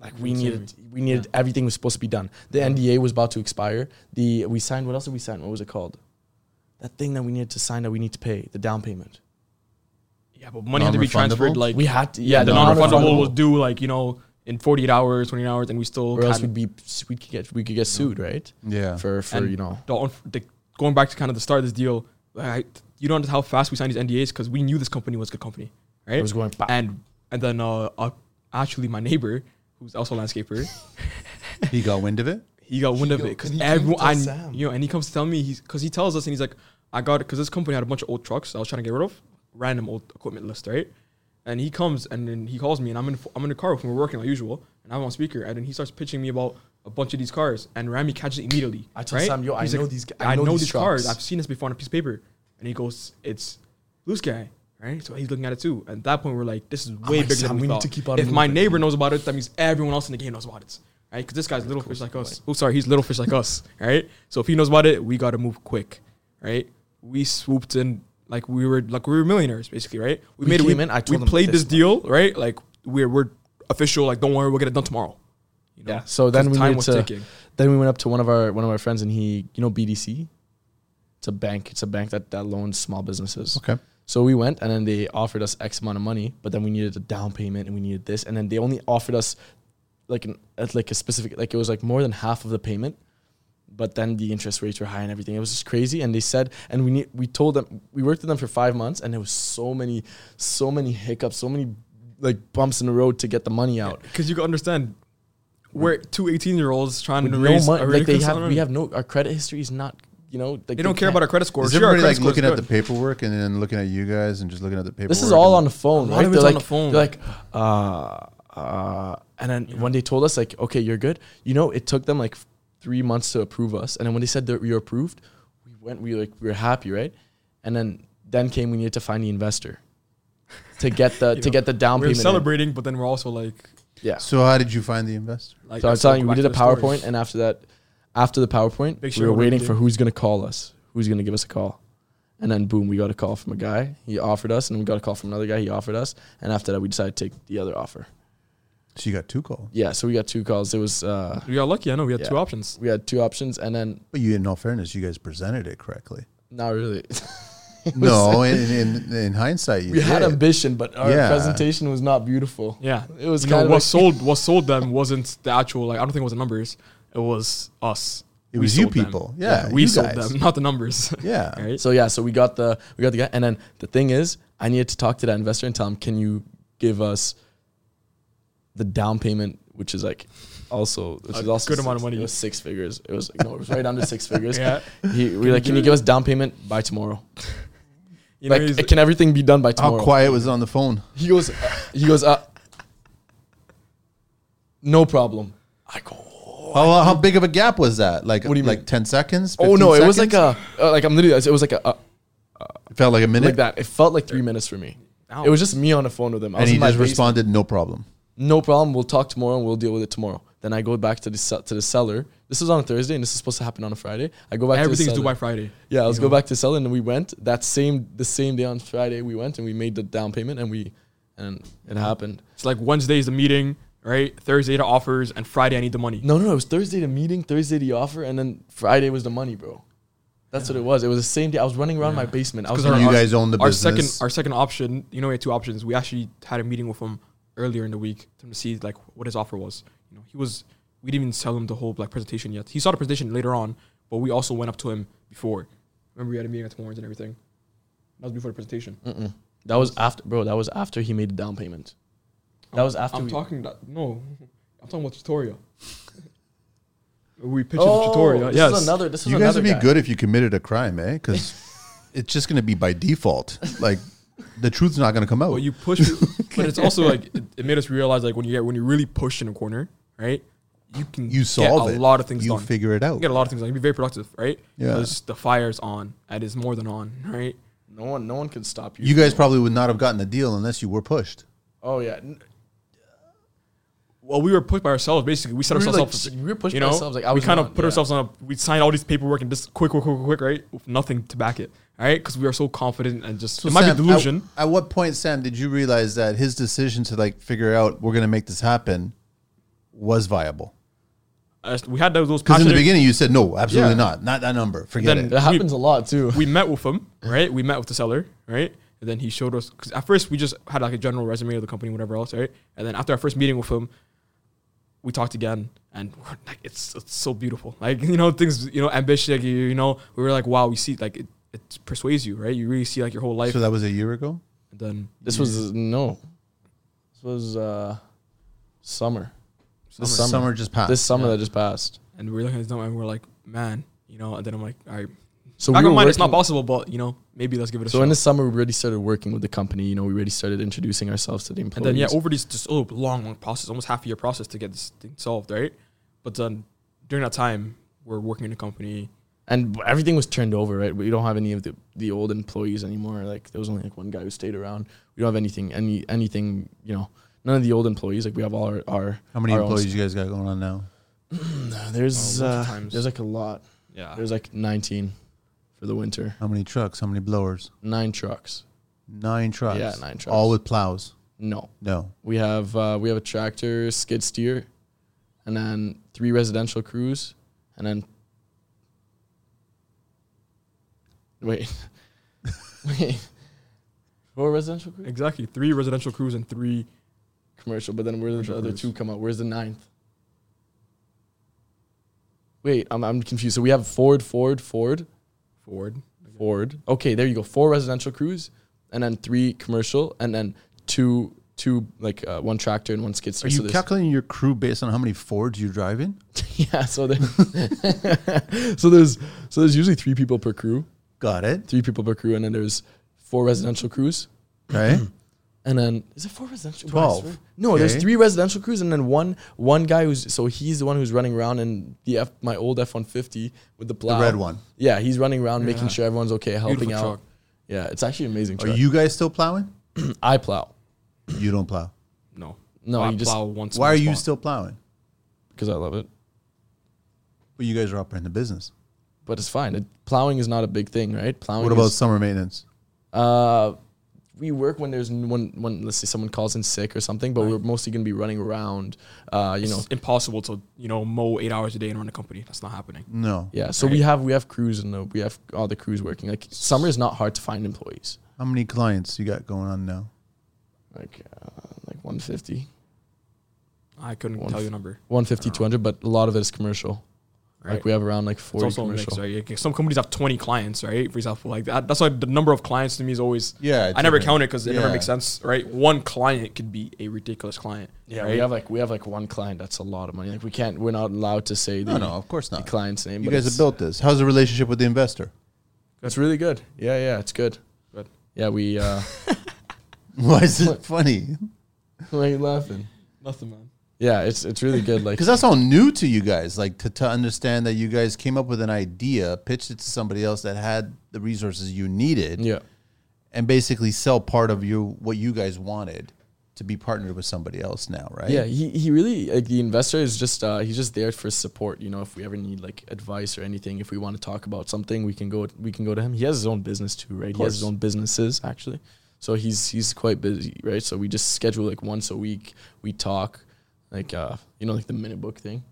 Like we needed, we needed everything was supposed to be done. The NDA was about to expire. The we signed. What else did we sign? What was it called? That thing that we needed to sign that we need to pay the down payment.
yeah, but money had to be
Non-refundable?
transferred. Like
We had to,
yeah, the
non-refundable.
non-refundable was due like you know in 48 hours, 20 hours, and we still
or else
kinda-
we'd be we could get we could get sued, right?
Yeah.
For for
And
you know
the, unf- the, going back to kind of the start of this deal, I, you don't know how fast we signed these NDAs because we knew this company was a good company, right?
it was going. pa-
and and then uh, uh, actually my neighbor, who's also a landscaper,
He got wind of it.
he got wind of
Yo,
it
and
because
he came
everyone,
to
I,
Sam.
you know, and he comes to tell me he's because he tells us and he's like, I got it because this company had a bunch of old trucks I was trying to get rid of, random old equipment list, right? And he comes and then he calls me and I'm in I'm in the car with him, we're working like usual, and I'm on speaker, and then he starts pitching me about a bunch of these cars, and Rami catches it immediately.
I told
right?
Sam, "Yo, I
He's
know these- I know these
cars.
trucks."
I've seen this before on a piece of paper, and he goes, it's loose guy. Right, so he's looking at it too. At that point, we're like, "This is way
like,
bigger
Sam,
than we,
we need
thought."
to keep on
if my
moving.
neighbor knows about it, that means everyone else in the game knows about it, right? Because this guy's little fish like us. Oh, sorry, he's little fish like us, right? So if he knows about it, we got to move quick, right? We swooped in like we were like we were millionaires basically, right? We,
We
made it.
came
We,
in, I
we
told them
played
this
this deal, right? Like we're we're official. Like don't worry, we'll get it done tomorrow. You know?
yeah. So then
'Cause
we
time
needed
was
to,
ticking.
then we went up to one of our one of our friends and he you know BDC, it's a bank. It's a bank that that loans small businesses.
Okay.
So we went and then they offered us X amount of money, but then we needed a down payment and we needed this, and then they only offered us like an uh, like a specific like it was like more than half of the payment, but then the interest rates were high and everything. It was just crazy, and they said and we need, we told them we worked with them for five months, and there was so many so many hiccups, so many like bumps in the road to get the money out.
Because you can understand, we're two 18 year olds trying
With
to
no
raise
money,
a
like they
ridiculous
have,
amount of
we
money.
have no. Our credit history is not, you know, like
They don't care about our credit score.
Is
Sure, our
everybody
credit
like
score is
looking at the
good.
paperwork and then looking at you guys and just looking at the paperwork?
This is all on
and-
the phone,
A lot
right?
of
They're
it's
like,
on the phone.
They're like, uh, uh, and then when they told us, like, okay, you're good. You know, it took them like three months to approve us. And then when they said that we were approved, we went, we like we were happy, right? And then then came we needed to find the investor to get the
You
to
know,
get the down
we're
payment. in.
celebrating, but then we're also like,
Yeah.
So how did you find the investor?
like
So I
am
was telling you, we did a PowerPoint, and after that, after the PowerPoint,
Big
we were
shareholder
waiting
meeting.
for who's gonna call us, who's gonna give us a call, and then boom, we got a call from a guy. He offered us, and we got a call from another guy. He offered us, and after that, we decided to take the other offer.
So you got two calls.
Yeah, so we got two calls. It was uh,
we got lucky. I know we had
Yeah.
two options.
we had two options, and then
But you, in all fairness, you guys presented it correctly.
not really.
no, in, in in hindsight, you
we had
did.
ambition, but our
Yeah.
presentation was not beautiful.
Yeah,
It was
you know,
kind of
what
like-
sold. What sold them wasn't the actual. Like I don't think it was the numbers. It was us.
It
We
was you
sold them.
people. Yeah,
we
you
sold
guys.
them, not the numbers.
Yeah.
right.
So yeah, so we got the we got the guy, and then the thing is, I needed to talk to that investor and tell him, can you give us the down payment, which is like also which
A
is also
good amount
six-
of money.
It was six figures. It was like, no, it was right under six figures.
Yeah.
He, we were like, can you give us down payment by tomorrow?
You know,
like,
he's-
can everything be done by
How
tomorrow?
quiet was on the phone?
He goes, uh, he goes, uh, no problem. I go,
How, how big of a gap was that? Like
What do you
like
mean?
ten seconds?
oh
15
no, it was like
seconds?
a uh, like I'm literally it was like a uh,
It felt like a minute.
like that. It felt like three minutes for me.
Ow.
It was just me on the phone with him. I
and
was
he
in my
just
basement.
responded, "No problem."
no problem. We'll talk tomorrow and we'll deal with it tomorrow. Then I go back to the se- to the seller. This is on a Thursday and this is supposed to happen on a Friday. I go back
everything's
to the
due by
seller.
Friday.
Yeah, let's
you
go
know.
back to the seller and we went that same the same day on Friday we went and we made the down payment and we and it happened.
It's like Wednesday is the meeting, right? Thursday the offers, and Friday I need the money.
No, no, no, it was Thursday the meeting, Thursday the offer, and then Friday was the money, bro. That's what it was. It was the same day. I was running around my basement. I was
our-
like,
you guys own the
our
business.
second our second option. You know, we had two options. We actually had a meeting with him earlier in the week to see like what his offer was. You know, he was we didn't even sell him the whole like presentation yet. He saw the presentation later on, but we also went up to him before. Remember, we had a meeting at Tomorrow's and everything. That was before the presentation.
Mm,
Mm-mm. that was after, bro. That was after he made the down payment. That was after
I'm
we-
talking that no, I'm talking about tutorial. we pitched the
Oh,
tutorial.
This
Yes,
is another. This is
You guys
another
would be
guy.
good if you committed a crime, eh? Because it's just going to be by default. Like the truth's not going to come out.
But you push, but it's also like it, it made us realize like when you get when you really push in a corner, right? You can
You solve
get a
it.
lot of things
you
done. You
figure it out.
get a lot of things done. You can be very productive, right?
Yeah.
Because the fire's on. It is more than on, right?
No one, no one can stop you.
You guys probably would not have gotten the deal unless you were pushed.
Oh yeah. N-
Well, we were pushed by ourselves. Basically, we set
We were,
ourselves
like,
up. for-
s- we were pushed
you
by
know,
ourselves, like, I
we
was
kind
on,
of put
yeah.
ourselves on a. We signed all these paperwork and just quick, quick, quick, quick, quick, right? With nothing to back it, all right? Because we are so confident and just it might
Sam,
be delusion.
At, at what point, Sam, did you realize that his decision to like figure out we're going to make this happen was viable?
As Uh, we had those.
Because in the
passionate-
beginning, you said no, absolutely
Yeah.
not, not that number. Forget
Then-
it.
That happens a lot too.
we met with him, right? We met with the seller, right? And then he showed us because at first we just had like a general resume of the company, whatever else, right? And then after our first meeting with him, we talked again, and we're like, it's, it's so beautiful, like you know things, you know, ambition, like, you, you know, we were like, wow, we see like it, it persuades you, right? You really see like your whole life.
So that was a year ago.
and then
This was no. This was uh, summer. This
Summer,
summer.
just passed.
This summer
Yeah.
that just passed.
and we were looking at this number and we are like, man, you know. And then I'm like, all right,
So
back
we
in
were
mind, it's not
working-
possible, but you know, maybe let's give it a
So
shot.
in the summer, we already started working with the company. You know, we already started introducing ourselves to the
And
employees.
then yeah, over these this oh long long process, almost half a year process to get this thing solved, right? But then during that time, we're working in a company.
and b- everything was turned over, right? We don't have any of the, the old employees anymore. Like there was only like one guy who stayed around. We don't have anything, any anything, you know, none of the old employees. Like we have all our, our
How many
our own
employees
s-
you guys got going on now?
There's
Oh, lots of
uh,
times.
there's like a lot.
Yeah,
There's like 19 for the winter.
How many trucks? How many blowers?
Nine trucks.
Nine trucks.
Yeah, nine trucks.
All with plows.
No,
No.
We have uh, we have a tractor, skid steer, and then three residential crews, and then wait, wait, four residential crews,
exactly. Three residential crews and three.
commercial. But then where did the
Commercial
other
crews.
two come out? Where's the ninth? Wait, I'm I'm confused. So we have Ford, Ford, Ford,
Ford.
Ford. Okay, there you go. Four residential crews, and then three commercial, and then two two like uh, one tractor and one skid
Are
steer.
you
there's-
calculating your crew based on how many Fords you're driving?
Yeah, so there, so there's so there's usually three people per crew,
Got it.
three people per crew, and then there's four residential crews,
Okay.
and then is it four residential? bro, I
12.
swear. No, there's
Okay.
three residential crews, and then one one guy who's so he's the one who's running around in the F my old F one fifty with the plow.
red one.
Yeah, he's running around
Yeah.
making sure everyone's okay, helping
Beautiful
out.
truck.
Yeah, it's actually an amazing.
Are
Truck.
you guys still plowing?
I plow
You don't plow.
No.
No,
I
you just-
plow once.
Why
in
are
a
you
spot.
still plowing?
because I love it,
Well, you guys are operating the business.
but it's fine. It, plowing is not a big thing, right? Plowing.
What about
is-
summer maintenance?
Uh, we work when there's n- when when let's say someone calls in sick or something, but we're mostly gonna be running around. Uh, you know,
It's impossible to you know mow eight hours a day and run a company. That's not happening.
No.
yeah. So we have we have crews and uh, we have all the crews working. Like summer is not hard to find employees.
How many clients you got going on now?
Like uh, like 150,
I couldn't
One
tell
f-
you a number.
150, 200, but a lot of it is commercial.
Right.
Like we have around like 40
It's also a
commercial.
mix, right? Like, Some companies have 20 clients, right? For example, like that. That's why the number of clients to me is always.
Yeah,
I never
different.
count it because it
Yeah.
never makes sense, right? One client could be a ridiculous client.
Yeah,
right?
we have like we have like one client that's a lot of money. Like we can't, we're not allowed to say the,
No, no, of course
the
not.
client's name.
You
but
guys
it's-
have built this. How's the relationship with the investor?
It's really good. Yeah, yeah, it's good.
Good.
Yeah, we. Uh,
Why is it funny?
why are you laughing?
nothing, man.
Yeah, it's it's really good. Like
Because that's all new to you guys. Like to, to understand that you guys came up with an idea, pitched it to somebody else that had the resources you needed,
yeah,
and basically sell part of you what you guys wanted to be partnered with somebody else now, right?
yeah. He he really like the investor is just uh, he's just there for support. You know, if we ever need like advice or anything, if we want to talk about something, we can go we can go to him. He has his own business too, right? He has his
course.
own businesses actually, so he's he's quite busy, right? So we just schedule like once a week. We talk, like uh, you know, like the minute book thing.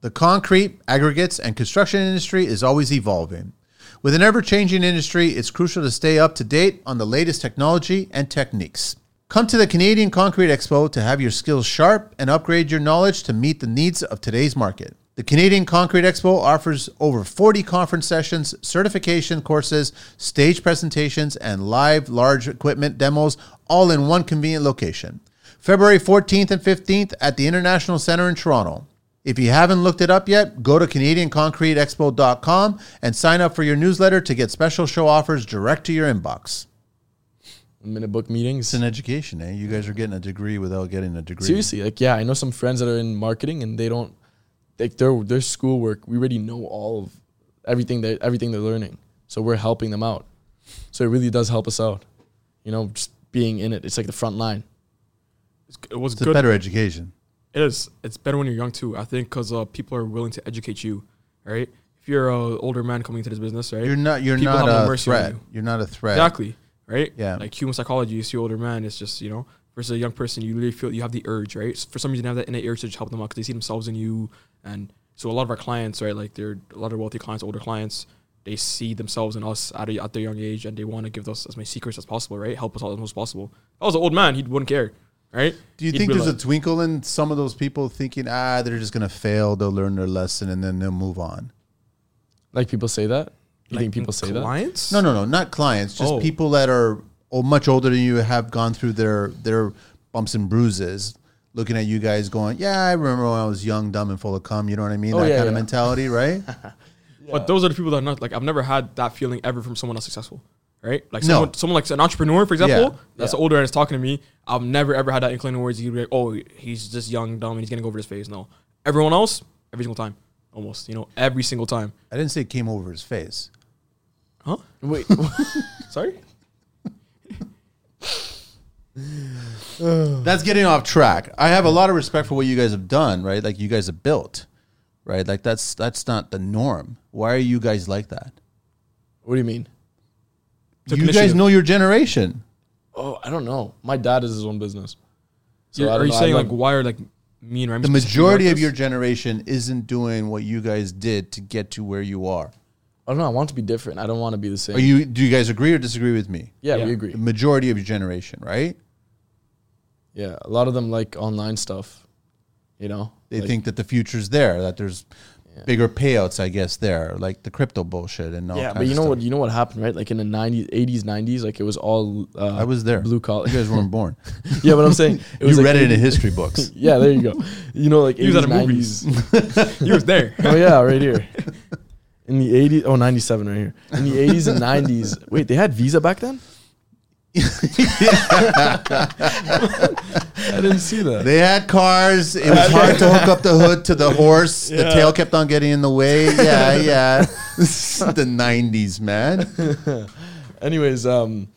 The concrete, aggregates, and construction industry is always evolving. With an ever changing industry, it's crucial to stay up to date on the latest technology and techniques. Come to the Canadian Concrete Expo to have your skills sharp and upgrade your knowledge to meet the needs of today's market. The Canadian Concrete Expo offers over 40 conference sessions, certification courses, stage presentations, and live large equipment demos all in one convenient location. February 14th and 15th at the International Centre in Toronto. If you haven't looked it up yet, go to CanadianConcreteExpo.com and sign up for your newsletter to get special show offers direct to your inbox.
Minute book meetings.
It's an education, eh? You guys are getting a degree without getting a degree.
Seriously, like yeah, I know some friends that are in marketing and they don't like their their schoolwork. We already know all of everything they everything they're learning, so we're helping them out. So it really does help us out. You know, just being in it, it's like the front line.
It's, it was
It's a
good.
better education.
It is. It's better when you're young too. I think because uh, people are willing to educate you, right? If you're an older man coming into this business, right?
You're not. You're
People
not
have no
a
mercy on
threat.
you.
You. are not a threat.
Exactly. Right?
Yeah.
Like human psychology, you see older man, it's just, you know, versus a young person, you really feel you have the urge, right? For some reason, you have that innate urge to just help them out because they see themselves in you. And so a lot of our clients, right? Like they're a lot of wealthy clients, older clients, they see themselves in us at, a, at their young age and they want to give us as many secrets as possible, right? Help us out as much as possible. If I was an old man, he wouldn't care, right?
Do you
He'd
think
be
there's
like-
a twinkle in some of those people thinking, ah, they're just gonna fail. They'll learn their lesson and then they'll move on.
Like people say that. You
like,
think people say that?
clients?
No, no, no, not clients. Just
Oh.
people that are oh, much older than you have gone through their their bumps and bruises. Looking at you guys, going, yeah, I remember when I was young, dumb, and full of cum. You know what I mean?
Oh,
that
yeah,
kind of
yeah.
mentality, right?
But those are the people that are not like I've never had that feeling ever from someone else successful, right? Like
No.
someone, someone like an entrepreneur, for example,
Yeah.
that's
Yeah.
older and is talking to me. I've never ever had that inclining where he'd be like, "Oh, he's just young, dumb, and he's gonna go over his phase." No, everyone else, every single time, almost, you know, every single time.
I didn't say it came over his face.
Huh?
Wait, sorry.
That's getting off track. I have a lot of respect for what you guys have done, right? Like you guys have built, right? Like that's that's not the norm. Why are you guys like that?
What do you mean?
Took
you guys
initiative.
know your generation.
Oh, I don't know. My dad has his own business.
You're-
I
are
don't
you
know. I
saying
love-
like why are like me and Remy
The
specifically
majority
like
of
this?
your generation isn't doing what you guys did to get to where you are.
I don't know. I want to be different. I don't want to be the same.
Are you? Do you guys agree or disagree with me?
yeah,
Yeah.
we agree.
the majority of your generation, right?
Yeah, a lot of them like online stuff. You know,
They
Like,
think that the future's there, that there's bigger payouts, I guess, there, like the crypto bullshit and all.
Yeah,
kinds
but you
of
know
stuff.
what? You know what happened, right? Like in the '90s, '80s, '90s, like it was all. Uh,
I was there.
Blue collar.
You guys weren't born.
yeah, but I'm saying it
you
was like
read it in
80s
history books.
Yeah, there you go. You know, like
He was
'80s,
at a movies.
'90s.
you was there.
Oh yeah, right here. In the '80s, oh '97, right here. In the '80s and '90s. Wait, they had Visa back then. I didn't see that.
They had cars. It was hard to hook up the hood to the horse. The
Yeah.
tail kept on getting in the way. Yeah, yeah. the 90s, man.
Anyways, um,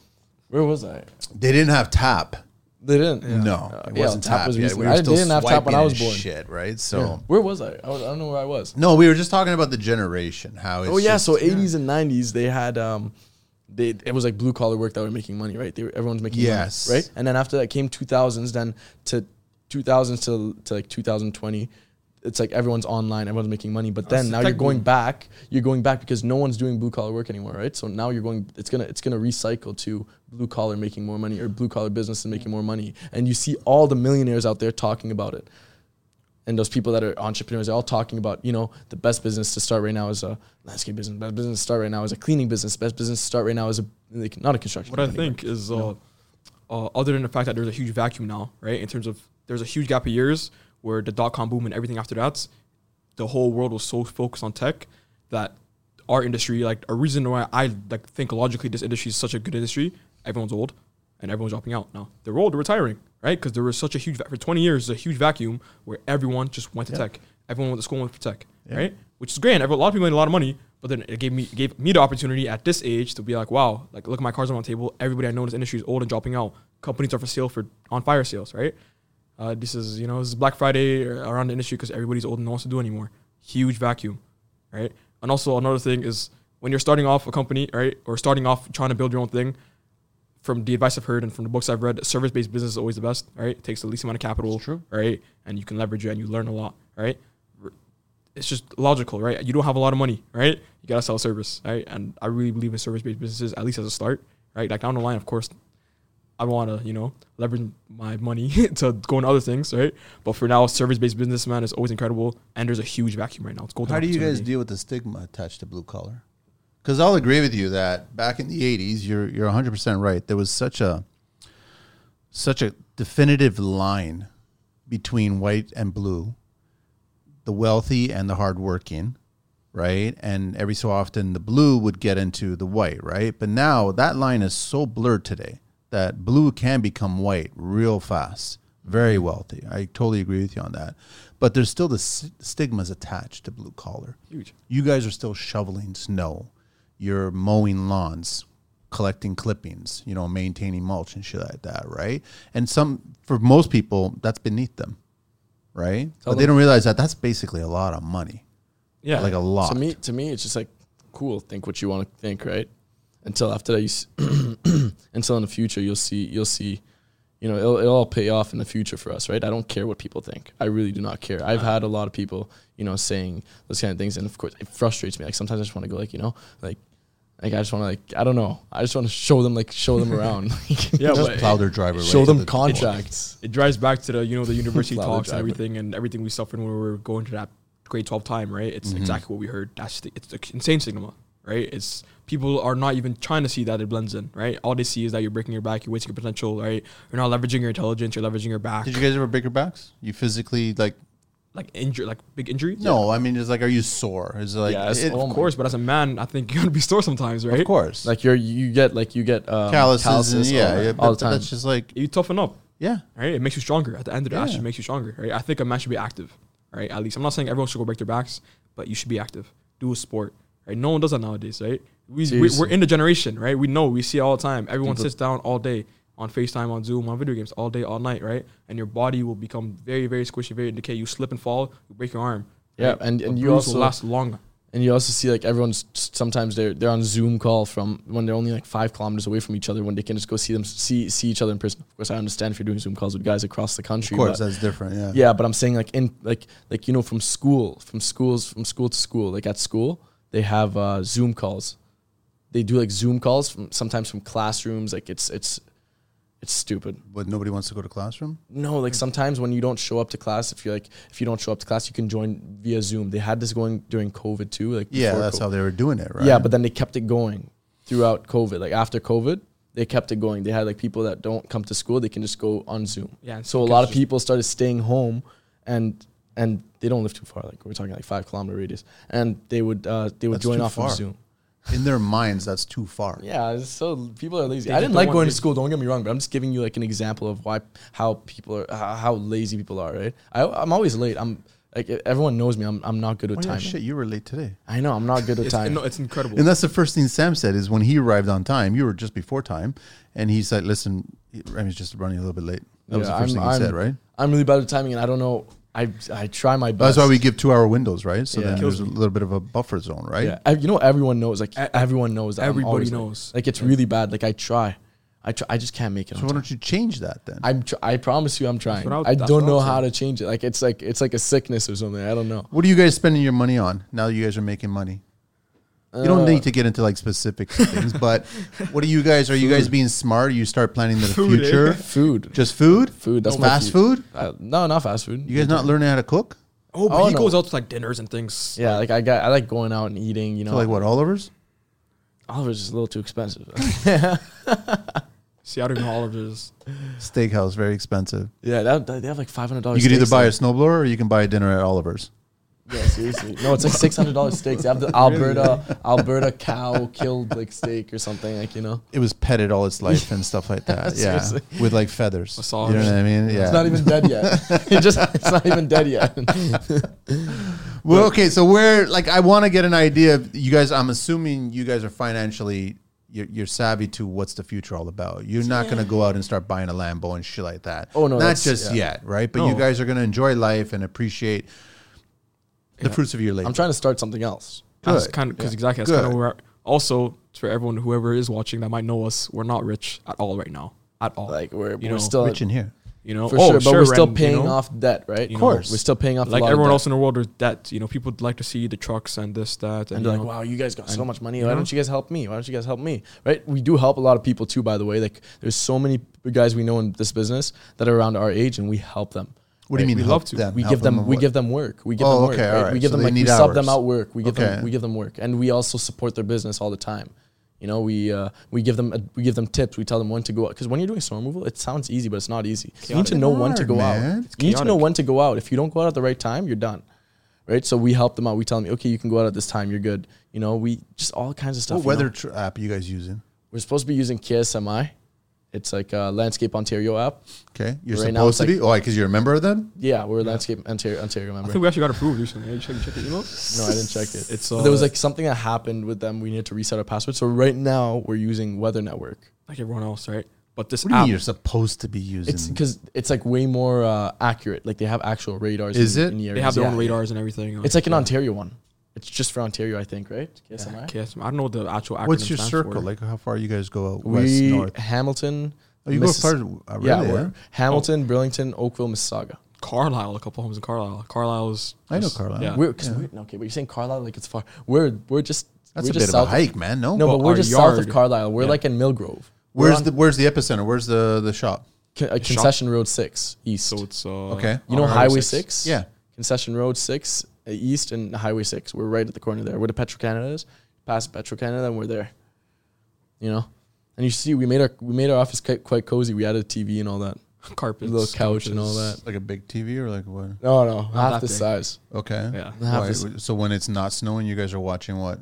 where was I?
They didn't have tap.
They didn't.
No, it
yeah,
wasn't
tap
tap.
was
yet.
recent.
We were
I didn't-
still
they didn't have tap when I
swiping
was
and
born.
Shit, right? So
Where was I? I was- I don't know where I was.
no, we were just talking about the generation. How it's
Oh yeah,
just-
so eighties and nineties they had um they it was like blue collar work that were making money, right? They were, everyone's making
Yes.
money. Right. And then after that came two thousands, then to two thousands to to like two thousand twenty. It's like everyone's online, everyone's making money,
Oh,
but then now you're going back. You're going back because no one's doing blue collar work anymore, right? So now you're going. It's gonna it's gonna recycle to blue collar making more money or blue collar businesses making more money, and you see all the millionaires out there talking about it and those people that are entrepreneurs are all talking about you know the best business to start right now is a landscape business best business to start right now is a cleaning business best business to start right now is a like, not a construction
What I
company,
think is, uh, uh, other than the fact that there's a huge vacuum now, right? In terms of there's a huge gap of years where the dot com boom and everything after that, the whole world was so focused on tech that our industry, like a reason why I like think logically this industry is such a good industry. Everyone's old, and everyone's dropping out now. They're old, they're retiring, right? Because there was such a huge va- for 20 years, there's a huge vacuum where everyone just went to tech. Everyone went to school and went for tech, right? Which is grand. Every- A lot of people made a lot of money, but then it gave me gave me the opportunity at this age to be like, wow, like look at my cars on the table. Everybody I know in this industry is old and dropping out. Companies are for sale for on fire sales, right? Uh, this is you know this is Black Friday around the industry because everybody's old and no one wants to do anymore. Huge vacuum, right? And also another thing is when you're starting off a company, right, or starting off trying to build your own thing. From the advice I've heard and from the books I've read, service-based business is always the best, right? It takes the least amount of capital, true. right? And you can leverage it and you learn a lot, right? R- It's just logical, right? You don't have a lot of money, right? You gotta sell service, right? And I really believe in service-based businesses, at least as a start, right? Like down the line, of course, I want to, you know, leverage my money to go into other things, right? But for now, service-based businessman is always incredible, and there's a huge vacuum right now. It's golden.
How do you guys
opportunity.
deal with the stigma attached to blue collar? Because I'll agree with you that back in the '80s, you're you're 100 percent right. There was such a such a definitive line between white and blue, the wealthy and the hardworking, right? And every so often, the blue would get into the white, right? But now that line is so blurred today that blue can become white real fast. Very wealthy. I totally agree with you on that. But there's still the s- stigmas attached to blue collar.
Huge.
You guys are still shoveling snow. You're mowing lawns, collecting clippings, you know, maintaining mulch and shit like that, right? And some, for most people, that's beneath them, right? but they
them.
don't realize that that's basically a lot of money.
Yeah,
Like a lot.
to me to me it's just like cool think what you want to think right until after that you s- until in the future you'll see you'll see you know it'll, it'll all pay off in the future for us right i don't care what people think i really do not care i've had a lot of people you know saying those kind of things and of course it frustrates me like sometimes i just want to go like you know like like i just want to like i don't know i just want to show them like show them around like,
yeah,
Just
but
plow their driver.
show
right to
them
the-
contracts
it drives back to the you know the university
Loud
talks and
driver.
everything and everything we suffered when we were going to that grade 12 time right it's exactly what we heard that's the, it's the insane stigma right it's people are not even trying to see that it blends in right all they see is that you're breaking your back you're wasting your potential right you're not leveraging your intelligence you're leveraging your back
Did you guys ever break your backs? You physically like?
like injury like big injury
No, I mean, it's like, are you sore? Is it like?
Yes.
it-
Oh
of
my
course but as a man i think you're gonna be sore sometimes right
of course.
like you're you get like you get um,
calluses, and
calluses all
yeah,
the-
yeah,
all
but
the time
That's just like,
you toughen up
yeah.
right? It makes you stronger. At the end of the day, it
Yeah.
actually makes you stronger, right? I think a man should be active, right? At least I'm not saying everyone should go break their backs, but you should be active. Do a sport, right? No one does that nowadays, right? We, we, we're
Seriously.
in the generation, right? We know, we see it all the time. Everyone sits down all day on FaceTime, on Zoom, on video games, all day, all night, right? And your body will become very, very squishy, very decay. You slip and fall, you break your arm.
Yeah,
right?
and-
A
and you
bruise
also-
will last long.
And you also see like everyone's sometimes they're they're on Zoom call from when they're only like five kilometers away from each other when they can just go see them see see each other in person. Of course, I understand if you're doing Zoom calls with guys across the country.
Of course,
but-
that's different. Yeah.
yeah, but I'm saying like in like like you know from school from schools from school to school like at school they have uh, Zoom calls. They do like Zoom calls from sometimes from classrooms. Like it's it's it's stupid.
But nobody wants to go to classroom.
No, like sometimes when you don't show up to class, if you're like if you don't show up to class, you can join via Zoom. They had this going during COVID too. Like
Yeah,
before
that's
COVID.
how they were doing it, right?
Yeah, but then they kept it going throughout COVID. Like after COVID, they kept it going. They had like people that don't come to school, they can just go on Zoom.
Yeah, and
So
some
a lot
kids
of
just-
people started staying home, and and they don't live too far. Like we're talking like five kilometer radius, and they would uh, they would
That's
join
too
off
far.
of Zoom.
in their minds that's too far.
Yeah, it's so people are lazy.
They
I
just don't
didn't like
want
going to
to-
school. Don't get me wrong, but I'm just giving you like an example of why how people are how, how lazy people are. Right? I, I'm always late. I'm like everyone knows me. I'm I'm not good with
Oh, yeah,
timing.
shit, you were late today.
I know I'm not good with
It's,
timing.
no, it's incredible.
And that's the first thing Sam said is when he arrived on time, you were just before time. And he said, listen, I was just running a little bit late. That was the
Yeah,
1st
I'm-
thing he
I'm-
said, right?
I'm really bad with timing, and I don't know. I I try my best.
That's why we give two hour windows, right? So
Yeah.
then
Kills
there's a
me.
little bit of a buffer zone, right?
Yeah, I- you know everyone knows. Like
E- e-
everyone knows. That I'm
everybody
always late.
knows.
Like it's really bad. Like I try, I try. I just can't make it.
So
on
why
time.
don't you change that then?
I'm. Tr- I promise you, I'm trying.
what I
I,
would- that's what
don't
I
know
would
how
say.
to change it. Like it's like it's like a sickness or something. I don't know.
what are you guys spending your money on now that you guys are making money? You don't
Uh,
need to get into like specific things, but what are you guys? Are you guys being smart? You start planning the
Food, eh?
future.
Uh, food.
Just food?
Food, that's my
fast
fu-
food.
Uh, no, not fast food.
You guys not learning how to cook?
oh, but
Oh,
he
no.
goes out to like dinners and things.
Yeah, like I got. I like going out and eating. You know,
So like what? Oliver's?
Oliver's is a little too expensive.
See, I don't even know all of this.
Steakhouse, very expensive.
yeah, that, that- they have like five hundred dollars.
you could either buy a snowblower or you can buy a dinner at Oliver's.
Yeah, seriously. No, it's like six hundred dollars steaks. They have the Alberta Alberta cow killed like steak or something like you know.
It was petted all its life and stuff like that. yeah,
Seriously.
with like feathers.
Massage.
You know what I mean? Yeah.
It's not even dead yet. it just it's not even dead yet.
Well, okay, so where like I want to get an idea of you guys. I'm assuming you guys are financially you're, you're savvy to what's the future all about. You're not gonna go out and start buying a Lambo and shit like that.
Oh, no,
not
that's-
just
yeah.
yet, right? But you
No.
guys are gonna enjoy life and appreciate the fruits of your labor.
I'm trying to start something else.
That's
Good.
kind of because exactly that's kind
Good.
of where. Also, for everyone whoever is watching that might know us, we're not rich at all right now, at all.
Like we're
You
we're
know,
still
rich in here.
you know,
for
Oh,
sure, but we're still
rent, you
paying
know?
off debt, right?
You Of know,
course.
we're still paying off
Like
a lot
everyone
of
else in the world, there's debt. You know, people would like to see the trucks and this, that, and,
And
you
they're like,
know,
wow, you guys got so
and,
much money.
you
Why
know?
don't you guys help me? Why don't you guys help me? Right? We do help a lot of people too, by the way. Like, there's so many guys we know in this business that are around our age, and we help them.
What do you
Right?
mean?
we
help
love to.
Them,
we
Help
give them,
in
we
what?
give them work. We give
Oh,
them work.
okay,
right?
alright.
We give
So
them
they
like we
need
sub them
hours.
out work. We give
Okay.
them we give them work, and we also support their business all the time. You know, we uh, we give them we give them tips. We tell them when to go out because when you're doing snow removal, it sounds easy, but it's not easy. You need to know when to
hard,
go
man.
out.
It's
You need to know
chaotic.
when to go out. If you don't go out at the right time, you're done. Right, so we help them out. We tell them, okay, you can go out at this time. You're good. You know, we just all kinds of stuff.
What
you know?
weather tr- app you guys using?
We're supposed to be using KSMI. It's like a Landscape Ontario app.
Okay, you're
Right now
supposed to
it's
be. Oh, because you're a member of them.
Yeah, we're a Landscape Ontario Ontario member.
I think we actually got approved recently. You check, check the email.
No, I didn't check it.
It's,
But there was
uh,
like something that happened with them. We needed to reset our password. So right now we're using Weather Network.
Like everyone else, right? But this
What do you
app,
mean you're supposed to be using?
Ah. It's because it's like way more uh, accurate. Like they have actual radars.
Is
in,
it?
In the
they
areas.
have their
Yeah,
own
yeah.
radars and everything.
It's like an Ontario one. It's just for Ontario, I think, right? KSMI?
Okay, that's- I don't know what the actual. Acronym
What's your
stands for.
circle? Like how far you guys go out? west,
We
north.
Hamilton.
Oh, you
Missis-
go far. Uh,
yeah,
really,
we're-
eh?
Hamilton, Burlington, Oakville, Mississauga.
Carlisle, a couple homes in Carlisle. Carlisle's.
I know
just-
Carlisle.
Yeah.
We're, cause we're- okay, but you're saying Carlisle like it's far. We're we're just
That's
we're
a
just
bit of a
south
hike, man. No,
No, but
But
we're
our
just south of
yard-
Carlisle. We're
Yeah.
like in Millgrove. We're
where's
on
the where's the epicenter? Where's the the shop?
con- uh, concession road six east?
So it's uh,
Okay.
You know
on
Highway 6?
Yeah.
Concession Road 6, uh, East and Highway 6. We're right at the corner there where the Petro Canada is. Past Petro Canada, and we're there. You know? And you see, we made our we made our office quite, quite cozy. We added a TV and all that.
carpets,
little couch and all
couches.
Like a big TV or like what?
No, no, half
that
the
big.
size.
Okay.
Yeah.
Half
Why-
the s-
so when it's not snowing, you guys are watching what?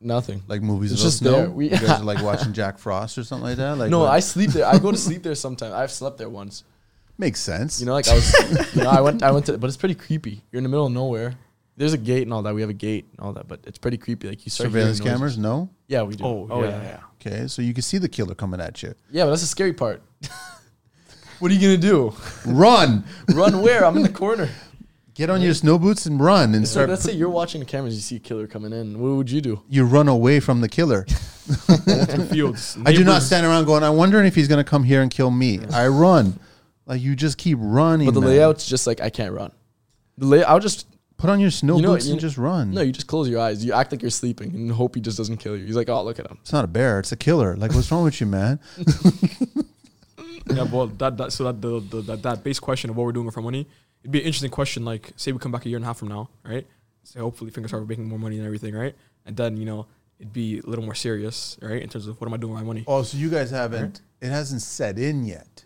nothing.
Like movies
It's
about
just
snow?
there. We-
you guys are like watching Jack Frost or something like that. Like
no,
what?
I sleep there. I go to sleep there sometimes. I've slept there once.
makes sense.
You know, like I was, you know, I went, I went to, but it's pretty creepy. You're in the middle of nowhere. There's a gate and all that. We have a gate and all that, but it's pretty creepy. Like you start hearing
surveillance
noises.
cameras. No.
Yeah, we do.
Oh,
oh
yeah.
yeah, yeah.
Okay, so you can see the killer coming at you.
Yeah, but that's the scary part. what are you gonna do?
Run!
Run where? I'm in the corner.
Get on your snow boots and run and
So
start.
let's say you're watching the cameras, you see a killer coming in. What would you do?
you run away from the killer.
Open fields.
I do not
Neighbors.
stand around going. I'm wondering if he's gonna come here and kill me. I run. Like you just keep running.
But the
man.
layout's just like I can't run. The lay, I'll just
Put on your snow
You know,
boots
you-
and just run.
no. You just close your eyes. You act like you're sleeping and hope he just doesn't kill you. He's like, oh, look at him.
It's not a bear. It's a killer. Like what's wrong with you, man?
yeah, well, that, that so that the, the that, that base question of what we're doing with our money, it'd be an interesting question. Like, say we come back a year and a half from now, right? So hopefully, fingers are making more money and everything, right? And then you know it'd be a little more serious, right? In terms of what am I doing with my money?
Oh, so you guys haven't. It hasn't set in yet.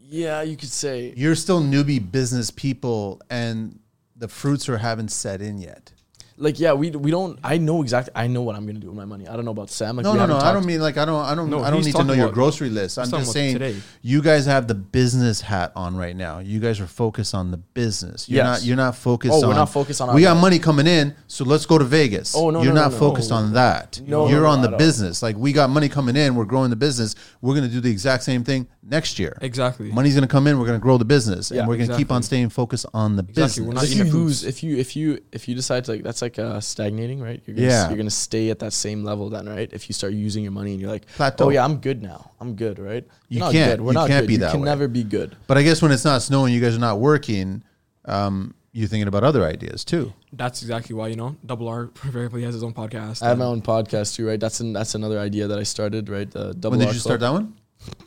Yeah, you could say.
You're still newbie business people, and the fruits are haven't set in yet.
like yeah, we we don't. I know exactly. I know what I'm gonna do with my money. I don't know about Sam. Like,
No,
we
no, no.
haven't
I
talked-
don't mean like I don't. I don't.
No,
I don't
he's
need to know
talking
your
about-
grocery list. I'm
talking
just
about
saying,
today.
you guys have the business hat on right now. You guys are focused on the business. You're
Yes.
not. You're not focused.
Oh,
on,
we're not focused on our
We got money coming in, so let's go to Vegas.
Oh, no,
you're
no, no,
not
no.
focused on that.
No,
you're
no, no,
on the
at all.
business. Like we got money coming in. We're growing the business. We're gonna do the exact same thing next year.
Exactly.
Money's gonna come in. We're gonna grow the business,
Yeah,
and we're gonna keep
exactly.
on staying focused on the
Exactly, we're
business.
not
if you
eating the
lose,
foods.
if you if you if you decide to like that's like uh, stagnating, right? You're gonna,
Yeah.
you're gonna stay at that same level then, right? If you start using your money and you're like,
Plateau.
oh yeah, I'm good now. I'm good, right?
You
You're not
can't-
Good. We're
you
not
can't
good.
be
you
that
can
way.
never be good.
But I guess when it's not snowing, you guys are not working. Um, you're thinking about other ideas too.
That's exactly why, you know, Double R invariably has his own podcast.
I have my
and
own podcast too, right? That's an, that's another idea that I started, right? The double
When did
R
you start
Club,
that one?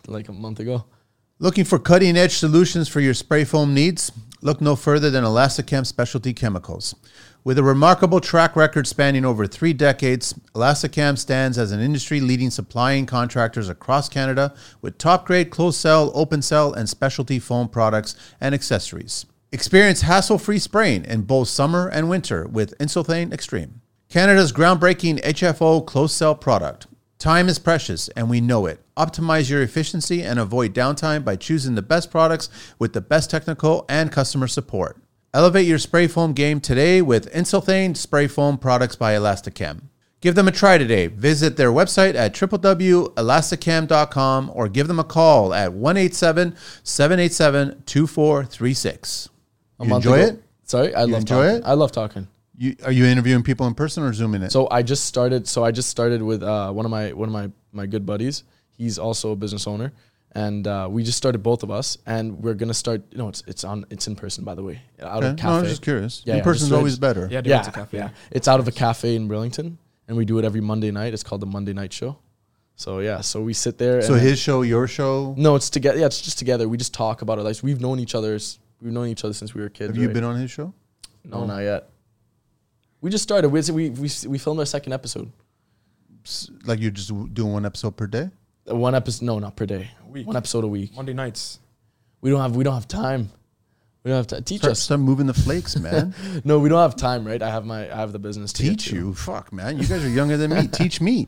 Like a month ago.
Looking for cutting edge solutions for your spray foam needs? Look no further than Elasticamp Specialty Chemicals. With a remarkable track record spanning over three decades, Elasticamp stands as an industry leading supplying contractors across Canada with top grade closed cell, open cell, and specialty foam products and accessories. Experience hassle free spraying in both summer and winter with Insulthane Extreme. Canada's groundbreaking HFO closed cell product. Time is precious, and we know it. Optimize your efficiency and avoid downtime by choosing the best products with the best technical and customer support. Elevate your spray foam game today with Insulthane Spray Foam products by Elasticam. Give them a try today. Visit their website at www.elasticam.com or give them a call at 187 787 2436.
A
You
month
enjoy
ago.
it?
Sorry, I love
enjoy
talking.
it?
I love talking.
You, are you interviewing people in person or Zooming it?
So I just started. So I just started with uh, one of my one of my my good buddies. He's also a business owner, and uh, we just started both of us. And we're gonna start. You know, it's it's on it's in person by the way, out
Okay.
of
No, I
cafe.
was just curious.
Yeah,
in
yeah,
person's
just-
always better.
yeah, dude,
Yeah,
it's a cafe.
yeah, it's out of a cafe in Burlington, and we do it every Monday night. It's called the Monday Night Show. So yeah, so we sit there.
So
and
his show, your show.
no, it's together. Yeah, it's just together. We just talk about our lives. We've known each other's. We've known each other since we were kids.
Have you
right?
been on his show?
No, not yet. We just started. We we we, we filmed our second episode.
S- Like you're just w- doing one episode per day?
Uh, One episode. No, not per day.
Week.
One episode a week.
Monday nights.
We don't have we don't have time. We don't have time. Teach
Start,
us.
start moving the flakes, man.
No, we don't have time, right? I have my I have the business. to
Teach
get to.
you. Fuck, man. You guys are younger than me. Teach me.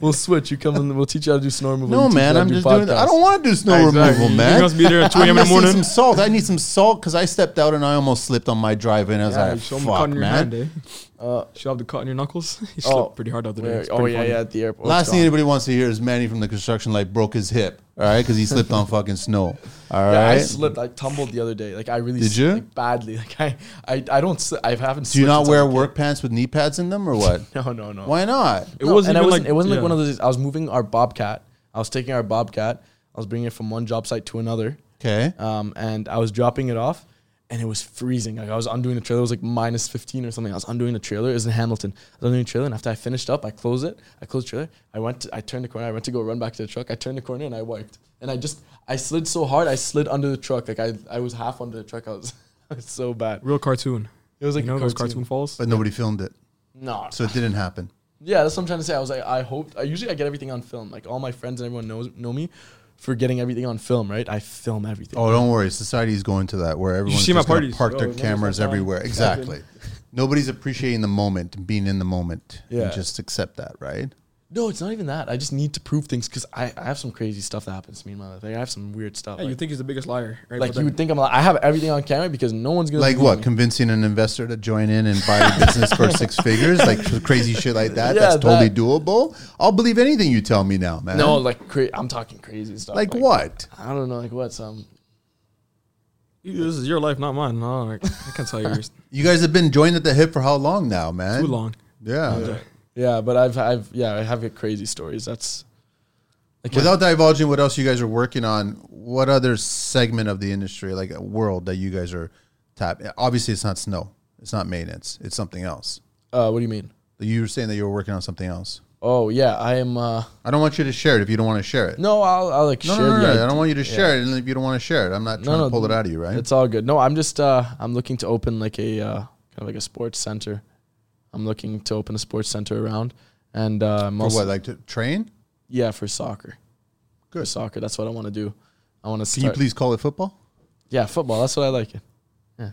We'll switch. You come and we'll teach you how to do snow removal.
No,
you teach me
man.
how to
I'm
do
just doing that. I
podcasts.
don't want to do snow removal,
You
man.
guys be there at 2
I'm
a.m. in the
missing
morning.
some salt. I need some salt because I stepped out and I almost slipped on my driveway. And I was
Yeah,
like,
you show 'em the
fuck,
cut in your hand,
man.
eh?
Uh,
Show up the cut in your knuckles. you
Oh.
slipped pretty hard the other day.
Where-
It's
oh
pretty
yeah,
funny.
yeah, at the airport.
Last
It's
thing
gone.
anybody wants to hear is Manny from the construction life broke his hip. All right, because he slipped on fucking snow. All right.
Yeah, I slipped. I tumbled the other day. Like I really
Did
s-
you?
like, badly. Like I, I, I don't. s- I haven't.
do you
slipped
not
since
wear
I was
work pants with knee pads in them or what?
a kid. No, no, no.
Why not?
It
No,
wasn't
and I
even
wasn't,
like
it wasn't like
yeah.
one of those. I was moving our Bobcat. I was taking our Bobcat. I was bringing it from one job site to another.
Okay.
Um, and I was dropping it off, and it was freezing. Like I was undoing the trailer. It was like minus fifteen or something. I was undoing the trailer. It was in Hamilton. I was undoing the trailer, and after I finished up, I closed it. I closed the trailer. I went. To, I turned the corner. I went to go run back to the truck. I turned the corner and I wiped. And I just I slid so hard. I slid under the truck. Like I I was half under the truck. I was. It was so bad.
Real cartoon.
It was like
you know
a
those
cartoon.
cartoon falls?
But nobody filmed it.
No.
So it didn't happen.
Yeah, that's what I'm trying to say. I was like, I hoped. I usually I get everything on film. Like all my friends and everyone knows know me for getting everything on film. Right? I film everything.
Oh, don't worry. Society's going to that where everyone's
see my
just gonna
parties.
park
Oh,
their
nobody's
cameras
got time.
everywhere. Exactly. Nobody's appreciating the moment, and being in the moment. and
Yeah.
just accept that, right?
No, it's not even that. I just need to prove things because I, I have some crazy stuff that happens to me in my life. Like I have some weird stuff.
Yeah,
like
you think he's the biggest liar, right?
like,
But
you would
then-
think I'm. Like, I have everything on camera because no one's gonna
Like
believe
what?
me.
Convincing an investor to join in and buy your business for six figures? Like cr- crazy shit like that?
Yeah,
That's totally
that.
doable. I'll believe anything you tell me now, man.
No, like cra- I'm talking crazy stuff.
Like what?
I don't know. Like what? Some
this is your life, not mine. No, like, I can't tell you yours.
You guys have been joined at the hip for how long now, man?
Too long.
Yeah.
yeah, but I've I've yeah I have crazy stories. That's like
Without divulging what else you guys are working on, what other segment of the industry, like a world that you guys are tap? Obviously, it's not snow. It's not maintenance. It's something else.
uh, what do you mean?
You were saying that you were working on something else.
Oh yeah, I am. uh
I don't want you to share it if you don't want to share it.
No, I'll I'll like
no,
share
no, no,
the
no,
idea.
I don't want you to share it, and if you don't want to share it, I'm not
No,
trying to
no,
pull it out of you, right?
It's all good. No, I'm just uh, I'm looking to open like a uh, kind of like a sports center. I'm looking to open a sports center around, and uh, I'm
For
also-
what, like to train?
yeah for soccer. For
Good.
soccer. That's what I want to do. I want to.
Can you please call it football?
Yeah, football. That's what I like. It.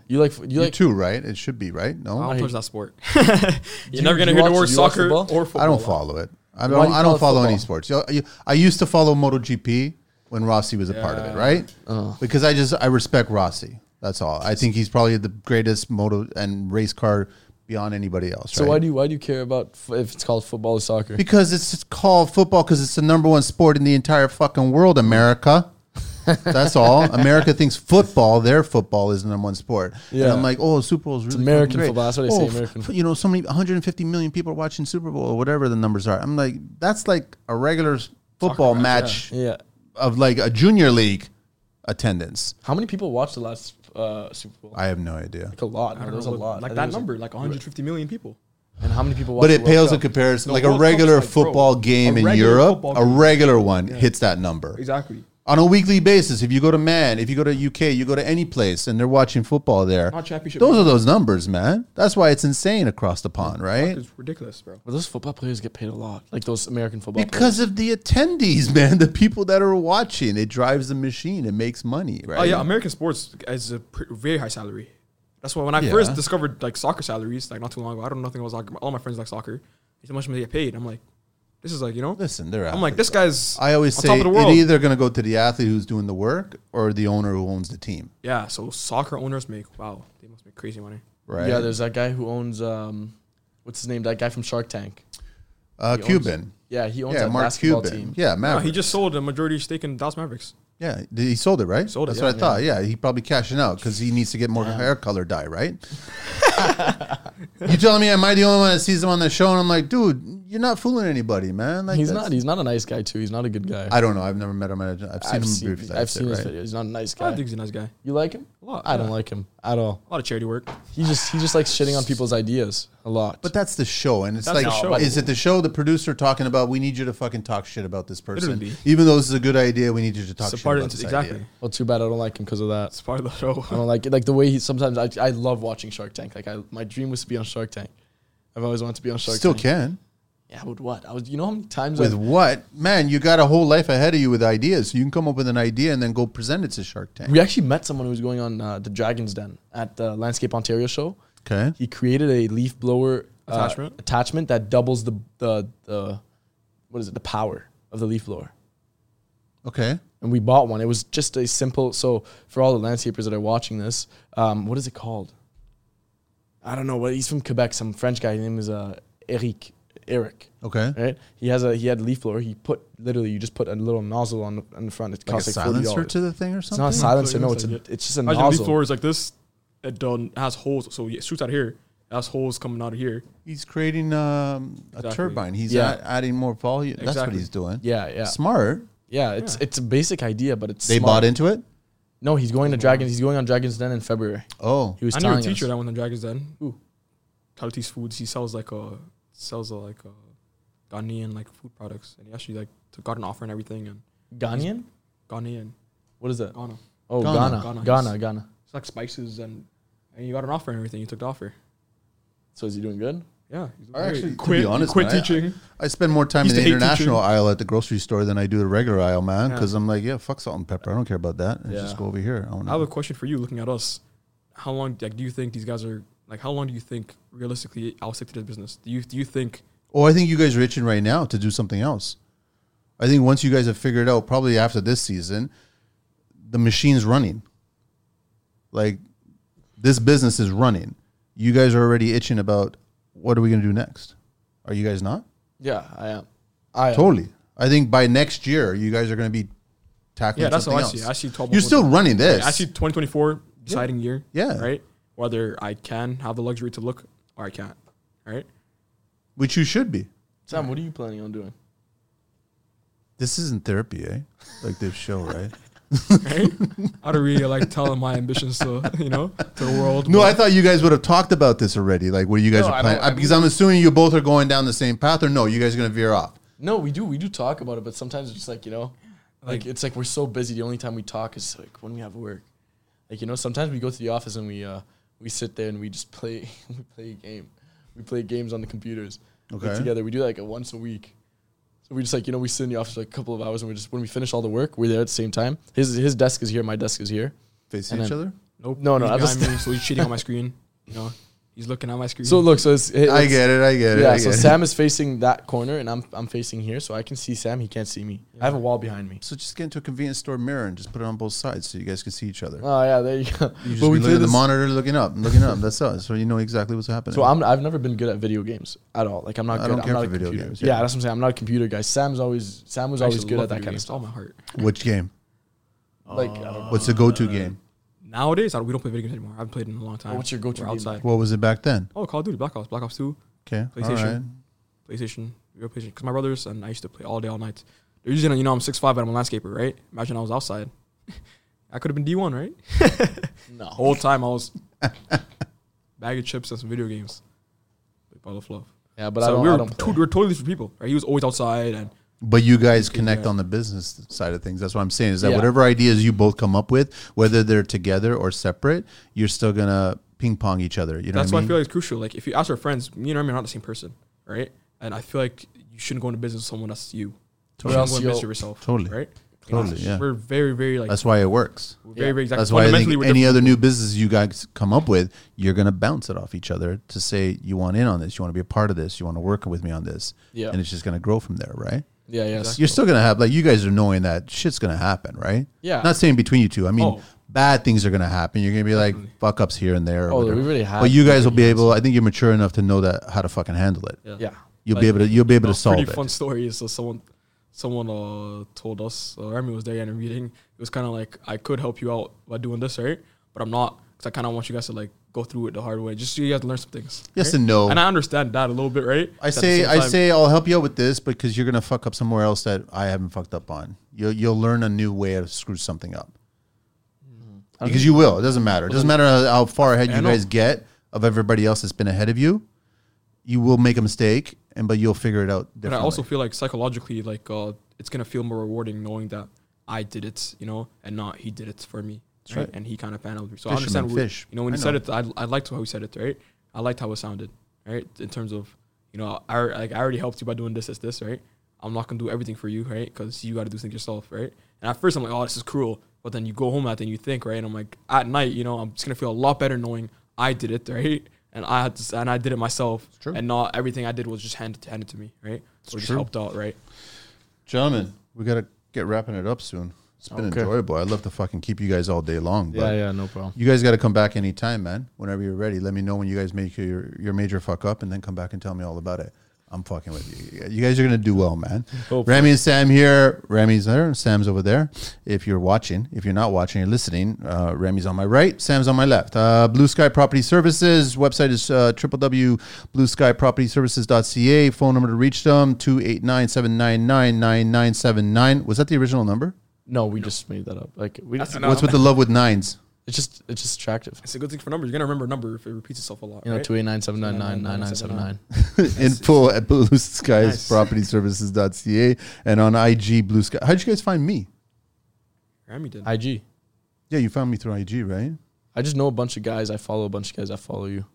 You like you
You
like
too, right? It should be, right?
I
No?
don't
I-
touch that sport.
you-
You're never gonna
you
hear the word
watch- you watch
soccer
football?
or football.
I don't follow it. I
Why
don't,
do you
I
call
don't
it
follow any
football?
sports. You- you- I used to follow MotoGP when Rossi was a part of it,
Yeah.
right? Because I just I respect Rossi. That's all. I think he's probably the greatest moto and race car beyond anybody else.
So
right?
why do you why do you care about f- if it's called football or soccer?
Because it's called football because it's the number one sport in the entire fucking world, America. That's all. America thinks football, their football, is the number one sport.
Yeah.
And I'm like, oh, Super Bowl is really
American
fucking great.
football. That's what they
oh,
say,
f-
American.
f- you know, so many 150 million people are watching Super Bowl or whatever the numbers are. I'm like, that's like a regular s- football match
yeah.
of like a junior league attendance.
How many people watched the last uh, Super Bowl?
I have no idea.
Like a lot.
I
There
don't
was
know
a
what-
lot. I
Like
think it
that
was a-
number, like 150 million people.
and how many people? Watched
But it
the World
pales in
Cup?
comparison.
The
like a
World Cup's
regular
like, bro,
football
a
game in
regular
Europe,
football
a
game.
regular one hits that number.
Exactly.
on a weekly basis. If you go to man, if you go to UK, you go to any place, and they're watching football there.
Not championship.
Those are those numbers, man. That's why it's insane across the pond, right?
It's ridiculous, bro.
But those football players get paid a lot. Like those American football
Because of the attendees, man, the people that are watching, it drives the machine. It makes money, right?
Oh yeah, American sports is a pr- very high salary. That's why when I
Yeah.
first discovered like soccer salaries, like not too long ago, I don't know nothing about soccer. All my friends like soccer. It's how much they get paid. I'm like, this is like you know.
Listen, they're.
I'm like this
athletes.
guy's.
I always
on
say
top of the world.
it either going to go to the athlete who's doing the work or the owner who owns the team,
Yeah, so soccer owners make wow, they must make crazy money.
right?
Yeah, there's that guy who owns um, what's his name? That guy from Shark Tank.
uh,
he owns-
Cuban.
Yeah, he owns
Yeah,
that
Mark
basketball
Cuban.
team.
Yeah,
No,
Maverick.
he just sold a majority stake in Dallas Mavericks.
Yeah, did- he sold it, right?
Sold it,
That's
yeah.
what I thought. Yeah, he probably cashing out because he needs to get more hair color dye, right? you telling me am I the only one that sees him on the show? And I'm like, dude, you're not fooling anybody, man. Like
He's
that's-
not. He's not a nice guy too. He's not a good guy.
I don't know. I've never met him. I've seen him briefly.
I've
that's it,
seen his
right?
videos. He's not a nice
I
guy.
think he's a nice guy.
You like him?
A lot.
I don't
yeah.
like him at all.
a lot of charity work.
He just he just likes shitting on people's ideas a lot.
But that's the show, and it's
That's
like,
the show.
is it the show? The producer talking about we need you to fucking talk shit about this person,
Literally.
even though this is a good idea. We need you to talk
It's a
shit
part
about
of
this
exactly.
idea.
well, too bad I don't like him because of that.
It's part of the show.
I don't like it. Like the way he sometimes I, I love watching Shark Tank. Like I my dream was to be on Shark Tank. I've always wanted to be on Shark
Still
Tank.
can.
Yeah, but what? I was you know how many times
With
I've,
what? Man, you got a whole life ahead of you with ideas. You can come up with an idea and then go present it to Shark Tank.
we actually met someone who was going on uh, the Dragon's Den at the Landscape Ontario show.
Okay.
He created a leaf blower uh,
Attachment?
attachment that doubles the, the the what is it? The power of the leaf blower.
Okay.
and we bought one. It was just a simple. So for all the landscapers that are watching this, um, what is it called? I don't know. But he's from Quebec. Some French guy. His name is uh, Eric. Eric.
Okay.
Right. He has a he had leaf blower. He put literally you just put a little nozzle on the, on the front. It
Like a
costs like, forty
silencer
dollars.
to the thing or
It's not a
something?
silencer.
Something
No,
like
it's a,
that.
it's just a
Imagine the leaf
nozzle.
floor is like this. It done has holes, so it shoots out of here. It has holes coming out of here.
he's creating um, a
Exactly.
turbine. He's
Yeah.
a- adding more volume. That's what
Exactly.
he's doing.
Yeah, yeah,
Smart.
yeah. It's it's a basic idea, but it's
They
smart.
bought into it?
No, he's going to Dragons. He's going on Dragons Den in February.
Oh.
He was
I knew a
telling
teacher
us.
that went on Dragons Den.
Who?
Kaliti's Foods. He sells like a sells a, like a Ghanaian like food products, and he actually like took- got an offer and everything. And
Ghanaian?
Ghanaian,
What is that?
Ghana.
Oh,
Ghana.
Ghana,
Ghana.
Ghana, Ghana.
It's like spices and and you got an offer and everything. You took the offer.
So is he doing good?
Yeah. he's
I
great.
actually- to
quit.
be honest,
quit
man, I-
teaching.
I spend more time
Used
in the
to hate
international
teaching.
aisle at the grocery store than I do the regular aisle, man,
Yeah.
because I'm like, yeah, fuck salt and pepper. I don't care about that. I
Yeah.
just go over here. I don't
I have a
know.
question for you. Looking at us, how long like do you think these guys are like? How long do you think realistically I'll stick to this business? Do you do you think
Oh, I think you guys are itching right now to do something else. I think once you guys have figured out, probably after this season, the machine's running. Like this business is running. You guys are already itching about what are we going to do next? Are you guys not?
Yeah, I am. I am.
Totally. I think by next year, you guys are going to be tackling.
Yeah, that's how
something
I
else.
see. it. I see 12
You're still running this.
I see 2024 deciding year.
Yeah.
Right? Whether I can have the luxury to look or I can't. Right?
which you should be.
Sam, what are you planning on doing?
This isn't therapy, eh? Like this show, right?
Right? I don't really like telling my ambitions to, you know, to the world.
No,
but
I thought you guys would have talked about this already. Like what you guys
No,
are
I
planning,
don't- I
because I'm assuming you both are going down the same path, or no, you guys are going to veer off.
No, we do. We do talk about it, but sometimes it's just like you know, like,
Like-
it's like we're so busy. The only time we talk is like when we have work. Like you know, sometimes we go to the office and we uh we sit there and we just play we play a game. We play games on the computers. like,
Okay.
together we do that like a once a week. So we just like you know we sit in the office for like a couple of hours and we just when we finish all the work we're there at the same time. His his desk is here, my desk is here.
Facing
And
each
then-
other.
Nope.
No, no,
He's
I was-
behind me, so he's cheating on my screen. You know, he's looking at my screen.
So look, so it's, it-
I
it's-
get it. I get it.
Yeah,
I
so
get it.
Sam is facing that corner, and I'm I'm facing here, so I can see Sam. He can't see me. I have a wall behind me.
So just get into a convenience store mirror and just put it on both sides so you guys can see each other.
Oh yeah, there you go. But
You just be
we
looking
play
at the
this.
monitor, looking up, looking up. That's us. So you know exactly what's happening.
So I'm I've never been good at video games at all. Like I'm not good.
I don't
I'm
care
not
for
a
video
computer.
games,
yeah.
yeah.
that's what I'm saying. I'm not a computer guy. Sam's always Sam was
I
always
actually
good
love
at that
video
kind of
games.
stuff.
All my heart.
Which game?
Like I don't know.
What's the
Uh,
go-to game?
Nowadays, I, we don't play video games anymore. I haven't played in a long time.
what's your go-to
We're
game?
outside?
What was it back then?
Oh, Call of Duty, Black Ops, Black Ops Two,
Okay, all
PlayStation.
right.
PlayStation, real PlayStation. Because my brothers and I used to play all day, all night. They're usually, you know, I'm six five, but I'm a landscaper, right? Imagine I was outside. I could have been D one, right?
No.
Whole time I was bag of chips and some video games. Like Bottle of Love.
Yeah, but
so
I don't.
we were
I don't
two-
play.
we were totally different people. Right? He was always outside, and
But you guys connect
yeah.
on the business side of things. That's what I'm saying. Is that
Yeah.
whatever ideas you both come up with, whether they're together or separate, you're still gonna ping pong each other. You know
that's
what
why
I
I
mean?
feel like it's crucial. Like if you ask our friends, me and Remy are not the same person, right? And I feel like you shouldn't go into business with someone that's you. You
Or
shouldn't
else
go into
you'll-
business yourself.
Totally.
Right?
Totally, yeah.
We're very, very like
that's why it works.
we're very, very exactly.
That's why I think
we're
any
different.
other new business you guys come up with, you're gonna bounce it off each other to say you want in on this, you want to be a part of this, you want to work with me on this,
Yeah.
and it's just gonna grow from there, right?
Yeah, yeah.
You're still gonna have like you guys are knowing that shit's gonna happen, right?
Yeah.
Not saying between you two. I mean,
Oh.
bad things are gonna happen. You're gonna be like fuck ups here and there. Or
Oh,
whatever.
we really have
But you guys will be able. I think you're mature enough to know that how to fucking handle it.
Yeah.
You'll
Like,
be able to. You'll be able to
a
solve
pretty
it.
fun story is so someone someone uh told us uh, Remy was there in a meeting. It was kind of like I could help you out by doing this, right? But I'm not because I kind of want you guys to like go through it the hard way, just so you guys learn some things.
Yes
right?
and no.
And I understand that a little bit, right?
Oh. I
At the
say,
same
I
time-
say, I'll help you out with this because you're gonna fuck up somewhere else that I haven't fucked up on. You'll you'll learn a new way to screw something up
Mm-hmm.
because you will. It doesn't matter. It doesn't matter how, how far ahead you
know.
guys get of everybody else that's been ahead of you. You will make a mistake, and but you'll figure it out.
But I
Differently.
also feel like psychologically, like uh, it's gonna feel more rewarding knowing that I did it, you know, and not he did it for me, right?
right.
And he kind of paneled me. So I
Fisherman
understand. what-
fish.
You know, when
I
he said
know.
it, I, I liked how he said it, right? I liked how it sounded, right? In terms of, you know, I al- like I already helped you by doing this, this, this, right? I'm not gonna do everything for you, right? Because you got to do things yourself, right? And at first I'm like, oh, this is cruel, but then you go home at it and you think, right? And I'm like, at night, you know, I'm just gonna feel a lot better knowing I did it, right? And I had to, s- and I did it myself,
true.
and not everything I did was just handed handed to me, right? or just
true.
helped out, right?
gentlemen, we gotta get wrapping it up soon. It's been
Okay.
enjoyable. I'd love to fucking keep you guys all day long. But
Yeah, yeah. No problem.
You guys got to come back anytime, man. Whenever you're ready, let me know when you guys make your, your major fuck up, and then come back and tell me all about it. I'm fucking with you. You guys are gonna do well, man. Ramy and Sam here. Ramy's there. Sam's over there. If you're watching, if you're not watching, you're listening. Uh, Ramy's on my right. Sam's on my left. Uh, Blue Sky Property Services website is uh, www.blueskypropertyservices.ca. Phone number to reach them 289-799-9979. Was that the original number?
No, we just made that up. Like we.
That's
Just,
No.
What's with the love with nines?
it's just it's just attractive.
It's a good thing for numbers. You're gonna remember a number if it repeats itself a lot.
You know,
right?
two eight nine seven nine nine nine nine seven nine.
info at blue skies
Nice.
property services.ca and on IG blue sky. How'd you guys find me?
Remy did.
IG.
Yeah, you found me through IG, right?
I just know a bunch of guys. I follow a bunch of guys. I follow you.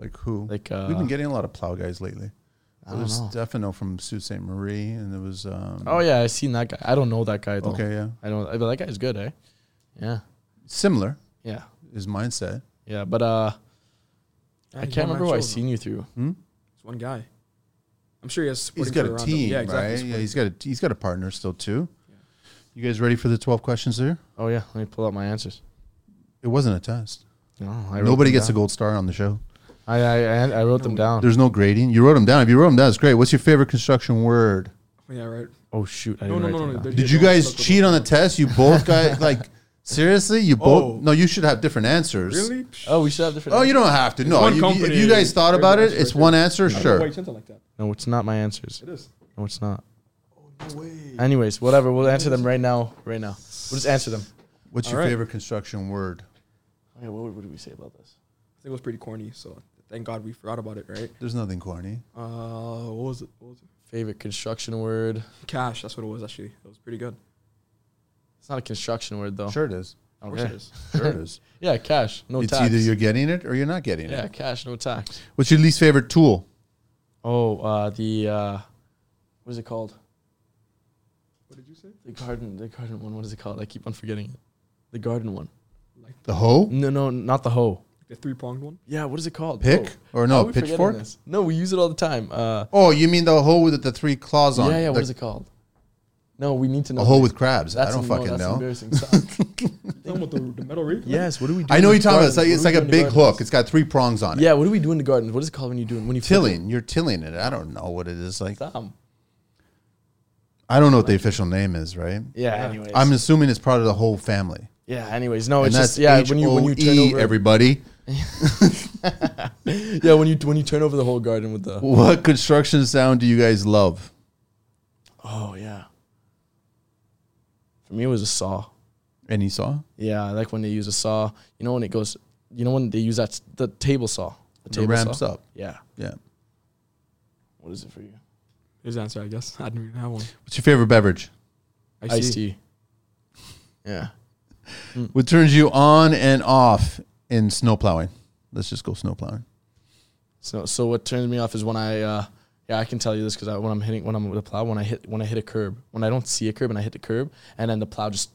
Like who?
Like uh,
We've been getting a lot of plow guys lately.
I
There
don't
was
know.
Stefano from Sault Ste. Marie, and there was um,
Oh yeah, I seen that guy. I don't know that guy though.
okay, yeah,
I don't. But that guy's good, eh? Yeah.
similar
Yeah.
is mindset.
Yeah. But uh, I can't remember who I seen you through.
It's one guy. I'm sure he has.
He's
supporting
got
crew
a
around him.
team,
Yeah, exactly.
right? Yeah,
supporting
he's got a he's got a partner still too. You guys ready for the twelve questions there?
Oh yeah, let me pull out my answers.
It wasn't a test.
No, I wrote
Nobody
them
gets a
down.
gold star on the show.
I I I I wrote them down.
There's no grading. You wrote them down. If you wrote them down, it's great. What's your favorite construction word?
crew. Yeah, right.
Oh shoot, I
No,
didn't
no,
write
no,
them
no,
down.
they're-
Did you guys cheat on the test? You both got like seriously? You both?
Oh.
No, you should have different answers.
Really?
Oh, we should have different.
Oh, you don't have to. No,
one
you- you, if
company,
you guys thought about it,
everyone's
it's
right
one
Why
answer.
you
Sure.
sent it like that?
No, it's not my answers.
It is.
No, it's not.
No way.
Anyways, whatever. We'll answer them right now. Right now, we'll just answer them.
What's your
All right.
favorite construction word?
Okay, Oh, what, what did we say about this?
I think it was pretty corny. So thank God we forgot about it, right?
There's nothing corny.
Uh, what was it? What was it?
Favorite construction word?
Cash. That's what it was actually. It was pretty good.
It's not a construction word though.
Sure it is.
Of course
Okay.
it is.
Sure it is.
Yeah, cash, no
it's
tax.
either you're getting it or you're not getting
yeah,
it.
cash, no tax.
What's your least favorite tool?
Oh, uh, the uh, what is it called?
What did you say?
The garden, the garden one. What is it called? I keep on forgetting it. The garden one.
The hoe?
No, no, not the hoe.
The three pronged one.
Yeah, what is it called?
Pick?
Hoe.
Or no,
How are we forgetting
pitchfork?
this? No, we use it all the time. Uh,
Oh, you mean the hoe with the three claws on?
yeah, yeah.
The-
What is it called? No, we need to know.
A hoe
that.
with crabs. I
That's
don't
no,
fucking
that's
know.
Embarrassing stuff.
Talking about the, the metal ring.
yes. What do we do?
I
in
know
the
what you're talking about. It's like,
garden?
it's
What
like
do
a
we do in
big
the garden?
hook. It's got three prongs on it.
Yeah. What do we do in the garden? What is it called when you do it? When you flip it?
Tilling. You're tilling it. I don't know what it is. Like
Thumb.
I don't know what the official name is, right?
Yeah. Anyways.
I'm assuming it's part of the whole family.
yeah. Anyways. No.
And
Oh, It's
that's E
just yeah. When you when you turn
H-O-E,
over
everybody.
yeah when you when you turn over the whole garden with the
What construction sound do you guys love?
oh yeah. For me, it was a saw.
Any saw?
Yeah, I like when they use a saw. You know when it goes. You know when they use that s- the table saw. The
It
table
ramps
saw?
up.
Yeah.
Yeah.
What is it for you?
His answer, I guess. I didn't even have one.
What's your favorite beverage?
Iced,
Iced
tea.
tea. Yeah.
What turns you on and off in snowplowing? Let's just go snowplowing.
So so what turns me off is when I uh yeah I can tell you this because when I'm hitting when I'm with a plow when I hit when I hit a curb when I don't see a curb and I hit the curb and then the plow just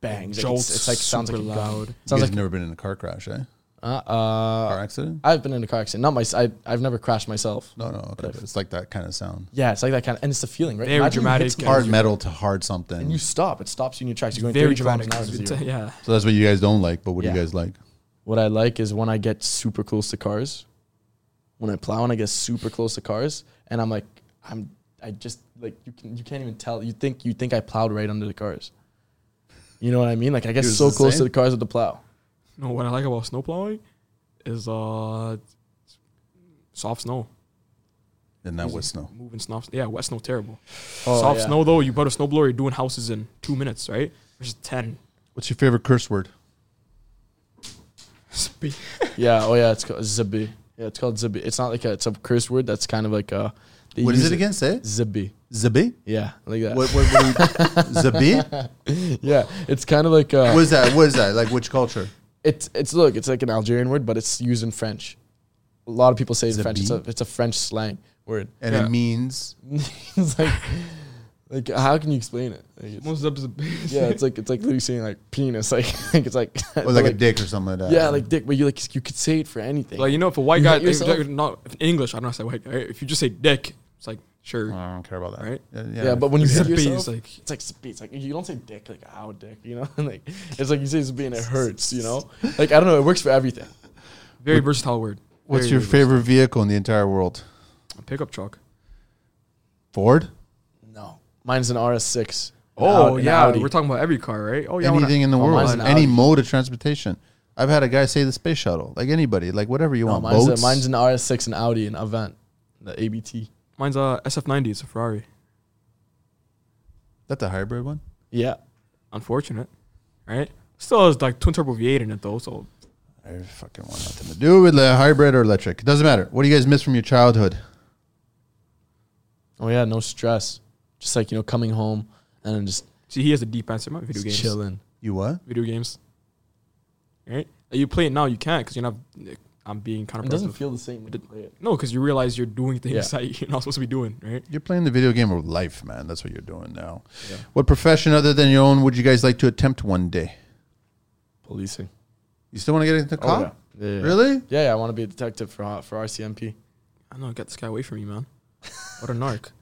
bangs like it's, it's like sounds like
super
loud.
loud.
you
Sounds
guys
like
never been in a car crash, eh?
uh, uh
Car accident?
I've been in a car accident not my I I've never crashed myself.
No, no. Okay.
I've-
It's like that kind of sound.
Yeah, it's like that kind of and it's the feeling right.
Very
Imagine you hit
dramatic.
something
Hard metal to hard something.
And you stop. It stops you in your tracks. You're going
Very
30 kilometers
dramatic.
an hour to zero.
Yeah.
so that's what you guys don't like, but what do
Yeah.
you guys like?
What I like is when I get super close to cars. When I plow and I get super close to cars, and I'm like, I'm, I just like you can you can't even tell. You think you think I plowed right under the cars. You know what I mean? Like I get
Yours
so
is the
close
same?
to the cars with the plow.
No, what I like about snow plowing is uh soft snow.
And that was snow.
Moving snow. Yeah, wet snow terrible.
Oh,
soft
yeah.
snow though, you put a snow blower, you're doing houses in two minutes, right? Versus ten.
What's your favorite curse word?
Spe-
Yeah. Oh yeah. It's called zibby. Yeah. It's called zibby. It's not like a it's a curse word. That's kind of like a. they
What is
use
it again? Say it.
Zibby.
Zabi?
Yeah. Like that.
What, what, what do you, Zabi?
Yeah. It's kind of like. Uh,
What is that? What is that? Like which culture?
It's it's look, it's like an Algerian word, but it's used in French. A lot of people say it's
Is it
French. It's a,
bee?
it's a French slang word.
And
Yeah.
it means
it's like like how can you explain it? Like, it's-
Most of the
yeah, it's like it's like literally saying like penis, like, like it's like
or like, a dick or something like that.
yeah, like dick, but you like you could say it for anything.
like you know, if a white
You
guy,
hit
if,
yourself?
like, not if in English, I don't know if I say white guy. If you just say dick, it's like sure,
Oh, I don't care about that.
right?
Uh,
yeah, but when you hit
Zippy
yourself,
is like
it's like zip- it's like you don't say dick like ow dick, you know? like it's like you say zip and it hurts, you know? Like I don't know, it works for everything.
very versatile word.
what's
Very,
your
very
favorite vehicle in the entire world?
versatile. pickup truck?
Ford?
No. Mine's an RS6. an Aud-
Oh
an
yeah,
Audi.
we're talking about every car, right? Oh yeah, I wanna-
anything in the
oh,
world,
mine's an
any
Audi.
mode of transportation. I've had a guy say the space shuttle, like anybody, like whatever you
no,
want.
mine's,
Boats.
a, mine's an RS6 and Audi and Avant, the ABT.
Mine's a SF90. It's a Ferrari.
That's a hybrid one.
Yeah.
Unfortunate, right? Still has like twin turbo V8 in it though, so
I fucking want nothing to do with the hybrid or electric. It doesn't matter. What do you guys miss from your childhood?
Oh yeah, no stress. Just like you know, coming home and then just,
see he has a deep answer. My video
just
games,
chilling.
You what?
video games, right? Like, you play it now, you can't because you're not. eh, I'm being kind
It
of
doesn't feel the same when you
Did-
play it.
No, because you realize you're doing things
Yeah.
that you're not supposed to be doing, right?
You're playing the video game of life, man. That's what you're doing now.
Yeah.
What profession other than your own would you guys like to attempt one day?
Policing.
You still want to get into
Oh,
cop?
yeah. Yeah, yeah.
Really?
Yeah, yeah. I want to be a detective for uh, for RCMP.
I know, get this guy away from me, man. What a narc.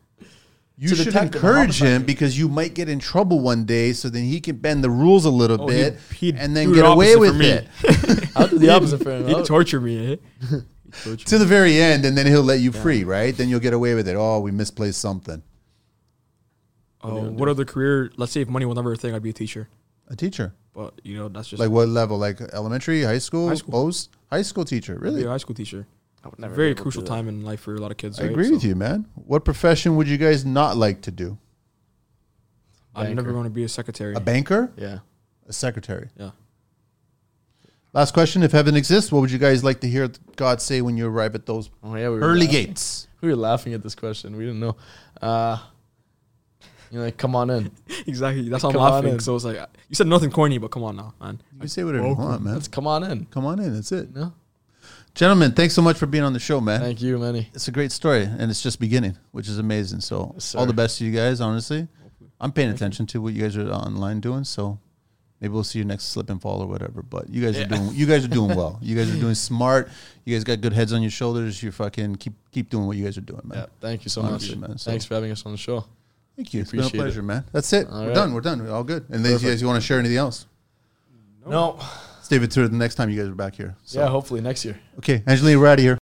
You
To
should
detect the
encourage him
homicide.
because you might get in trouble one day, so then he can bend the rules a little
Oh,
bit
he'd- he'd
and then
do the
get away
opposite for
with
me.
it.
I'll do the opposite for him.
He'd
I'll-
torture me, eh? He'd torture
to the very end, and then he'll let you free, right? Then you'll get away with it. Oh, we misplaced
me.
something.
Uh, what other career? Let's say if money was never a thing, I'd be a teacher.
A teacher,
But, you know, that's just
like what level? Like elementary, high school,
High school.
post high school teacher.
I'd
Really,
be a high school teacher.
I would never
Very
be able to
crucial
do that.
time in life for a lot of kids.
I
right?
agree with
So
you, man. What profession would you guys not like to do?
I'd
Banker.
never want to be a secretary.
A banker,
Yeah.
a secretary.
yeah.
Last question: If heaven exists, what would you guys like to hear God say when you arrive at those
Oh yeah. We were
early
laugh-
gates?
We were laughing at this question. We didn't know. Uh, you know, like come on in.
Exactly. That's how I'm
Come on
laughing.
in.
So it's like, you said nothing corny, but come on now, man.
You can say whatever you
Welcome.
want, man.
Let's come on in.
Come on in. That's it,
You know.
gentlemen. Thanks so much for being on the show, man.
Thank you, Manny.
it's a great story and it's just beginning, which is amazing. So
Yes,
all
sir.
the best to you guys, honestly. I'm paying attention to what you guys are online doing, so Maybe we'll see you next slip and fall or whatever. But you guys are doing you guys are doing well. You guys are doing smart. You guys got good heads on your shoulders. You fucking keep keep doing what you guys are doing, man.
Yeah, thank you so
Honestly,
much.
man, so-
Thanks for having us on the show.
Thank you. It's been a
Appreciate it.
pleasure, man. That's it.
All
we're
right.
done. We're done. We're all good. And then you guys, you want to share anything else?
No,
Stay with through the next time you guys are back here. So.
yeah, hopefully next year.
Okay, Angelina, we're out of here.